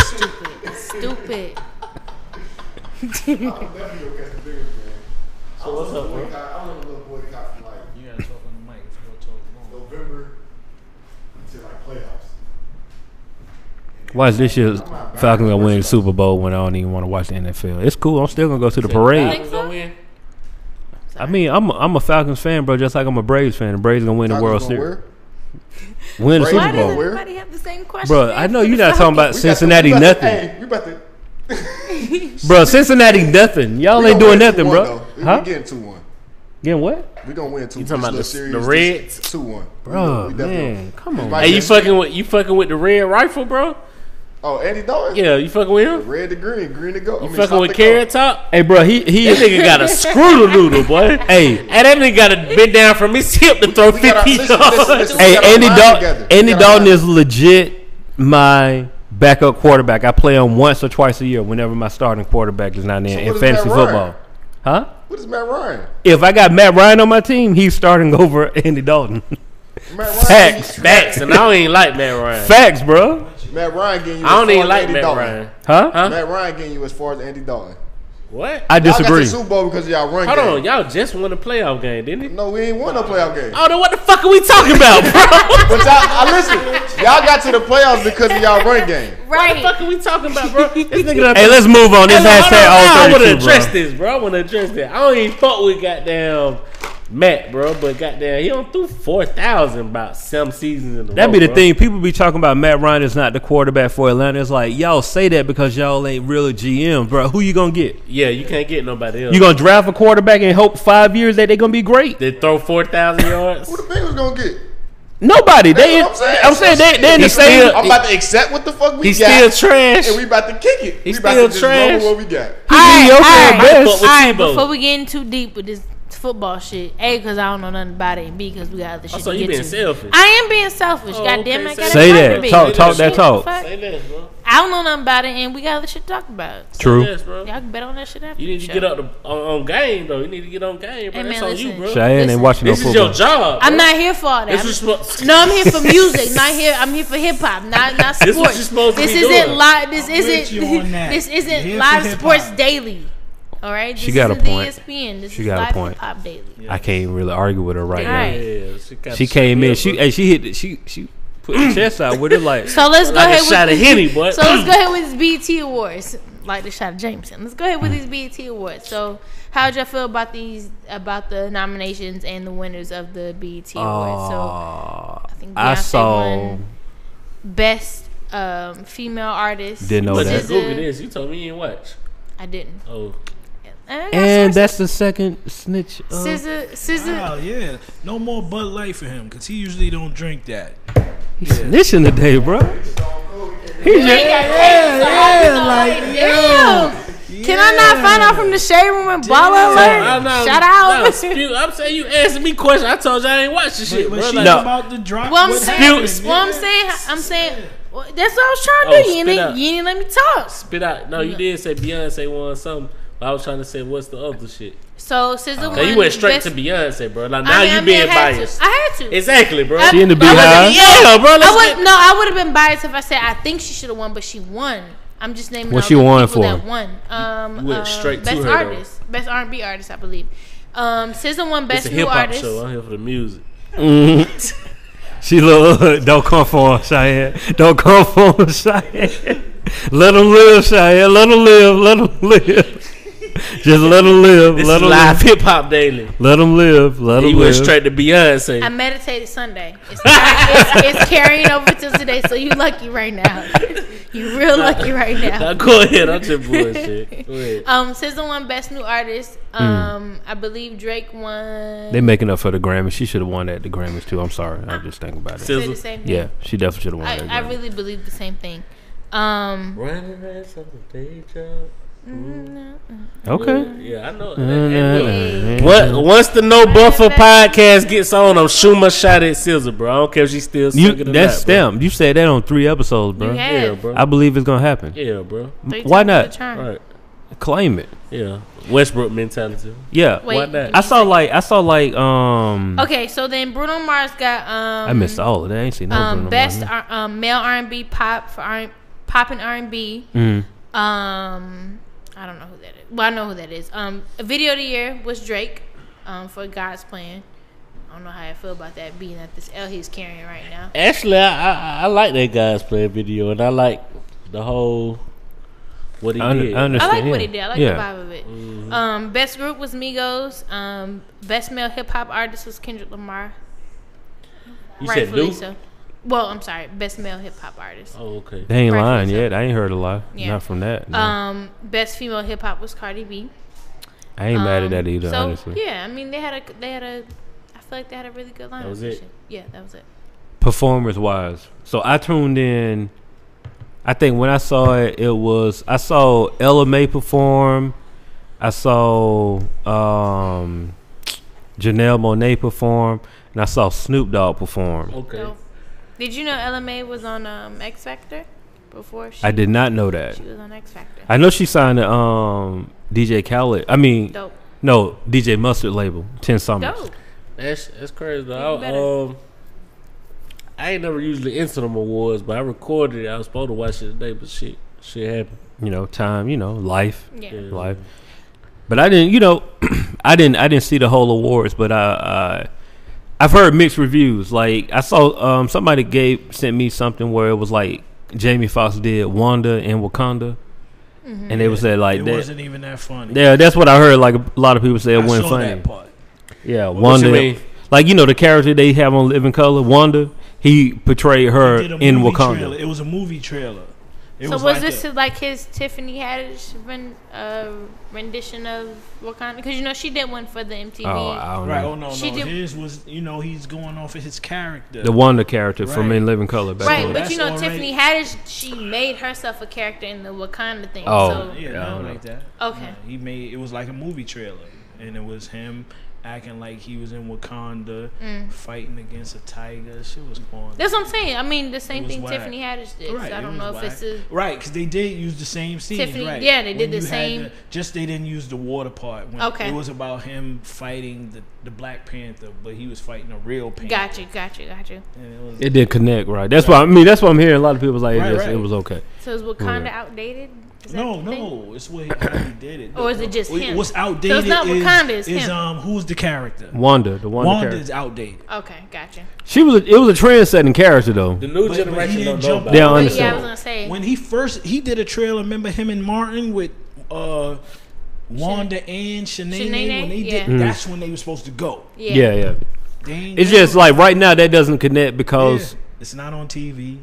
Speaker 2: Stupid, stupid.
Speaker 5: Definitely gonna catch the biggest man.
Speaker 1: So what's up, bro?
Speaker 5: I want a little boycott from like
Speaker 4: You gotta talk on the mic if you don't talk
Speaker 5: November until like playoffs.
Speaker 3: why is this year Falcons gonna win the Super Bowl when I don't even want to watch the NFL? It's cool. I'm still gonna go to the parade.
Speaker 1: Falcons gonna win.
Speaker 3: I mean, I'm a, I'm a Falcons fan, bro, just like I'm a Braves fan. The Braves gonna win the World Series, win the
Speaker 5: Braves
Speaker 2: Why
Speaker 3: Super
Speaker 5: gonna
Speaker 2: does
Speaker 5: win?
Speaker 3: Bowl,
Speaker 2: everybody have the same question?
Speaker 3: bro. I know you're not talking
Speaker 5: <laughs>
Speaker 3: about Cincinnati nothing,
Speaker 5: Hey, we about to.
Speaker 3: bro. Cincinnati nothing. Y'all
Speaker 5: we
Speaker 3: ain't
Speaker 5: gonna
Speaker 3: doing
Speaker 5: win
Speaker 3: nothing,
Speaker 5: 2-1
Speaker 3: bro.
Speaker 5: though. We
Speaker 3: Huh?
Speaker 5: getting two one.
Speaker 3: Getting what,
Speaker 5: We gonna win two. You
Speaker 1: talking about the- the Reds?
Speaker 5: Two one.
Speaker 3: bro? Oh, Man, come on.
Speaker 1: Hey, you fucking with you fucking with the red rifle, bro?
Speaker 5: Oh, Andy Dalton.
Speaker 1: Yeah, you fucking with him.
Speaker 5: Red to green, green to go.
Speaker 1: You fucking with Carrot Top?
Speaker 3: Hey, bro, he <laughs> he
Speaker 1: That nigga
Speaker 2: <laughs>
Speaker 1: got a screw noodle, boy. Hey,
Speaker 3: Hey,
Speaker 1: and that nigga got to bend down from his hip to throw
Speaker 5: We gotta-
Speaker 1: fifty
Speaker 5: listen, listen,
Speaker 1: yards.
Speaker 5: listen.
Speaker 3: Hey,
Speaker 5: gotta
Speaker 3: Andy
Speaker 5: align
Speaker 3: Dalton.
Speaker 5: together. We
Speaker 3: Andy
Speaker 5: gotta
Speaker 3: Dalton
Speaker 5: align.
Speaker 3: is legit my backup quarterback. I play him once or twice a year whenever my starting quarterback is not in,
Speaker 5: So
Speaker 3: in
Speaker 5: what is
Speaker 3: fantasy
Speaker 5: Matt Ryan?
Speaker 3: football. Huh?
Speaker 5: What is Matt Ryan?
Speaker 3: If I got Matt Ryan on my team, he's starting <laughs> over Andy Dalton.
Speaker 5: Matt Ryan.
Speaker 3: Facts.
Speaker 1: Facts, and I don't even like Matt Ryan.
Speaker 3: Facts, bro.
Speaker 5: Matt Ryan getting you.
Speaker 1: I don't
Speaker 5: as far
Speaker 1: even
Speaker 5: as
Speaker 1: like
Speaker 5: Andy
Speaker 1: Matt
Speaker 5: Dalton.
Speaker 1: Ryan.
Speaker 3: Huh?
Speaker 1: Huh?
Speaker 5: Matt Ryan getting you as far as Andy Dalton.
Speaker 1: What?
Speaker 3: I
Speaker 5: Y'all got
Speaker 3: disagree.
Speaker 5: the Super Bowl because of y'all run
Speaker 1: Hold
Speaker 5: game.
Speaker 1: on, y'all just won a playoff game, didn't it?
Speaker 5: No, we ain't won no playoff game.
Speaker 1: Oh, then what the fuck are we talking
Speaker 2: <laughs>
Speaker 1: about, bro?
Speaker 5: But y'all, I listen. Y'all got to the playoffs because of y'all run game.
Speaker 1: what the
Speaker 2: Right.
Speaker 1: fuck are we talking about,
Speaker 3: <laughs>
Speaker 1: bro? This nigga done-
Speaker 3: Hey, let's move on. This
Speaker 1: Hold on, hold on, hold on. I
Speaker 3: hashtag all
Speaker 1: want to
Speaker 3: 32, bro.
Speaker 1: address this, bro. I want to address that. I don't even fuck with goddamn Matt, bro. But goddamn, he don't threw four thousand about some seasons in the
Speaker 3: That
Speaker 1: row,
Speaker 3: be the
Speaker 1: bro.
Speaker 3: thing. People be talking about Matt Ryan is not the quarterback for Atlanta. It's like y'all say that because y'all ain't really GM, bro. Who you gonna get?
Speaker 1: Yeah, you can't get nobody else.
Speaker 3: You gonna draft a quarterback and hope five years that they gonna be great?
Speaker 1: They throw four thousand yards.
Speaker 5: Who the Bengals gonna get?
Speaker 3: Nobody. They.
Speaker 5: That's what
Speaker 3: I'm
Speaker 5: I'm
Speaker 3: saying they.
Speaker 5: saying.
Speaker 3: They in the
Speaker 1: He's
Speaker 3: same.
Speaker 1: still-
Speaker 5: I'm about to accept what the fuck we
Speaker 1: He's
Speaker 5: got,
Speaker 1: still trash.
Speaker 5: and we about to kick it.
Speaker 1: He's
Speaker 5: we about
Speaker 1: still
Speaker 5: to just
Speaker 1: trash.
Speaker 5: roll with what we got.
Speaker 3: He's mediocre
Speaker 2: Alright, alright.
Speaker 3: at
Speaker 1: I
Speaker 3: best.
Speaker 1: fuck with
Speaker 2: All right,
Speaker 1: Tebow.
Speaker 2: before we get in too deep with this football shit, A, because I don't know nothing about it, and B, because we got other shit
Speaker 1: Oh, so
Speaker 2: to
Speaker 1: you
Speaker 2: get
Speaker 1: being
Speaker 2: to.
Speaker 1: selfish.
Speaker 2: I am being selfish.
Speaker 1: Oh,
Speaker 2: God damn,
Speaker 1: okay,
Speaker 2: I got
Speaker 1: say
Speaker 2: a
Speaker 1: that.
Speaker 2: right to be.
Speaker 1: Talk- talk
Speaker 2: Shit,
Speaker 1: that
Speaker 3: talk.
Speaker 2: fuck.
Speaker 1: Say this, bro.
Speaker 2: I don't know nothing about it, and we got other shit to talk about.
Speaker 1: Yes, bro.
Speaker 2: Y'all can bet on that shit after.
Speaker 1: You need
Speaker 2: the
Speaker 1: to
Speaker 2: show.
Speaker 1: get up the, on, on game though. You need to get on game, bro.
Speaker 2: Hey,
Speaker 1: That's
Speaker 2: man,
Speaker 1: on you,
Speaker 2: listen.
Speaker 1: bro.
Speaker 2: Shut
Speaker 3: Cheyenne ain't
Speaker 2: Listen,
Speaker 3: watching no
Speaker 1: This is
Speaker 3: football.
Speaker 1: your job.
Speaker 2: I'm not here for all that.
Speaker 1: This
Speaker 2: I'm-
Speaker 1: is
Speaker 2: <laughs>
Speaker 1: what-
Speaker 2: no, I'm here for music, not here. I'm here for hip hop, not not
Speaker 1: This
Speaker 2: sports.
Speaker 1: what you're supposed to
Speaker 2: this
Speaker 1: be
Speaker 2: isn't
Speaker 1: doing.
Speaker 2: live. This
Speaker 4: I'm with you on
Speaker 2: isn't.
Speaker 4: that.
Speaker 2: <laughs> This
Speaker 4: You're
Speaker 2: isn't
Speaker 4: here
Speaker 2: live
Speaker 4: for hip
Speaker 2: sports
Speaker 4: hop.
Speaker 2: daily. All right, this
Speaker 3: She got a
Speaker 2: isn't
Speaker 3: point.
Speaker 2: The E ESPN. This
Speaker 3: She
Speaker 2: is
Speaker 3: got a
Speaker 2: live
Speaker 3: point.
Speaker 2: hip hop daily.
Speaker 3: I can't really argue with her right
Speaker 2: All right.
Speaker 1: Yeah, she, got
Speaker 3: now. She
Speaker 1: shot
Speaker 3: came in.
Speaker 1: up,
Speaker 3: She
Speaker 1: bro.
Speaker 3: and she hit. the- She she put her chest out with it like.
Speaker 2: So let's go
Speaker 1: like
Speaker 2: ahead
Speaker 1: a shot of
Speaker 2: with <laughs>
Speaker 1: Henny, boy.
Speaker 2: So let's go ahead with these BT awards, like the shot of Jameson. Let's go ahead with these BT awards. So how would y'all feel about these about the nominations and the winners of the BT awards? So
Speaker 3: Aw,
Speaker 2: I think
Speaker 3: I
Speaker 2: Beyonce
Speaker 3: saw.
Speaker 2: won best um, female artist.
Speaker 3: Didn't know
Speaker 1: But
Speaker 3: that.
Speaker 1: just
Speaker 2: Which is
Speaker 1: Oh, Google
Speaker 2: a-
Speaker 1: this. You told me you didn't watch.
Speaker 2: I didn't.
Speaker 1: Oh,
Speaker 2: And,
Speaker 3: And that's the second snitch. of-
Speaker 2: SZA, SZA,
Speaker 4: Wow, yeah. No more Bud Light for him because he usually don't drink that.
Speaker 3: He's snitching today, bro. He just,
Speaker 4: yeah, like
Speaker 2: Damn. Can I not find out from the shade room and baller
Speaker 1: I'm
Speaker 2: alert?
Speaker 1: not-
Speaker 2: Shout
Speaker 1: no,
Speaker 2: out.
Speaker 1: spew- I'm saying you asking me questions. I told you I ain't watching shit,
Speaker 4: But,
Speaker 1: bro.
Speaker 4: but she's
Speaker 1: Like,
Speaker 3: No.
Speaker 4: about to drop.
Speaker 2: Well, I'm
Speaker 4: what
Speaker 2: saying,
Speaker 4: happened,
Speaker 2: well, I'm
Speaker 4: nigga.
Speaker 2: saying, I'm saying, well, that's what I was trying to
Speaker 1: Oh,
Speaker 2: do. You
Speaker 1: spit
Speaker 2: didn't,
Speaker 1: out.
Speaker 2: you didn't let me talk.
Speaker 1: Spit out. No, you did say Beyonce won something. But I was trying to say what's the other shit.
Speaker 2: So SZA won.
Speaker 1: Now you went straight
Speaker 2: best-
Speaker 1: to Beyonce, bro. Like, now
Speaker 2: I mean, I
Speaker 1: you
Speaker 2: mean,
Speaker 1: being
Speaker 2: I had to.
Speaker 1: biased.
Speaker 2: I had to.
Speaker 1: Exactly, bro.
Speaker 2: I-
Speaker 3: She in the
Speaker 2: I wasn't-
Speaker 3: beehive?
Speaker 1: Yeah, bro, let's
Speaker 2: I
Speaker 1: get-
Speaker 2: would, no, I would have been biased if I said I think she should have won, but she won. I'm just naming
Speaker 3: What
Speaker 2: all
Speaker 3: she
Speaker 2: the
Speaker 3: won
Speaker 2: people
Speaker 3: for?
Speaker 2: That won. Um,
Speaker 1: You went
Speaker 2: um,
Speaker 1: straight to
Speaker 2: best
Speaker 1: her, though.
Speaker 2: artist, best R&B artist, I believe. Um, SZA won
Speaker 1: It's
Speaker 2: best
Speaker 1: a
Speaker 2: new
Speaker 1: hip hop
Speaker 2: artist.
Speaker 1: show. I'm here for the music.
Speaker 3: she little don't come for him, Cheyenne. Don't come for him, Cheyenne. Let him live, Cheyenne. Let him live. Let him live. <laughs> Just let him live.
Speaker 1: This
Speaker 3: let
Speaker 1: is
Speaker 3: him
Speaker 1: live
Speaker 3: live.
Speaker 1: hip hop daily.
Speaker 3: Let him live. Let him
Speaker 1: You went
Speaker 3: live.
Speaker 1: straight to Beyonce.
Speaker 2: I meditated Sunday. It's, it's, it's carrying over till today, so you lucky right now. <laughs> You real lucky right
Speaker 1: now
Speaker 2: now.
Speaker 1: go ahead. I'm just bullshit. Go
Speaker 2: <laughs>
Speaker 1: ahead.
Speaker 2: Um, SZA won best new artist. Um, I believe Drake won.
Speaker 3: Mm. They making up for the Grammys. She should have won at the Grammys too. I'm sorry. I'm just thinking about it.
Speaker 2: Said the same thing.
Speaker 3: Yeah, she definitely should have won.
Speaker 2: I,
Speaker 3: that
Speaker 2: I really believe the same thing. Um,
Speaker 1: Running ass on the day job.
Speaker 3: okay. Uh,
Speaker 1: Yeah, I know.
Speaker 2: yeah.
Speaker 1: What once the No Buffer podcast gets on, I'm shooting my shot at Scissor, bro. I don't care if she's still
Speaker 3: You,
Speaker 1: sucking it
Speaker 3: that's
Speaker 1: up, bro.
Speaker 3: them. You said that on three episodes, bro.
Speaker 2: You had-
Speaker 1: Yeah, bro.
Speaker 3: I believe it's gonna happen.
Speaker 1: yeah, bro.
Speaker 2: three
Speaker 3: Why
Speaker 2: times
Speaker 3: not?
Speaker 2: the charm.
Speaker 1: Right.
Speaker 3: Claim it.
Speaker 1: Yeah. Westbrook mentality.
Speaker 3: Yeah.
Speaker 2: Wait,
Speaker 1: Why not?
Speaker 3: I saw like I saw like um
Speaker 2: Okay, so then Bruno Mars got um
Speaker 3: I missed all of that. I ain't seen no
Speaker 2: um
Speaker 3: Bruno
Speaker 2: best
Speaker 3: Mars.
Speaker 2: R- um, male R and B pop for R- pop and R and B.
Speaker 3: Mm.
Speaker 2: Um, I don't know who that is. Well, I know who that is. Um, video of the year was Drake, um, for God's Plan. I don't know how I feel about that being that this L he's carrying right now.
Speaker 1: Actually, I, I I like that guy's play video, and I like the whole what he
Speaker 3: I, un-
Speaker 1: did.
Speaker 3: I
Speaker 2: I
Speaker 3: understand.
Speaker 2: like what
Speaker 3: yeah.
Speaker 2: he did. I like
Speaker 3: yeah.
Speaker 2: the vibe of it.
Speaker 1: Mm-hmm.
Speaker 2: Um, best group was Migos. Um, best male hip hop artist was Kendrick Lamar.
Speaker 1: you said
Speaker 2: rightfully
Speaker 1: Duke.
Speaker 2: so. Well, I'm sorry, best male hip hop artist.
Speaker 1: Oh, okay.
Speaker 3: They ain't
Speaker 2: Right,
Speaker 3: lying
Speaker 2: so-
Speaker 3: yet. I ain't heard a lie.
Speaker 2: Yeah.
Speaker 3: Not from that.
Speaker 1: Oh.
Speaker 3: no.
Speaker 2: Um, best female hip hop was Cardi B.
Speaker 3: I ain't mad at
Speaker 2: Um,
Speaker 3: that either.
Speaker 2: So
Speaker 3: honestly,
Speaker 2: yeah, I mean they had a they had a I feel like they had a really good lineup.
Speaker 1: was
Speaker 2: and
Speaker 1: it.
Speaker 2: shit. Yeah, that was it.
Speaker 3: performers wise, so I tuned in. I think when I saw it, it was I saw Ella May perform. I saw um, Janelle Monet perform, and I saw Snoop Dogg perform.
Speaker 1: Okay.
Speaker 2: So, did you know LMA was on um, X Factor? before she,
Speaker 3: I did not know that.
Speaker 2: she was on X Factor.
Speaker 3: I know she signed to um, DJ Khaled. I mean,
Speaker 2: Dope.
Speaker 3: no, DJ Mustard label, Ten Summers.
Speaker 2: Dope.
Speaker 1: That's that's crazy. Though.
Speaker 2: You
Speaker 1: I,
Speaker 2: better.
Speaker 1: um, I ain't never usually into them awards, but I recorded it. I was supposed to watch it today, but shit, shit happened.
Speaker 3: You know, time. You know, life,
Speaker 2: Yeah.
Speaker 1: Yeah.
Speaker 3: life. But I didn't. You know, <clears throat> I didn't. I didn't see the whole awards, but I. I I've heard mixed reviews. Like I saw um, somebody gave sent me something where it was like Jamie Foxx did Wanda and Wakanda,
Speaker 2: Mm-hmm.
Speaker 3: and they was said like
Speaker 4: it
Speaker 3: that.
Speaker 4: wasn't even that funny.
Speaker 3: Yeah, that's what I heard. Like a lot of people say it
Speaker 4: I
Speaker 3: wasn't
Speaker 4: saw
Speaker 3: funny.
Speaker 4: that part.
Speaker 3: Yeah,
Speaker 1: What you
Speaker 3: Wanda.
Speaker 1: mean?
Speaker 3: Like you know the character they have on Living Color, Wanda. He portrayed her
Speaker 4: Did a
Speaker 3: in
Speaker 4: movie
Speaker 3: Wakanda.
Speaker 4: Trailer. It was a movie trailer. It
Speaker 2: so was,
Speaker 4: like
Speaker 2: this
Speaker 4: a-
Speaker 2: like his Tiffany Haddish ren- uh, rendition of Wakanda? Because you know she did one for the MTV.
Speaker 3: Oh, I don't
Speaker 4: right?
Speaker 3: know.
Speaker 4: Oh no,
Speaker 2: She
Speaker 4: no.
Speaker 2: did-
Speaker 4: His was you know he's going off of his character.
Speaker 3: The Wanda character from
Speaker 4: Right.
Speaker 3: In Living Color. Back
Speaker 2: right,
Speaker 3: then.
Speaker 2: but you
Speaker 4: That's
Speaker 2: know
Speaker 4: alright.
Speaker 2: Tiffany Haddish, she made herself a character in the Wakanda thing.
Speaker 3: Oh.
Speaker 2: so,
Speaker 3: Yeah,
Speaker 4: yeah,
Speaker 3: I
Speaker 4: not
Speaker 3: don't
Speaker 4: like that.
Speaker 2: okay,
Speaker 4: He made it was like a movie trailer, and it was him acting like he was in Wakanda, fighting against a tiger. Shit was going.
Speaker 2: Mm. that's what I'm saying. I mean, the same
Speaker 4: was
Speaker 2: thing
Speaker 4: whack.
Speaker 2: Tiffany Haddish did.
Speaker 4: Right,
Speaker 2: so I
Speaker 4: it
Speaker 2: don't
Speaker 4: was
Speaker 2: know
Speaker 4: whack.
Speaker 2: if it's a
Speaker 4: Right, because they did use the same scene.
Speaker 2: Tiffany-
Speaker 4: right.
Speaker 2: yeah, they did
Speaker 4: When
Speaker 2: the
Speaker 4: you had
Speaker 2: same-
Speaker 4: the- just they didn't use the water part. When
Speaker 2: Okay.
Speaker 4: It was about him fighting the, the Black Panther, but he was fighting a real Panther.
Speaker 2: gotcha, gotcha, gotcha.
Speaker 4: And it was,
Speaker 3: It did connect, right? That's why I mean. That's why I'm hearing a lot of people like
Speaker 4: Right,
Speaker 3: it, just,
Speaker 4: right.
Speaker 3: it was okay.
Speaker 2: So is Wakanda outdated? Is that
Speaker 4: no,
Speaker 2: the thing?
Speaker 4: no, it's what he, how he did it.
Speaker 2: Or is it just
Speaker 4: What-
Speaker 2: him?
Speaker 4: What's
Speaker 2: So it's
Speaker 4: outdated
Speaker 2: not
Speaker 4: is,
Speaker 2: Wakanda, it's
Speaker 4: is
Speaker 2: him.
Speaker 4: um who's the character?
Speaker 3: Wanda, the Wanda
Speaker 4: Wanda's
Speaker 3: character.
Speaker 4: outdated.
Speaker 2: Okay, gotcha.
Speaker 3: She was. A, it was a trendsetting character though.
Speaker 1: The new
Speaker 4: But- but he
Speaker 1: generation
Speaker 4: didn't
Speaker 1: don't know
Speaker 4: jump
Speaker 1: about
Speaker 3: They don't
Speaker 1: it.
Speaker 2: But yeah, I
Speaker 3: understand.
Speaker 2: was gonna say
Speaker 4: When he first he did a trailer, remember him and Martin with uh Wanda and Shanae.
Speaker 2: Shanae,
Speaker 4: When they
Speaker 2: yeah.
Speaker 4: did, that's when they were supposed to go.
Speaker 2: yeah.
Speaker 3: yeah, yeah.
Speaker 4: They ain't
Speaker 3: Mm. It's
Speaker 4: go.
Speaker 3: just like right now that doesn't connect
Speaker 4: Yeah.
Speaker 3: because
Speaker 4: it's not on TV.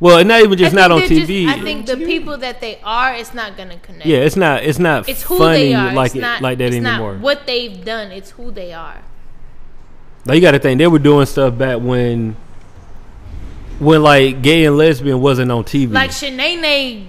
Speaker 3: well, and not even
Speaker 2: I
Speaker 3: just
Speaker 2: think
Speaker 3: not on
Speaker 2: they're just-
Speaker 3: TV.
Speaker 2: I think the people that they are, it's not gonna connect.
Speaker 3: yeah, it's not. It's not
Speaker 2: It's who
Speaker 3: funny
Speaker 2: they are.
Speaker 3: like
Speaker 2: it's
Speaker 3: it,
Speaker 2: not
Speaker 3: like that
Speaker 2: it's
Speaker 3: anymore.
Speaker 2: Not what they've done, it's who they are.
Speaker 3: Like you got to think they were doing stuff back when, when like gay and lesbian wasn't on TV.
Speaker 2: Like Shanae,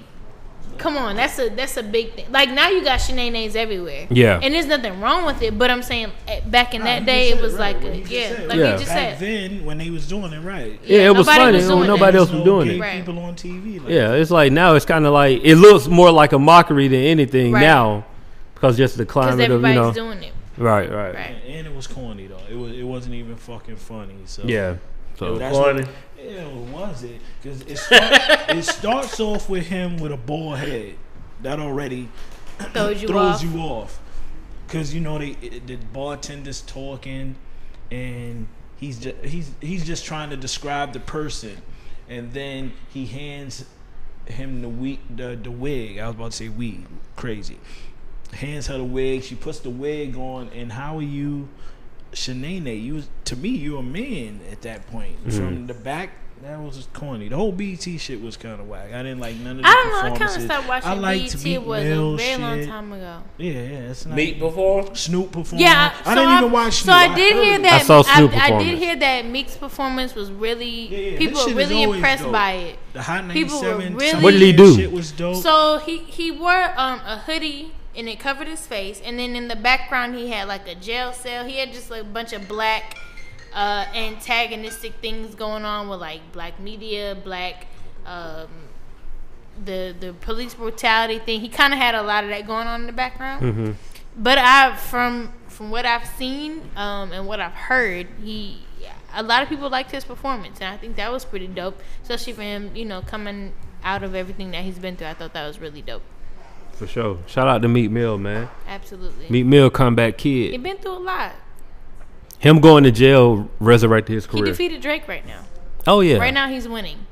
Speaker 2: come on, that's a that's a big thing. Like now you got Shanae's everywhere.
Speaker 3: Yeah.
Speaker 2: and there's nothing wrong with it. But I'm saying eh, back in
Speaker 4: Nah,
Speaker 2: that
Speaker 4: he
Speaker 2: day, it
Speaker 4: just Uh, said
Speaker 2: was
Speaker 4: right,
Speaker 2: like
Speaker 4: what
Speaker 2: a,
Speaker 4: he just
Speaker 2: yeah,
Speaker 4: said.
Speaker 2: like you
Speaker 3: Yeah.
Speaker 2: just
Speaker 4: Back
Speaker 2: said.
Speaker 4: then, when they was doing it right,
Speaker 3: yeah, it was
Speaker 2: nobody
Speaker 3: funny.
Speaker 2: was
Speaker 3: It was-
Speaker 2: doing
Speaker 3: nobody
Speaker 2: that.
Speaker 3: else was
Speaker 4: no
Speaker 3: doing
Speaker 4: gay
Speaker 3: it.
Speaker 2: Right.
Speaker 4: People on TV, like,
Speaker 3: Yeah, it's like now it's kind of like it looks more like a mockery than anything
Speaker 2: Right.
Speaker 3: now because just the
Speaker 2: Because
Speaker 3: climate of you
Speaker 2: everybody's
Speaker 3: know.
Speaker 2: doing it,
Speaker 3: right, right,
Speaker 2: right?
Speaker 4: and it was corny though. It was it wasn't even fucking funny. So
Speaker 3: Yeah. So
Speaker 4: That's
Speaker 1: Corny.
Speaker 4: What, ew, was it? Because it, start, <laughs> it starts off with him with a bald head. That already
Speaker 2: Throws you
Speaker 4: throws
Speaker 2: off.
Speaker 4: you off. Cause you know they it- the bartender's talking, and he's just he's he's just trying to describe the person, and then he hands him the wig the, the wig. I was about to say weed, crazy. Hands her the wig. She puts the wig on, and how are you, Shanae? You to me, you're a man at that point. From the back. That was just corny. The whole BT shit was kind of whack. I didn't like none of the
Speaker 2: I don't know. I kind of
Speaker 4: performances.
Speaker 2: stopped watching
Speaker 4: I liked
Speaker 2: BET. It was
Speaker 4: Meek
Speaker 2: a
Speaker 4: Mill
Speaker 2: very long
Speaker 4: shit.
Speaker 2: time ago.
Speaker 4: Yeah, yeah, it's not
Speaker 1: Meet before?
Speaker 4: Snoop performed.
Speaker 2: Yeah,
Speaker 4: I didn't even watch
Speaker 2: So
Speaker 4: Snoop.
Speaker 2: I did
Speaker 4: heard
Speaker 2: hear
Speaker 4: it.
Speaker 2: that.
Speaker 3: I saw Snoop
Speaker 2: I, did
Speaker 3: performance.
Speaker 2: hear that Meek's performance was really
Speaker 4: Yeah, yeah,
Speaker 2: people
Speaker 4: his
Speaker 2: were
Speaker 4: shit is
Speaker 2: really
Speaker 4: always
Speaker 2: impressed
Speaker 4: dope.
Speaker 2: by it.
Speaker 4: The Hot
Speaker 2: People were
Speaker 4: 97
Speaker 2: really-
Speaker 3: What did he do?
Speaker 4: Shit was dope.
Speaker 2: So he he wore um a hoodie and it covered his face, and then in the background he had like a jail cell. He had just like a bunch of black uh antagonistic things going on with like black media, black um the the police brutality thing. He kind of had a lot of that going on in the background. But I from from what I've seen um, and what I've heard, he a lot of people liked his performance, and I think that was pretty dope, especially for him. You know, coming out of everything that he's been through, I thought that was really dope.
Speaker 3: for sure, shout out to Meat Mill, man.
Speaker 2: Absolutely,
Speaker 3: Meat Mill comeback
Speaker 2: he
Speaker 3: kid.
Speaker 2: been through a lot.
Speaker 3: Him going to jail resurrected his
Speaker 2: He
Speaker 3: career.
Speaker 2: defeated Drake right now.
Speaker 3: oh yeah.
Speaker 2: Right now he's winning.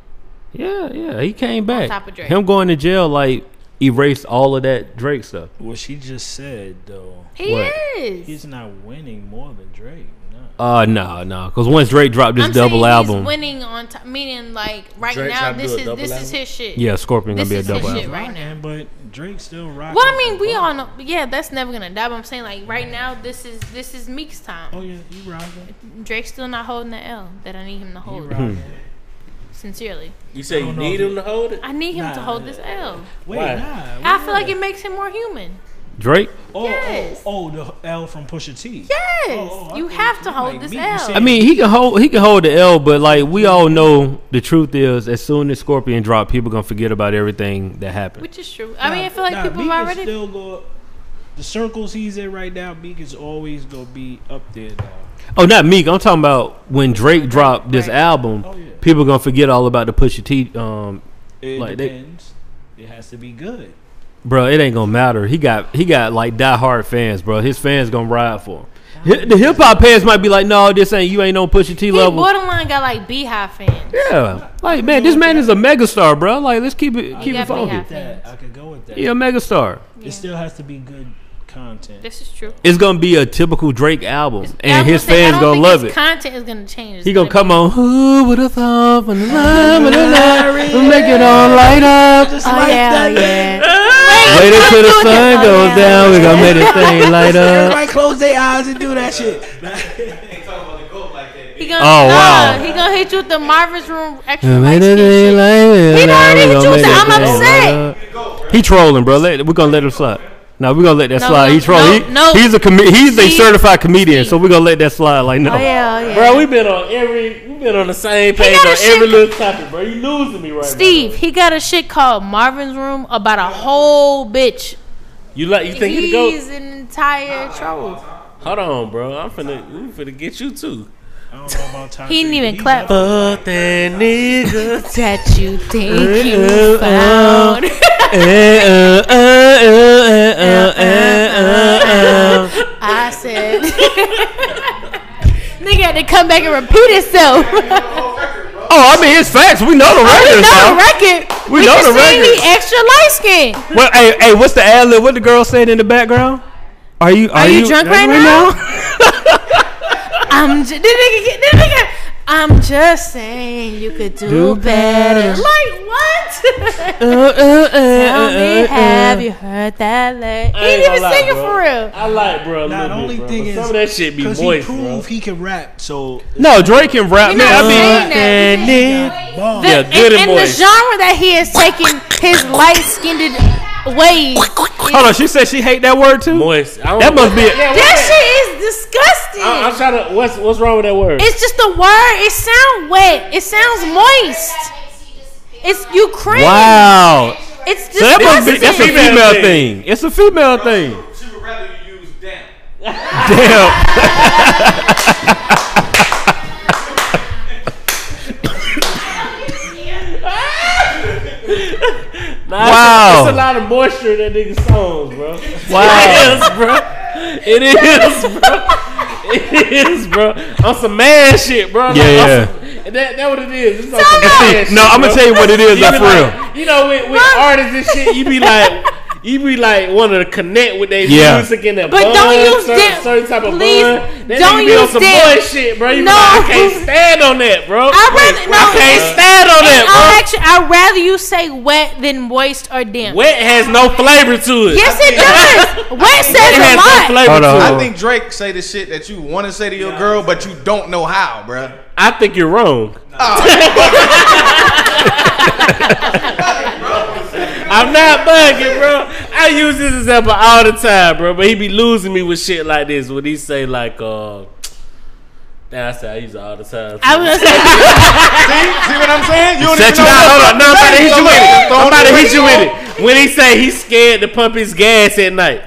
Speaker 3: Yeah, yeah. He came back.
Speaker 2: top of Drake.
Speaker 3: Him going to jail like erased all of that Drake stuff.
Speaker 4: what she just said though,
Speaker 2: He
Speaker 3: What?
Speaker 2: is.
Speaker 4: he's not winning more than Drake. No.
Speaker 3: Uh nah, nah. Cause once Drake dropped his
Speaker 2: I'm saying
Speaker 3: double album,
Speaker 2: He's winning on top, meaning like right
Speaker 1: Drake
Speaker 2: now.
Speaker 1: trying to
Speaker 2: This
Speaker 1: do a
Speaker 2: is
Speaker 1: double
Speaker 2: this is
Speaker 1: album?
Speaker 2: his shit.
Speaker 3: yeah, Scorpion
Speaker 2: This
Speaker 3: gonna be a
Speaker 2: is his
Speaker 3: double
Speaker 2: shit
Speaker 3: album.
Speaker 2: right now.
Speaker 4: Rocking, but Drake still rocking.
Speaker 2: Well, I mean, we
Speaker 4: the
Speaker 2: all know. Yeah, that's never gonna die. But I'm saying, like, right now, this is this is Meek's time.
Speaker 4: Oh yeah, you rocking.
Speaker 2: Drake's still not holding the L that I need him to
Speaker 4: You
Speaker 2: hold.
Speaker 4: rocking.
Speaker 2: Sincerely,
Speaker 1: You say you
Speaker 4: don't know
Speaker 1: need
Speaker 4: if
Speaker 1: him to hold it?
Speaker 2: I need him to
Speaker 4: Nah.
Speaker 2: hold this L.
Speaker 4: Wait,
Speaker 1: Why?
Speaker 4: nah.
Speaker 2: I feel like
Speaker 4: wait.
Speaker 2: it makes him more human.
Speaker 3: Drake.
Speaker 4: Oh,
Speaker 2: Yes.
Speaker 4: oh, oh, the L from Pusha T.
Speaker 2: Yes,
Speaker 4: Oh, I
Speaker 2: you
Speaker 4: thought-
Speaker 2: have to
Speaker 4: I'm
Speaker 2: hold
Speaker 4: like,
Speaker 2: this
Speaker 4: me, you
Speaker 2: L.
Speaker 4: said-
Speaker 3: I mean, he can hold he can hold the L, but like we all know, the truth is, as soon as Scorpion drop, people gonna forget about everything that happened.
Speaker 2: which is true. I mean, I
Speaker 4: Nah,
Speaker 2: feel like
Speaker 4: nah,
Speaker 2: people
Speaker 4: Meek
Speaker 2: have
Speaker 4: is
Speaker 2: already.
Speaker 4: still go. The circles he's in right now, Meek is always gonna be up there, dog.
Speaker 3: Oh, not Meek. I'm talking about when Drake dropped this
Speaker 2: Right.
Speaker 3: album.
Speaker 4: Oh, yeah.
Speaker 3: People gonna forget all about the Pusha T. Um,
Speaker 4: It
Speaker 3: Like, they-
Speaker 4: depends. it has to be good.
Speaker 3: bro, it ain't gonna matter. He got he got like diehard fans, bro. His fans gonna ride for him. Hi- The hip hop fans might be like, no, this ain't you ain't no Pusha T
Speaker 2: He
Speaker 3: level.
Speaker 2: borderline got like beehive fans.
Speaker 3: Yeah, like man, this man is a megastar, bro. Like let's keep it keep
Speaker 2: gotta
Speaker 3: it
Speaker 1: Oh,
Speaker 2: be
Speaker 3: funky.
Speaker 2: happy.
Speaker 4: That I could go with that.
Speaker 3: He a megastar.
Speaker 2: Yeah.
Speaker 4: It still has to be good content.
Speaker 2: This is true.
Speaker 3: It's gonna be a typical Drake album,
Speaker 2: I
Speaker 3: and
Speaker 2: was
Speaker 3: his
Speaker 2: gonna say, I
Speaker 3: fans
Speaker 2: don't
Speaker 3: gonna
Speaker 2: think
Speaker 3: love
Speaker 2: his
Speaker 3: it.
Speaker 2: Content is gonna change.
Speaker 3: He
Speaker 2: It's
Speaker 3: gonna
Speaker 2: be-
Speaker 3: come on, who would have thought when the lime and the lime will make it all light up.
Speaker 2: Oh yeah, yeah.
Speaker 3: Wait until the sun
Speaker 2: Oh,
Speaker 3: goes down, we gonna make
Speaker 2: <laughs>
Speaker 3: this thing light up.
Speaker 4: Everybody close their eyes and do that <laughs> shit.
Speaker 5: Ain't talking about the goat like that.
Speaker 2: He gonna,
Speaker 3: Oh,
Speaker 2: nah,
Speaker 3: wow.
Speaker 2: he gonna hit you with the Marvin's room extra.
Speaker 3: We
Speaker 2: light
Speaker 3: made
Speaker 2: skin
Speaker 3: it
Speaker 2: shit.
Speaker 3: in light
Speaker 2: He
Speaker 3: up,
Speaker 2: already
Speaker 3: we gonna
Speaker 2: hit
Speaker 3: make
Speaker 2: you,
Speaker 3: this
Speaker 2: I'm
Speaker 3: thing
Speaker 2: upset.
Speaker 3: light up. He trolling, bro. Let, we're gonna let him slide. No, we're gonna let that
Speaker 2: No,
Speaker 3: slide.
Speaker 2: no,
Speaker 3: he trolling.
Speaker 2: no, no.
Speaker 3: He, he's a comi- he's a
Speaker 2: See?
Speaker 3: certified comedian, so we're gonna let that slide. Like no,
Speaker 2: Oh yeah, oh, yeah.
Speaker 1: Bro, we been on every we been on the same page
Speaker 2: got a
Speaker 1: on every
Speaker 2: shit-
Speaker 1: little topic, bro. You losing me right
Speaker 2: Steve, he got a shit called Marvin's Room about a whole bitch.
Speaker 1: now. You like you think he the
Speaker 2: He's
Speaker 1: goat?
Speaker 2: an entire troll.
Speaker 1: Hold on, bro. I'm finna I'm finna get you too.
Speaker 4: I don't know about time.
Speaker 2: He didn't even clap.
Speaker 1: Fuck that nigga.
Speaker 2: That you think you found.
Speaker 3: <laughs> Eh, uh, uh, uh, uh, uh, uh, uh.
Speaker 2: I said. Nigga had to come back and repeat itself. <laughs>
Speaker 3: Oh, I mean, it's facts. We know the
Speaker 2: we
Speaker 3: record.
Speaker 2: know the
Speaker 3: dog.
Speaker 2: record.
Speaker 3: We know
Speaker 2: just
Speaker 3: the
Speaker 2: seen
Speaker 3: record.
Speaker 2: the extra light skin.
Speaker 3: Well, hey, hey, what's the ad lib? What the girl said in the background? Are you are,
Speaker 2: Are you drunk right now? I'm just, nigga, this nigga, I'm just saying you could do,
Speaker 3: Do
Speaker 2: better.
Speaker 3: better.
Speaker 2: Like what?
Speaker 3: <laughs>
Speaker 2: <laughs>
Speaker 3: Uh, uh, uh,
Speaker 2: Tell me,
Speaker 3: uh, uh,
Speaker 2: have
Speaker 3: uh.
Speaker 2: you heard that? Like, he
Speaker 1: I ain't
Speaker 2: didn't even
Speaker 1: gonna
Speaker 2: sing
Speaker 1: lie,
Speaker 2: it
Speaker 1: bro.
Speaker 2: for real.
Speaker 1: I like bro. A
Speaker 4: Nah, the
Speaker 1: little
Speaker 4: only
Speaker 1: bit, bro,
Speaker 4: thing
Speaker 1: but
Speaker 4: is,
Speaker 1: some of that shit be
Speaker 4: because
Speaker 1: moist,
Speaker 4: he
Speaker 1: bro.
Speaker 4: proved he can rap. So
Speaker 3: No, Drake can rap.
Speaker 2: You're
Speaker 3: Man,
Speaker 2: not
Speaker 3: I
Speaker 2: saying that.
Speaker 3: mean,
Speaker 2: You're
Speaker 4: Bomb.
Speaker 2: The,
Speaker 1: Yeah, good
Speaker 2: and,
Speaker 1: and
Speaker 2: and the
Speaker 1: moist.
Speaker 2: genre that he has taken his light skinned ways.
Speaker 3: hold on. She said she hate that word too.
Speaker 1: Moist. I don't
Speaker 3: That
Speaker 1: know
Speaker 3: must
Speaker 1: what-
Speaker 3: be it.
Speaker 1: Yeah, what
Speaker 2: That
Speaker 1: that-
Speaker 2: shit is disgusting.
Speaker 1: I, I'm trying to. What's what's wrong with that word?
Speaker 2: it's just the word. It sounds wet. It sounds moist. It's you cringe.
Speaker 3: Wow.
Speaker 2: It's
Speaker 3: So that must be that's a
Speaker 2: disgusting.
Speaker 3: female thing. It's a female thing.
Speaker 5: She would rather you use damn.
Speaker 3: Damn.
Speaker 1: Nah, it's-
Speaker 3: Wow.
Speaker 1: It's a lot of moisture in that nigga's songs, bro.
Speaker 3: Wow.
Speaker 1: It is, bro. It is, bro. It is, bro. On some mad shit, bro. Like,
Speaker 3: Yeah,
Speaker 1: on
Speaker 3: yeah.
Speaker 1: Some, that that what it is. It's on some
Speaker 2: Time
Speaker 1: mad shit,
Speaker 3: no, I'm gonna
Speaker 1: bro.
Speaker 3: tell you what it is.
Speaker 1: You
Speaker 3: Like,
Speaker 1: be
Speaker 3: for
Speaker 1: like,
Speaker 3: real.
Speaker 1: You know, with, with artists and shit, you be like, you be like wanting to connect with their
Speaker 3: Yeah.
Speaker 1: music and their
Speaker 2: But
Speaker 1: bun,
Speaker 2: don't use
Speaker 1: certain,
Speaker 2: that-
Speaker 1: certain type of
Speaker 2: please,
Speaker 1: bun. That
Speaker 2: don't
Speaker 1: nigga be on
Speaker 2: use
Speaker 1: some
Speaker 2: that.
Speaker 1: boy shit, bro. You
Speaker 2: No.
Speaker 1: be like, I can't stand on that, bro.
Speaker 2: I'd rather-
Speaker 1: I
Speaker 2: no.
Speaker 1: can't stand on
Speaker 2: And
Speaker 1: that,
Speaker 2: I'll
Speaker 1: bro.
Speaker 2: actually, I'd rather you say wet than moist or damp.
Speaker 1: Wet has no flavor to it.
Speaker 2: Yes, it
Speaker 1: <laughs>
Speaker 2: does. wet says
Speaker 1: It
Speaker 2: a
Speaker 1: has no
Speaker 2: lot.
Speaker 1: flavor
Speaker 3: Hold
Speaker 1: to
Speaker 3: on.
Speaker 1: it.
Speaker 5: I think Drake say the shit that you want to say to your girl, but you don't know how, bruh.
Speaker 1: I think you're wrong. <laughs> I'm not bugging, bro. I use this example all the time, bro. But he be losing me with shit like this when he say like, uh, nah, I say I use it all the time.
Speaker 2: I was gonna say,
Speaker 5: See, see what I'm saying? You don't
Speaker 3: Sex
Speaker 5: even
Speaker 3: you
Speaker 5: know.
Speaker 3: out.
Speaker 5: what
Speaker 1: hold
Speaker 5: the
Speaker 1: on, no, I'm about to hit you with it.
Speaker 5: Throw
Speaker 1: I'm about to hit you
Speaker 5: it.
Speaker 1: with it. When he say he's scared to pump his gas at night.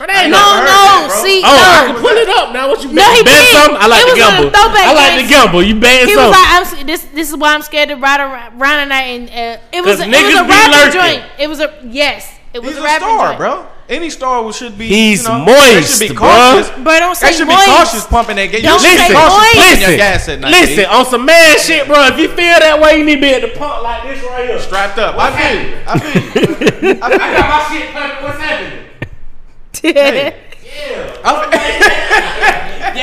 Speaker 2: no,
Speaker 5: never heard
Speaker 2: no.
Speaker 5: that, bro.
Speaker 2: see,
Speaker 1: Oh, I
Speaker 2: no.
Speaker 1: can pull it up now. What you
Speaker 2: No, he
Speaker 1: bet? bet
Speaker 2: didn't.
Speaker 1: something? I like
Speaker 2: It
Speaker 1: to
Speaker 2: was on a
Speaker 1: gamble.
Speaker 2: throwback
Speaker 1: I like to
Speaker 2: list.
Speaker 1: gamble. You betting
Speaker 2: He was
Speaker 1: something?
Speaker 2: like, I'm, s- this, this is why I'm scared to ride around, ride at night. And uh, it was,
Speaker 1: 'Cause
Speaker 2: a, it was
Speaker 1: niggas
Speaker 2: a
Speaker 1: be
Speaker 2: rapping
Speaker 1: lurking.
Speaker 2: joint. It was a yes. It was
Speaker 5: He's
Speaker 2: a
Speaker 5: a
Speaker 2: rapping
Speaker 5: star,
Speaker 2: joint.
Speaker 5: bro. Any star will- should be.
Speaker 1: He's
Speaker 5: you know,
Speaker 1: moist,
Speaker 5: they should be
Speaker 1: bro.
Speaker 5: cautious.
Speaker 2: But don't say
Speaker 5: They should be
Speaker 2: moist.
Speaker 5: cautious pumping that gas. You
Speaker 2: Don't
Speaker 5: should
Speaker 2: say
Speaker 5: be
Speaker 2: moist.
Speaker 5: cautious pumping your
Speaker 1: Listen,
Speaker 5: gas
Speaker 1: listen,
Speaker 5: at night.
Speaker 1: listen,
Speaker 5: B.
Speaker 1: on some mad shit, bro. If you feel that way, you need to be at the pump like this right here.
Speaker 5: strapped up. I feel you. I feel you. I feel you.
Speaker 1: my shit pumping. What's happening? Damn,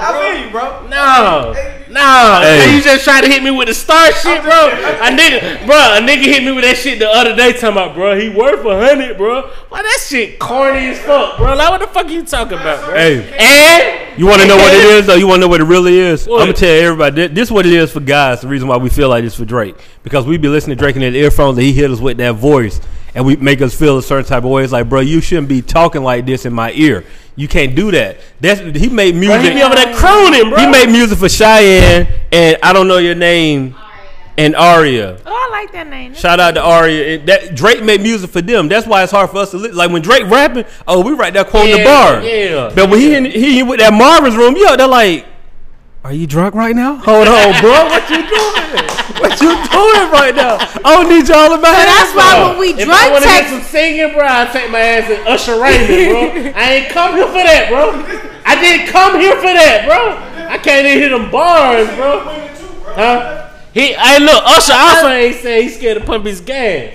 Speaker 5: I feel you, bro.
Speaker 1: no, no.
Speaker 3: Hey.
Speaker 1: Man, You just tried to hit me with the star shit, bro. A nigga, bro, a nigga hit me with that shit the other day. Talking about, bro, he worth a hundred, bro. Why that shit corny as fuck, bro? Like, what the fuck you talking about, bro?
Speaker 3: Hey,
Speaker 1: And
Speaker 3: you want to know what it is though? You want to know what it really is?
Speaker 1: What?
Speaker 3: I'm gonna tell everybody. thi- This is what it is for guys. The reason why we feel like this for Drake because we be listening to Drake in the earphones and he hit us with that voice, and we make us feel a certain type of way. It's like, bro, you shouldn't be talking like this in my ear. You can't do that. That's he made music.
Speaker 1: Bro, he be over there crooning, bro.
Speaker 3: He made music for Cheyenne and I don't know your name and Aria.
Speaker 2: Oh, I like that name.
Speaker 3: Shout out to Aria. It- that Drake made music for them. That's why it's hard for us to li- like when Drake rapping. Oh, we right there quoting the
Speaker 1: Yeah,
Speaker 3: bar.
Speaker 1: yeah.
Speaker 3: But when he in, he in with that Marvin's room, yo, they're like, "Are you drunk right now? Hold on, bro. What you doing? What you doing right now? I don't need y'all in my
Speaker 2: But that's
Speaker 3: house,
Speaker 2: why
Speaker 3: bro."
Speaker 2: when we
Speaker 1: If I
Speaker 2: drug
Speaker 1: want to get
Speaker 2: text,
Speaker 1: some singing, bro, I take my ass and Usher Raymond, bro.
Speaker 2: <laughs>
Speaker 1: I ain't come here for that, bro. I didn't come here for that, bro. I can't even hit them bars, bro. Huh? He, hey, look, Usher also ain't say he scared to pump his gas.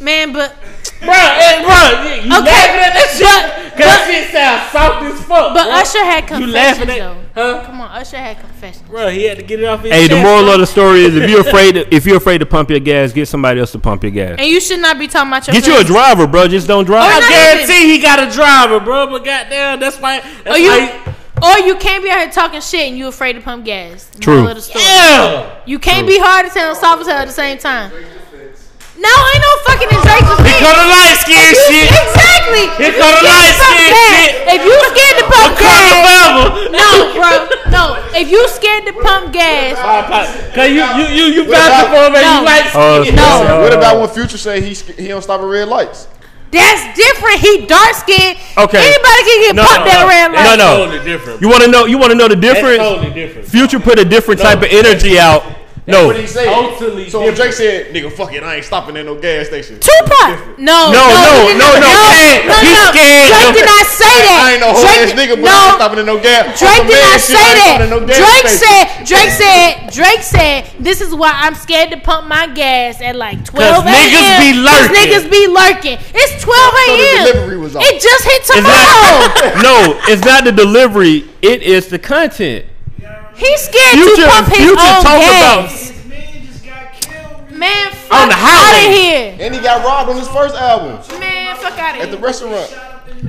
Speaker 2: man, but
Speaker 1: Bro, hey, bro, you you
Speaker 2: Okay,
Speaker 1: laughing at that shit?
Speaker 2: but-
Speaker 1: Cause that shit sounds soft as fuck.
Speaker 2: but
Speaker 1: bro.
Speaker 2: Usher had
Speaker 1: you laughing
Speaker 2: confessions though.
Speaker 1: at, huh?
Speaker 2: Come on, Usher had confessions.
Speaker 1: Bro, he had to get it off his
Speaker 3: Hey, the
Speaker 1: chest,
Speaker 3: moral
Speaker 1: bro.
Speaker 3: of the story is if you're afraid, to, if you're afraid to pump your gas, get somebody else to pump your gas.
Speaker 2: And you should not be talking about your.
Speaker 3: Get you a
Speaker 2: friends.
Speaker 3: driver, bro. Just don't
Speaker 1: I
Speaker 3: drive.
Speaker 2: not
Speaker 1: guarantee he got a driver, bro. But goddamn, that's why. That's
Speaker 2: Or you,
Speaker 1: why
Speaker 2: or you can't be out here talking shit and you afraid to pump gas.
Speaker 3: True.
Speaker 2: Moral of the story.
Speaker 1: yeah.
Speaker 2: You can't be hard to tell and soft as hell at the same time. No, ain't no fucking in Drake's
Speaker 1: Here
Speaker 2: defense.
Speaker 1: come the light skin
Speaker 2: You-
Speaker 1: shit.
Speaker 2: <laughs> Exactly.
Speaker 1: Here
Speaker 2: If
Speaker 1: come
Speaker 2: you
Speaker 1: the
Speaker 2: scared
Speaker 1: light
Speaker 2: to pump
Speaker 1: skin
Speaker 2: gas-
Speaker 1: shit.
Speaker 2: If you scared to pump gas,
Speaker 1: Curl
Speaker 2: no, bro, no. If you scared to pump gas,
Speaker 1: Cause you you you you bouncing for him and you
Speaker 2: No.
Speaker 1: light
Speaker 3: Oh,
Speaker 1: skin.
Speaker 2: no.
Speaker 5: What about when Future say he sc- he don't stop at red lights?
Speaker 2: That's different. He dark skinned.
Speaker 3: Okay.
Speaker 2: Anybody can get
Speaker 3: No,
Speaker 2: pumped
Speaker 3: no,
Speaker 2: at a
Speaker 3: no.
Speaker 2: red
Speaker 3: No,
Speaker 2: light.
Speaker 3: no.
Speaker 1: Totally different.
Speaker 3: You want to know? You want to know the
Speaker 1: That's
Speaker 3: difference?
Speaker 1: totally different.
Speaker 3: Future put a different type of energy out. No,
Speaker 5: What he said.
Speaker 1: Totally
Speaker 5: so when
Speaker 1: different.
Speaker 5: Drake said, "Nigga, fuck it, I ain't stopping at no gas station."
Speaker 2: Tupac. No,
Speaker 3: No,
Speaker 2: he
Speaker 3: no,
Speaker 2: did
Speaker 3: no,
Speaker 2: not-
Speaker 3: no, scared.
Speaker 2: no,
Speaker 3: He
Speaker 2: no.
Speaker 3: scared.
Speaker 2: Drake did not say that.
Speaker 5: I ain't no whole
Speaker 2: Drake-
Speaker 5: ass nigga, but I ain't
Speaker 2: no,
Speaker 5: stopping at no gas.
Speaker 2: Drake
Speaker 5: Uncle
Speaker 2: did
Speaker 5: Man
Speaker 2: not
Speaker 5: shit,
Speaker 2: say
Speaker 5: I ain't
Speaker 2: that.
Speaker 5: stopping at no gas
Speaker 2: Drake
Speaker 5: station.
Speaker 2: said. Drake said. Drake said. This is why I'm scared to pump my gas at like 12 a.m.
Speaker 3: niggas be
Speaker 2: 'cause
Speaker 3: lurking.
Speaker 2: Niggas be lurking. It's 12
Speaker 5: So the
Speaker 2: a.m.
Speaker 5: delivery was off.
Speaker 2: It just hit
Speaker 3: It's <laughs>
Speaker 2: tomorrow.
Speaker 3: not, no, it's not the delivery. It is the content.
Speaker 2: He's scared
Speaker 3: Future,
Speaker 2: to pump his
Speaker 3: future
Speaker 2: own
Speaker 3: talk
Speaker 2: gas.
Speaker 3: about.
Speaker 4: His man just got killed.
Speaker 2: Man, fuck
Speaker 3: On the highway.
Speaker 2: out of here.
Speaker 5: And he got robbed on his first album
Speaker 2: Man, fuck out
Speaker 5: at the
Speaker 2: of here.
Speaker 5: restaurant.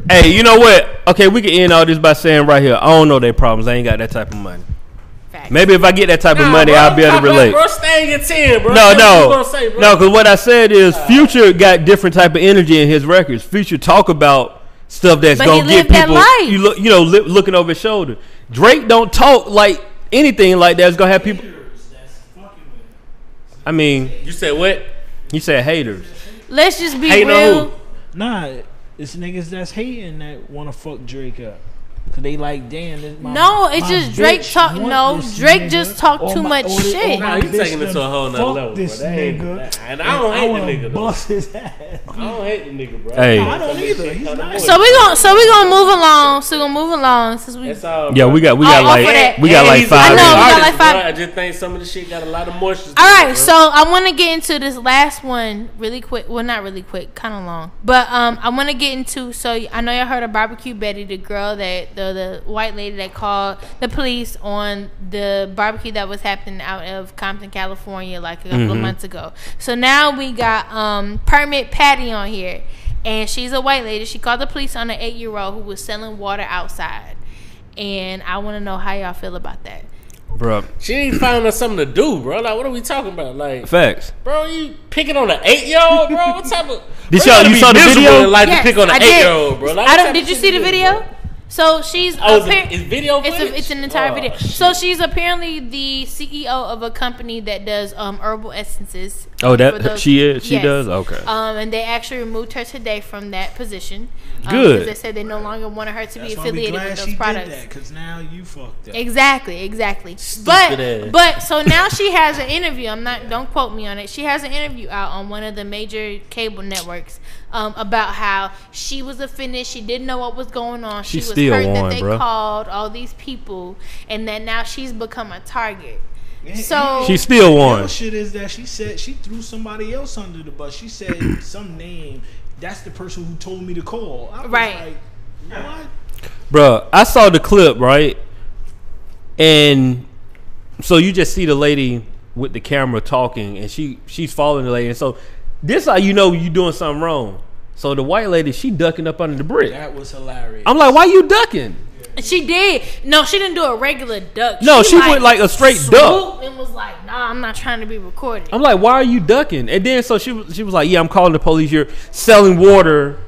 Speaker 3: Hey, you know what? Okay, we can end all this by saying right here. I don't know their problems. I ain't got that type of money.
Speaker 2: Facts.
Speaker 3: Maybe if I get that type of money,
Speaker 1: Nah, bro,
Speaker 3: I'll be able to
Speaker 1: pop that,
Speaker 3: relate.
Speaker 1: Bro, stay at ten, bro.
Speaker 3: No,
Speaker 1: Say what you
Speaker 3: no,
Speaker 1: gonna say, bro.
Speaker 3: no. Because what I said is, Future got different type of energy in his records. Future talk about stuff that's
Speaker 2: But he
Speaker 3: gonna get
Speaker 2: lived that
Speaker 3: people.
Speaker 2: life.
Speaker 3: You look, you know, li- looking over his shoulder. Drake don't talk like anything like that's gonna have people. I mean,
Speaker 1: You said what?
Speaker 3: you said haters.
Speaker 2: Let's just be
Speaker 1: Hating on
Speaker 2: real.
Speaker 1: who?
Speaker 4: Nah, it's niggas that's hating that want to fuck Drake up. Cause they like, damn. This my,
Speaker 2: No, it's
Speaker 4: my
Speaker 2: just Drake
Speaker 4: bitch
Speaker 2: talk-
Speaker 4: want
Speaker 2: no,
Speaker 4: this
Speaker 2: Drake
Speaker 4: nigga.
Speaker 2: just talk
Speaker 4: Or
Speaker 2: too
Speaker 4: my-
Speaker 2: much
Speaker 4: or this-
Speaker 2: shit.
Speaker 4: or
Speaker 1: Nah,
Speaker 4: my
Speaker 1: you
Speaker 4: bitch
Speaker 1: taking it to a whole nother
Speaker 4: fuck
Speaker 1: level, bro.
Speaker 4: This
Speaker 1: That ain't-
Speaker 4: nigga,
Speaker 1: and I don't hate the
Speaker 4: wanna
Speaker 1: nigga, though.
Speaker 4: Bust his ass.
Speaker 1: I don't hate the nigga, bro.
Speaker 3: Hey.
Speaker 4: I don't either. He's nice.
Speaker 2: So we gonna so we gonna move along. So we gonna move along since we.
Speaker 1: That's all.
Speaker 3: Yeah,
Speaker 1: bro.
Speaker 3: we got, we got
Speaker 2: I'll offer
Speaker 3: like,
Speaker 2: Oh, that.
Speaker 3: we got
Speaker 1: And
Speaker 3: like
Speaker 1: he's an
Speaker 3: five.
Speaker 2: I know, we got
Speaker 1: artist,
Speaker 2: like five-
Speaker 1: bro. I just think some of the shit got a lot of moisture.
Speaker 2: All right, so I want to get into this last one really quick. Well, not really quick, kind of long, but um, I want to get into. So I know y'all heard of Barbecue Betty, the girl that the the white lady that called the police on the barbecue that was happening out of Compton, California, like a couple of months ago. So now we got um, Permit Patty on here, and she's a white lady. She called the police on an eight year old who was selling water outside, and I want to know how y'all feel about that.
Speaker 3: bro.
Speaker 1: she ain't found us something to do, bro. Like, what are we talking about? Like,
Speaker 3: Facts.
Speaker 1: bro, you picking on an eight year old, bro? What type of?
Speaker 3: <laughs> Did
Speaker 1: Bro,
Speaker 3: y'all-
Speaker 1: gotta
Speaker 3: you
Speaker 1: be
Speaker 3: saw the
Speaker 1: miserable
Speaker 3: video?
Speaker 1: and Like,
Speaker 2: Yes,
Speaker 1: to pick on
Speaker 2: I
Speaker 1: an
Speaker 2: did.
Speaker 1: eight year old, bro. Like,
Speaker 2: I
Speaker 1: what
Speaker 2: don't.
Speaker 1: type
Speaker 2: Did
Speaker 1: of
Speaker 2: you
Speaker 1: shit
Speaker 2: see the
Speaker 1: is,
Speaker 2: video?
Speaker 1: bro?
Speaker 2: So she's
Speaker 1: Oh, is
Speaker 2: appar-
Speaker 1: it- is video
Speaker 2: It's,
Speaker 1: footage?
Speaker 2: a, it's an entire
Speaker 1: Oh,
Speaker 2: video.
Speaker 1: shit.
Speaker 2: So she's apparently the CEO of a company that does um, herbal essences.
Speaker 3: Oh, that-
Speaker 2: for those-
Speaker 3: she is- she does? Okay.
Speaker 2: Um, and they actually removed her today from that position. um,
Speaker 3: Good.
Speaker 2: 'cause They said they no longer wanted her to
Speaker 4: That's
Speaker 2: be
Speaker 4: why we
Speaker 2: affiliated
Speaker 4: glad
Speaker 2: with
Speaker 4: she
Speaker 2: those
Speaker 4: did
Speaker 2: products.
Speaker 4: that. Cause now you fucked up.
Speaker 2: Exactly, exactly. but
Speaker 1: Stupid ass.
Speaker 2: but so now she has an interview. I'm not don't quote me on it. She has an interview out on one of the major cable networks um, about how she was offended. She didn't know what was going on.
Speaker 3: She
Speaker 2: was
Speaker 3: still
Speaker 2: hurt
Speaker 3: won,
Speaker 2: that they
Speaker 3: bruh.
Speaker 2: called all these people, and that now she's become a target. So
Speaker 3: She still
Speaker 4: The
Speaker 3: won.
Speaker 4: other shit is that she said she threw somebody else under the bus. She
Speaker 1: <clears throat>
Speaker 4: said some name. That's the person who told me to call. I was
Speaker 2: Right.
Speaker 4: Like, what?
Speaker 3: Bruh, I saw the clip, right? And so you just see the lady with the camera talking and she she's following the lady. And so this how you know you doing something wrong. So the white lady, she ducking up under the brick.
Speaker 4: That was hilarious.
Speaker 3: I'm like, why you ducking?
Speaker 2: She did. No, she didn't do a regular duck.
Speaker 3: No, she went like a straight
Speaker 2: swooped
Speaker 3: duck.
Speaker 2: and was like, "Nah, I'm not trying to be recorded."
Speaker 3: I'm like, why are you ducking? And then so she was- she was like, yeah, I'm calling the police. You're selling water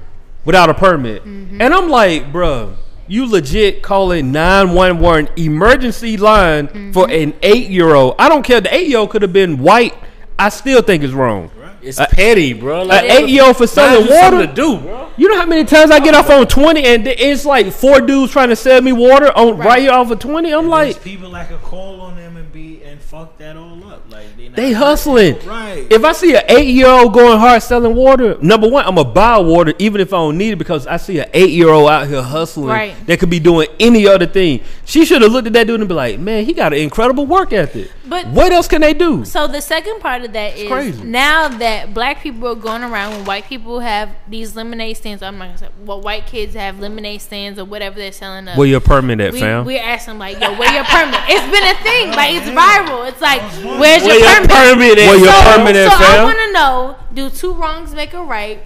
Speaker 3: without a permit. And I'm like, bruh, you legit calling 911 emergency line for an eight year old. I don't care. The eight year old could have been white. I still think it's wrong.
Speaker 1: It's petty, bro.
Speaker 3: An
Speaker 1: Like
Speaker 3: eight year old for
Speaker 1: find
Speaker 3: selling
Speaker 1: you something
Speaker 3: water.
Speaker 1: to do, bro.
Speaker 3: You know how many times I get off on 20 and th- it's like four dudes trying to sell me water on right,
Speaker 2: Right.
Speaker 3: here off of 20? I'm like,
Speaker 4: These people like a call on them and be and fuck that all up. Like they, not
Speaker 3: They hustling.
Speaker 4: Right.
Speaker 3: If I see an eight year old going hard selling water, number one, I'm gonna buy water even if I don't need it because I see an eight year old out here hustling
Speaker 2: Right.
Speaker 3: that could be doing any other thing. She should have looked at that dude and be like, "Man, he got an incredible work ethic.
Speaker 2: But-
Speaker 3: what else can they do?"
Speaker 2: So the second part of that is
Speaker 3: crazy.
Speaker 2: now that black people are going around when white people have these lemonade stands. I'm not gonna say well, white kids have lemonade stands or whatever they're selling up.
Speaker 3: Where your permit at,
Speaker 2: we,
Speaker 3: fam?
Speaker 2: we're asking like, yo, where your permit? It's been a thing, like it's viral. Oh, It's like, where's your, permit?
Speaker 3: at, Where your
Speaker 2: so,
Speaker 3: permit at,
Speaker 2: so I
Speaker 3: fam?
Speaker 2: want to know: Do two wrongs make a right?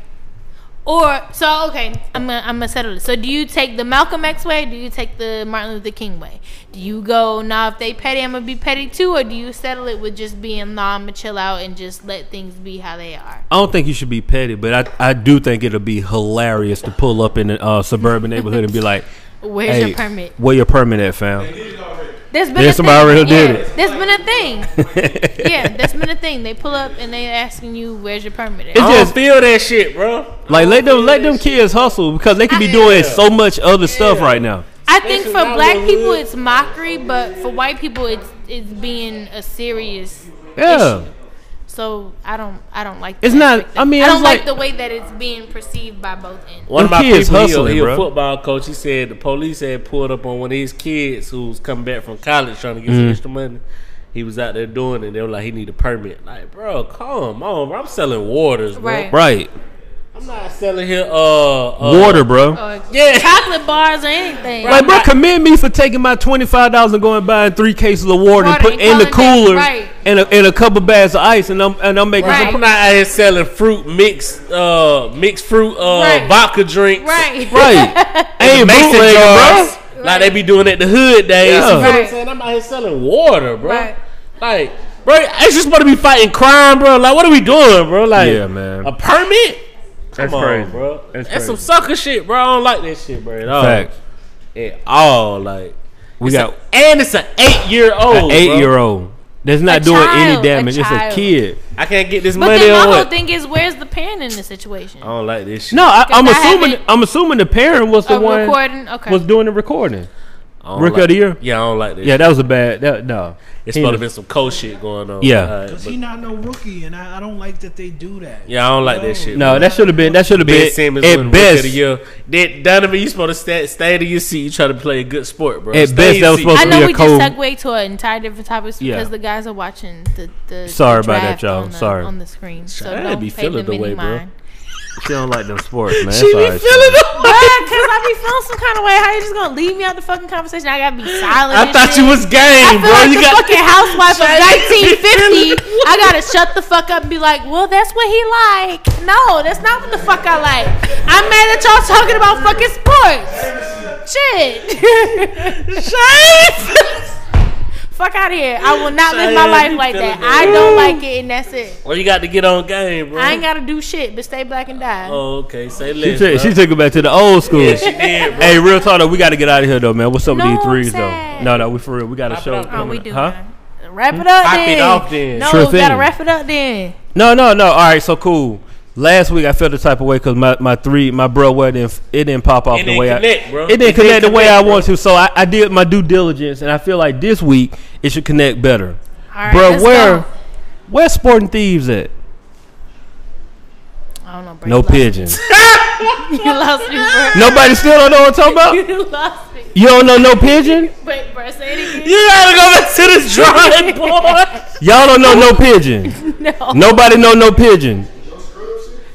Speaker 2: Or so okay, I'm gonna, I'm gonna settle this. So do you take the Malcolm X way? Do you take the Martin Luther King way? Do you go nah? If they petty, I'm gonna be petty too, or do you settle it with just being nah? I'm gonna chill out and just let things be how they are.
Speaker 3: I don't think you should be petty, but I, I do think it'll be hilarious to pull up in a uh, suburban neighborhood and be like,
Speaker 2: Where's
Speaker 3: "Hey,
Speaker 2: your permit?
Speaker 3: where your permit at, fam?"
Speaker 2: There's been
Speaker 3: There's
Speaker 2: a
Speaker 3: somebody
Speaker 2: thing.
Speaker 3: who did
Speaker 2: yeah,
Speaker 3: it.
Speaker 2: There's been a thing.
Speaker 3: <laughs>
Speaker 2: yeah, there's been a thing. They pull up and they asking you where's your permit. At?
Speaker 3: It's
Speaker 1: I
Speaker 3: just
Speaker 1: don't feel that shit, bro.
Speaker 3: Like let them let them kids hustle because they could be doing so much other stuff right now.
Speaker 2: I think for
Speaker 1: not
Speaker 2: black
Speaker 1: what
Speaker 2: people
Speaker 1: we-
Speaker 2: it's mockery, but for white people it's it's being a serious.
Speaker 3: Yeah.
Speaker 2: So I don't I don't like.
Speaker 3: It's
Speaker 2: that
Speaker 3: not-
Speaker 2: aspect
Speaker 3: I
Speaker 2: of it.
Speaker 3: mean,
Speaker 2: I
Speaker 3: it's
Speaker 2: don't like,
Speaker 3: like-
Speaker 2: the way that it's being perceived by both ends.
Speaker 1: One of
Speaker 3: Them
Speaker 1: my
Speaker 3: kids
Speaker 1: people,
Speaker 3: hustling,
Speaker 1: he, a- he
Speaker 3: bro.
Speaker 1: a football coach. He said the police had pulled up on one of his kids who was coming back from college trying to get
Speaker 3: Mm.
Speaker 1: some extra money. He was out there doing it. They were like, "He need a permit." Like, bro, come on, bro. I'm selling waters, bro.
Speaker 2: Right.
Speaker 3: Right.
Speaker 1: I'm not selling here. Uh, uh
Speaker 3: Water, bro.
Speaker 2: Or
Speaker 1: Yeah.
Speaker 2: chocolate bars or anything.
Speaker 3: like bro, commend me for taking my twenty five dollars and going and buying three cases of water and
Speaker 2: Water
Speaker 3: put
Speaker 2: and
Speaker 3: in the
Speaker 2: calling that-
Speaker 3: cooler
Speaker 2: right.
Speaker 3: and a, and a couple bags of ice and I'm and I'm making
Speaker 2: Right.
Speaker 1: I'm not out here selling fruit mixed, uh, mixed fruit, uh,
Speaker 2: Right.
Speaker 1: vodka drinks.
Speaker 2: <laughs> Right. <laughs>
Speaker 3: some right. I ain't
Speaker 1: Mason
Speaker 3: bootlegging,
Speaker 1: jars,
Speaker 3: bro.
Speaker 1: like they be doing at the hood days.
Speaker 3: Yeah.
Speaker 1: You feel what
Speaker 2: Right.
Speaker 1: I'm saying? I'm out here selling water, bro.
Speaker 2: Right.
Speaker 1: Like, bro, it's just supposed to be fighting crime, bro. Like, what are we doing, bro? Like,
Speaker 3: Yeah, man.
Speaker 1: a permit? Come
Speaker 3: That's
Speaker 1: on,
Speaker 3: crazy.
Speaker 1: bro.
Speaker 3: That's
Speaker 1: That's,
Speaker 3: crazy.
Speaker 1: some sucker shit, bro. I don't like that shit, bro. At all.
Speaker 3: Fact.
Speaker 1: At all, like.
Speaker 3: We
Speaker 1: It's
Speaker 3: got
Speaker 1: a- and it's an eight year
Speaker 3: an
Speaker 1: old.
Speaker 3: eight year old that's not doing any
Speaker 2: child, a
Speaker 3: damage. It's a
Speaker 2: child.
Speaker 3: kid.
Speaker 1: I can't get this
Speaker 2: But
Speaker 1: money
Speaker 2: then
Speaker 1: or
Speaker 2: my whole
Speaker 1: what?
Speaker 2: thing is, where's the parent in the situation?
Speaker 1: I don't like this shit.
Speaker 3: No, I, I'm
Speaker 2: I
Speaker 3: assuming
Speaker 2: haven't-
Speaker 3: I'm assuming the parent was the
Speaker 2: A
Speaker 3: one
Speaker 2: recording, okay.
Speaker 3: was doing the recording.
Speaker 1: I don't
Speaker 3: Rookie
Speaker 1: like-
Speaker 3: of the year?
Speaker 1: Yeah, I don't like this.
Speaker 3: Yeah, that was a bad. That, no,
Speaker 1: it's
Speaker 3: He
Speaker 1: supposed to
Speaker 3: was-
Speaker 1: be some cold shit going on.
Speaker 3: Yeah.
Speaker 1: All right,
Speaker 4: Cause
Speaker 1: but-
Speaker 4: he not no rookie, and I, I don't like that they do that.
Speaker 1: yeah, I don't like that shit.
Speaker 3: No, that should have been that should have
Speaker 1: Ben
Speaker 3: been
Speaker 1: Simmons
Speaker 3: at
Speaker 1: at best. Of the
Speaker 3: best.
Speaker 1: year. Then Donovan, you supposed to stay, stay to your seat. You try to play a good sport, bro.
Speaker 3: At
Speaker 1: Stay
Speaker 3: best,
Speaker 1: in
Speaker 3: that was
Speaker 1: seat.
Speaker 3: supposed
Speaker 2: I
Speaker 3: to
Speaker 2: know
Speaker 3: be a
Speaker 2: we
Speaker 3: cold-
Speaker 2: just segue to an entire different topics
Speaker 3: Yeah.
Speaker 2: because the guys are watching the the
Speaker 3: Sorry
Speaker 2: the
Speaker 3: about that,
Speaker 2: draft
Speaker 3: y'all.
Speaker 2: on the-
Speaker 3: Sorry.
Speaker 2: on the screen. So
Speaker 1: I'd
Speaker 2: don't
Speaker 1: be
Speaker 2: pay
Speaker 1: feeling
Speaker 2: them
Speaker 1: the
Speaker 2: any
Speaker 1: way, bro.
Speaker 2: mind.
Speaker 3: She don't like them sports, man.
Speaker 1: She be feeling the
Speaker 2: Bruh, cause I be feeling some kind of way. How you just gonna leave me out the fucking conversation? I gotta be silent.
Speaker 1: I
Speaker 2: and
Speaker 1: thought you
Speaker 2: shit?
Speaker 1: was
Speaker 2: I
Speaker 1: game,
Speaker 2: feel
Speaker 1: bro.
Speaker 2: like
Speaker 1: you
Speaker 2: the
Speaker 1: got
Speaker 2: fucking housewife of
Speaker 1: <laughs> Shut
Speaker 2: 1950. I gotta shut the fuck up and be like, well, that's what he like. No, that's not what the fuck I like. I'm mad that y'all talking about fucking sports. Shit. <laughs> fuck out of here. I will not live my
Speaker 1: Shit,
Speaker 2: life
Speaker 1: you
Speaker 2: like that.
Speaker 1: feeling
Speaker 2: I
Speaker 1: that.
Speaker 2: don't like it, and that's it.
Speaker 1: Well, you got to get on game, bro.
Speaker 2: I ain't gotta do shit but stay black and die.
Speaker 1: Oh, okay. Say
Speaker 3: She
Speaker 1: less.
Speaker 3: took,
Speaker 1: bro.
Speaker 3: she took it back to the old school.
Speaker 1: she did, bro.
Speaker 3: hey, real talk though, we got to get out of here though, man. What's up
Speaker 2: No,
Speaker 3: with these
Speaker 2: I'm
Speaker 3: threes though?
Speaker 2: sad.
Speaker 3: No, no, we for real. We got a
Speaker 1: Wrap it
Speaker 3: show.
Speaker 1: up.
Speaker 2: Oh,
Speaker 3: coming
Speaker 2: we
Speaker 3: up.
Speaker 2: do.
Speaker 3: Huh?
Speaker 2: gotta Wrap it up
Speaker 1: Pop
Speaker 2: then.
Speaker 1: it off then.
Speaker 2: No,
Speaker 3: Sure
Speaker 2: we gotta
Speaker 3: thing.
Speaker 2: wrap it up then.
Speaker 3: No, no, no. All right, so cool. Last week I felt the type of way because my, my three my bro well, it didn't it didn't pop off
Speaker 1: It
Speaker 3: the
Speaker 1: didn't
Speaker 3: way I
Speaker 1: connect, bro.
Speaker 3: it didn't
Speaker 1: It didn't
Speaker 3: connect the way
Speaker 1: connect,
Speaker 3: I
Speaker 1: bro.
Speaker 3: want to. So I, I did my due diligence and I feel like this week it should connect better.
Speaker 2: All right,
Speaker 3: bro,
Speaker 2: let's
Speaker 3: where
Speaker 2: go.
Speaker 3: where sporting thieves at?
Speaker 2: I don't know. Bro,
Speaker 3: No
Speaker 2: you lost-
Speaker 3: pigeons.
Speaker 2: You lost me, <laughs> bro.
Speaker 3: Nobody still don't know what I'm talking
Speaker 2: <laughs>
Speaker 3: about.
Speaker 2: You lost me.
Speaker 3: You don't know
Speaker 2: <laughs>
Speaker 3: no pigeon.
Speaker 2: Wait, bro, say it again.
Speaker 1: You gotta go back to the <laughs> drawing board.
Speaker 3: Y'all don't know <laughs> no pigeon.
Speaker 2: No.
Speaker 3: Nobody know no pigeon.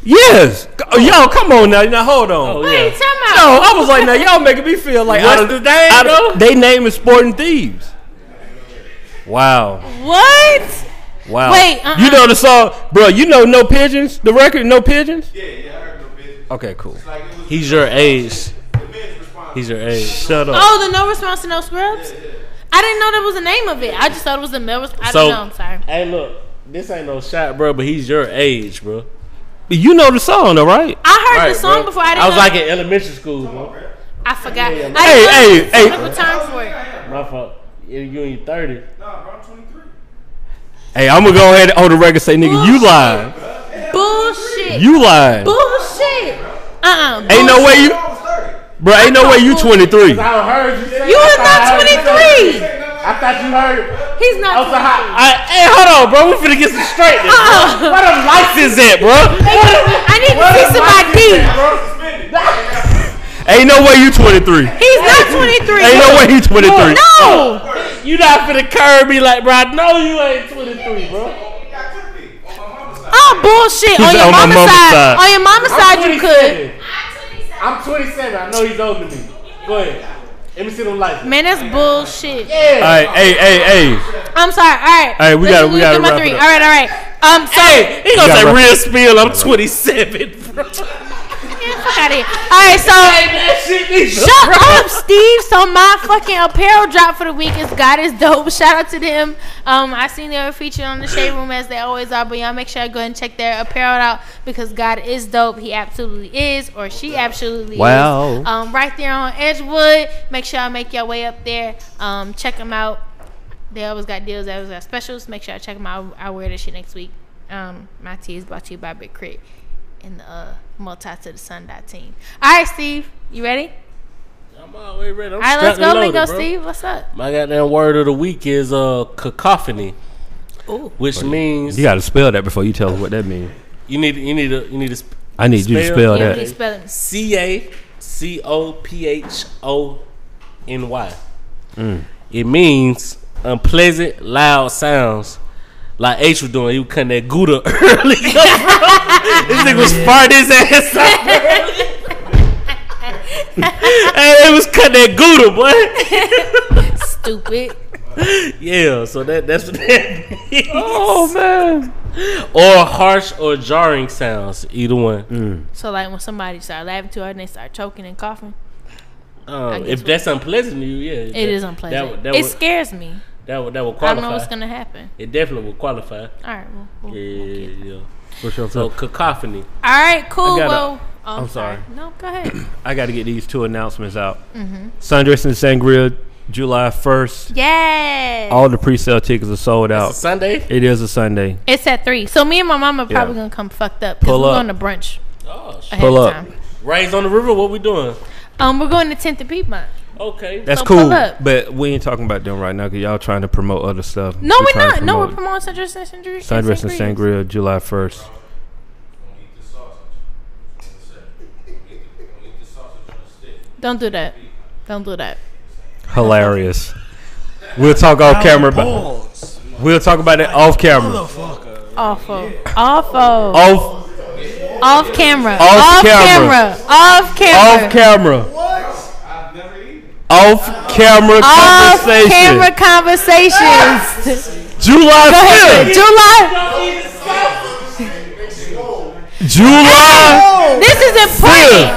Speaker 3: Yes. C- Yo, come on now. Now hold on.
Speaker 1: Oh,
Speaker 2: What are you
Speaker 1: yeah.
Speaker 2: talking about?
Speaker 3: No, I was like, now y'all making me feel like
Speaker 1: What's
Speaker 3: I don't-
Speaker 1: the name,
Speaker 3: I
Speaker 1: though?
Speaker 3: don't- they name is Sporting Thieves. Wow.
Speaker 2: What?
Speaker 3: Wow.
Speaker 2: Wait, uh-uh.
Speaker 3: You know the song, bro? You know no pigeons. The record, no pigeons.
Speaker 5: Yeah, yeah, I heard no business.
Speaker 3: Okay, cool.
Speaker 5: Like it was
Speaker 1: He's your age.
Speaker 5: the men's responsibility.
Speaker 1: He's your age.
Speaker 3: Shut up.
Speaker 2: Oh, the no response to no scrubs. I didn't know that was the name of it. I just thought it was the no. Resp- I
Speaker 1: So-
Speaker 2: don't know. I'm sorry.
Speaker 1: Hey, look, this ain't no shot, bro. But he's your age, bro.
Speaker 3: You know the song, though, right?
Speaker 2: I heard
Speaker 1: Right,
Speaker 2: the song
Speaker 1: bro.
Speaker 2: before. I didn't.
Speaker 1: I was
Speaker 2: know
Speaker 1: like in elementary school, bro.
Speaker 2: I forgot. I
Speaker 3: Hey,
Speaker 2: didn't
Speaker 3: hey,
Speaker 2: know
Speaker 3: hey.
Speaker 2: the term for it.
Speaker 1: My fault. You you in your thirty?
Speaker 3: Hey, I'm gonna go ahead and on the record say, nigga, you lying.
Speaker 2: Bullshit.
Speaker 3: You lying.
Speaker 2: bullshit. Uh. uh
Speaker 3: Ain't no way you, bro. Ain't no way you
Speaker 1: I
Speaker 3: 23.
Speaker 1: heard you say.
Speaker 2: You
Speaker 1: I
Speaker 2: is
Speaker 1: thought I
Speaker 2: not
Speaker 1: heard you say-
Speaker 2: 23.
Speaker 1: I thought you heard.
Speaker 2: He's not.
Speaker 1: I was like,
Speaker 2: 23.
Speaker 1: I, I- hey, hold on, bro. We finna get some straight.
Speaker 2: Uh-uh.
Speaker 1: Where the lights is at, bro?
Speaker 2: I need to see somebody.
Speaker 3: Ain't no way you 23.
Speaker 2: He's not 23.
Speaker 3: Ain't no way you 23.
Speaker 2: No.
Speaker 1: You not finna curb me like, bro. I know you ain't 23, bro.
Speaker 2: Oh bullshit.
Speaker 3: He's
Speaker 2: on your
Speaker 3: on my
Speaker 2: mama's,
Speaker 3: mama's
Speaker 2: side.
Speaker 3: side.
Speaker 2: On your mama's
Speaker 1: I'm
Speaker 2: side, you could.
Speaker 1: 27. I'm 27. I know he's older than me. Go ahead. Let me see them lights.
Speaker 2: Man, that's bullshit.
Speaker 3: All right, hey, hey, hey.
Speaker 2: I'm sorry. All right.
Speaker 3: Hey, we gotta- we gotta
Speaker 2: number
Speaker 3: wrap it
Speaker 2: three.
Speaker 3: up.
Speaker 2: All right. All right. Um. So
Speaker 1: Hey, he
Speaker 3: You
Speaker 1: gonna
Speaker 3: got
Speaker 1: say
Speaker 3: rough.
Speaker 1: real spill. I'm 27, bro.
Speaker 2: man, fuck out of here. All right. So.
Speaker 1: That <laughs> shit needs a-
Speaker 2: <laughs> Shut up, Steve. So my fucking apparel drop for the week is God is dope. Shout out to them. Um, I seen they were featured on the Shade Room as they always are, but y'all make sure I go and check their apparel out because God is dope. He absolutely is, or she absolutely
Speaker 3: Wow.
Speaker 2: is. Um, right there on Edgewood. Make sure I make your way up there. Um, check them out. They always got deals. They always got specials. Make sure I check them out. I will wear this shit next week. Um, my tea is brought to you by Big Crit and the uh, multi to the sun dot team. All right, Steve, you ready?
Speaker 1: I'm always ready. I'm
Speaker 2: All right, let's
Speaker 1: strapped and loaded,
Speaker 2: go, Lingo
Speaker 1: bro.
Speaker 2: Steve. What's up?
Speaker 1: My goddamn word of the week is uh cacophony,
Speaker 2: Ooh.
Speaker 1: which means
Speaker 3: You gotta spell that before you tell us what that means.
Speaker 1: you need you need a you need a sp-
Speaker 3: I need you to
Speaker 1: Spell.
Speaker 3: spell
Speaker 1: Yeah,
Speaker 2: Yeah,
Speaker 1: please.
Speaker 3: that.
Speaker 2: please spell it.
Speaker 1: C A C O P H O N Y. It means unpleasant, loud sounds. Like H was doing, he was cutting that gouda <laughs> early. this nigga was farting his ass out. <laughs> hey, they was cutting that gouda, boy.
Speaker 2: Stupid.
Speaker 1: Yeah, so that that's what that means.
Speaker 3: Oh man.
Speaker 1: Or harsh or jarring sounds, either one.
Speaker 2: So like when somebody start laughing too hard and they start choking and coughing,
Speaker 1: Um,
Speaker 2: guess
Speaker 1: if
Speaker 2: what-
Speaker 1: that's unpleasant to you, yeah,
Speaker 2: it is
Speaker 1: That,
Speaker 2: unpleasant.
Speaker 1: would- that,
Speaker 2: it
Speaker 1: would,
Speaker 2: scares me.
Speaker 1: that would that would
Speaker 2: I
Speaker 1: qualify.
Speaker 2: don't know what's gonna happen.
Speaker 1: It definitely would qualify.
Speaker 2: All right, well, we'll-
Speaker 1: Yeah,
Speaker 2: we'll get
Speaker 1: yeah,
Speaker 2: it.
Speaker 1: yeah.
Speaker 3: What's your
Speaker 1: So cacophony.
Speaker 2: All right, cool.
Speaker 3: I gotta-
Speaker 2: well, oh,
Speaker 3: I'm sorry.
Speaker 2: No, go ahead. <clears throat>
Speaker 3: I got to get these two announcements out.
Speaker 2: Mm-hmm.
Speaker 3: Sundress and Sangria, July 1st.
Speaker 2: Yay!
Speaker 3: All the pre-sale tickets are sold
Speaker 1: Oh.
Speaker 3: out.
Speaker 1: Sunday.
Speaker 3: It is a Sunday.
Speaker 2: It's at three. So me and my mama probably
Speaker 3: Yeah.
Speaker 2: gonna come fucked up because
Speaker 3: Pull
Speaker 2: we're
Speaker 3: up.
Speaker 2: going to brunch
Speaker 1: Oh, shit.
Speaker 2: ahead
Speaker 3: Pull
Speaker 2: of
Speaker 3: up.
Speaker 2: time.
Speaker 1: Rays on the river. What we doing?
Speaker 2: Um, we're going to Tenth and Piedmont.
Speaker 1: Okay.
Speaker 3: That's
Speaker 2: So pull
Speaker 3: cool,
Speaker 2: up.
Speaker 3: but we ain't talking about them right now because y'all trying to promote other stuff.
Speaker 2: No, we're
Speaker 3: trying to
Speaker 2: not. No, we're
Speaker 3: promote
Speaker 2: promoting Sundress and Sangria.
Speaker 3: Sundress and Sangria, July 1st.
Speaker 2: Don't do that. Don't do that.
Speaker 3: Hilarious. We'll talk off camera. About,
Speaker 4: Balls.
Speaker 3: we'll talk about that off camera.
Speaker 4: Motherfucker.
Speaker 2: Awful. Awful.
Speaker 3: Off,
Speaker 2: Off camera. Off,
Speaker 3: camera.
Speaker 2: camera. Off camera.
Speaker 3: off camera. Off camera
Speaker 2: Off
Speaker 3: conversation.
Speaker 2: camera conversations.
Speaker 3: July 5th.
Speaker 2: <laughs> July.
Speaker 3: July.
Speaker 2: This is important.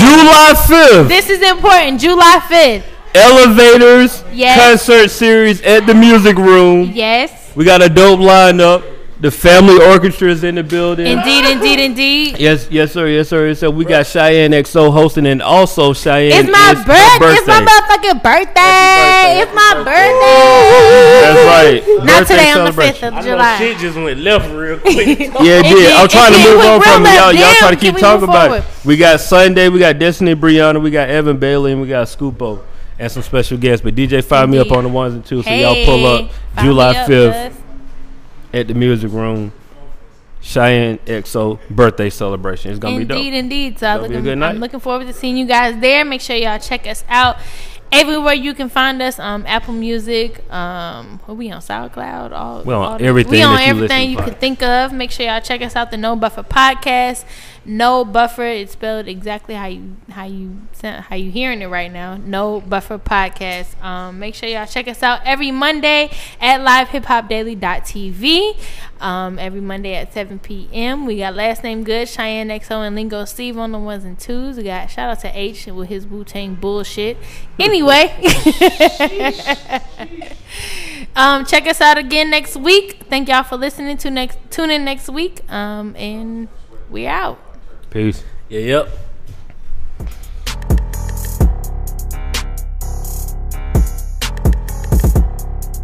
Speaker 3: July 5th.
Speaker 2: This is important. July 5th.
Speaker 3: Elevators
Speaker 2: Yes.
Speaker 3: concert series at the music room.
Speaker 2: Yes.
Speaker 3: We got a dope lineup. The family orchestra is in the building.
Speaker 2: Indeed, indeed, indeed.
Speaker 3: Yes, yes, sir, yes, sir, yes, sir. We got Cheyenne XO hosting, and also Cheyenne.
Speaker 2: It's my
Speaker 3: is her
Speaker 2: birthday. It's my motherfucking birthday. It's my birthday.
Speaker 3: That's right.
Speaker 2: Not
Speaker 3: Birthday
Speaker 2: today on the
Speaker 3: celebration.
Speaker 1: I
Speaker 2: 5th of
Speaker 1: know
Speaker 2: July.
Speaker 1: shit just went left real quick. <laughs>
Speaker 3: Yeah, it
Speaker 2: It
Speaker 3: did.
Speaker 2: did-
Speaker 3: I'm
Speaker 2: it
Speaker 3: trying to
Speaker 2: did
Speaker 3: move
Speaker 2: with
Speaker 3: on from
Speaker 2: Rilla.
Speaker 3: y'all. Y'all
Speaker 2: Damn,
Speaker 3: trying to keep
Speaker 2: can we
Speaker 3: talking
Speaker 2: move
Speaker 3: about
Speaker 2: forward?
Speaker 3: it. We got Sunday. We got Destiny Brianna. We got Evan Bailey, and we got Scoopo, and some special guests. But DJ, find me up
Speaker 2: Indeed.
Speaker 3: on the ones and twos. So
Speaker 2: Hey,
Speaker 3: y'all pull up
Speaker 2: find me
Speaker 3: July
Speaker 2: up,
Speaker 3: fifth
Speaker 2: cuz.
Speaker 3: at the Music Room. Cheyenne XO birthday celebration. It's gonna
Speaker 2: Indeed,
Speaker 3: be dope.
Speaker 2: indeed. So I
Speaker 3: That'll
Speaker 2: look
Speaker 3: be a good night.
Speaker 2: I'm looking forward to seeing you guys there. Make sure y'all check us out everywhere you can find us. Um, Apple Music. Um, what we on SoundCloud. All
Speaker 3: We on
Speaker 2: all the-
Speaker 3: everything
Speaker 2: We on
Speaker 3: that you listen
Speaker 2: everything you
Speaker 3: to.
Speaker 2: could think of. Make sure y'all check us out. The No Buffer Podcast. No buffer. It's spelled exactly how you how you sound- how you hearing it right now. No buffer podcast. Um, make sure y'all check us out every Monday at livehiphopdaily.tv. Um, every Monday at 7 p.m. We got last name good Cheyenne XO and Lingo Steve on the ones and twos. We got shout out to H with his Wu Tang bullshit. Anyway. <laughs> Um, check us out again next week. Thank y'all for listening to next. Tune in next week. Um, and we out.
Speaker 3: Peace.
Speaker 1: Yeah, yep.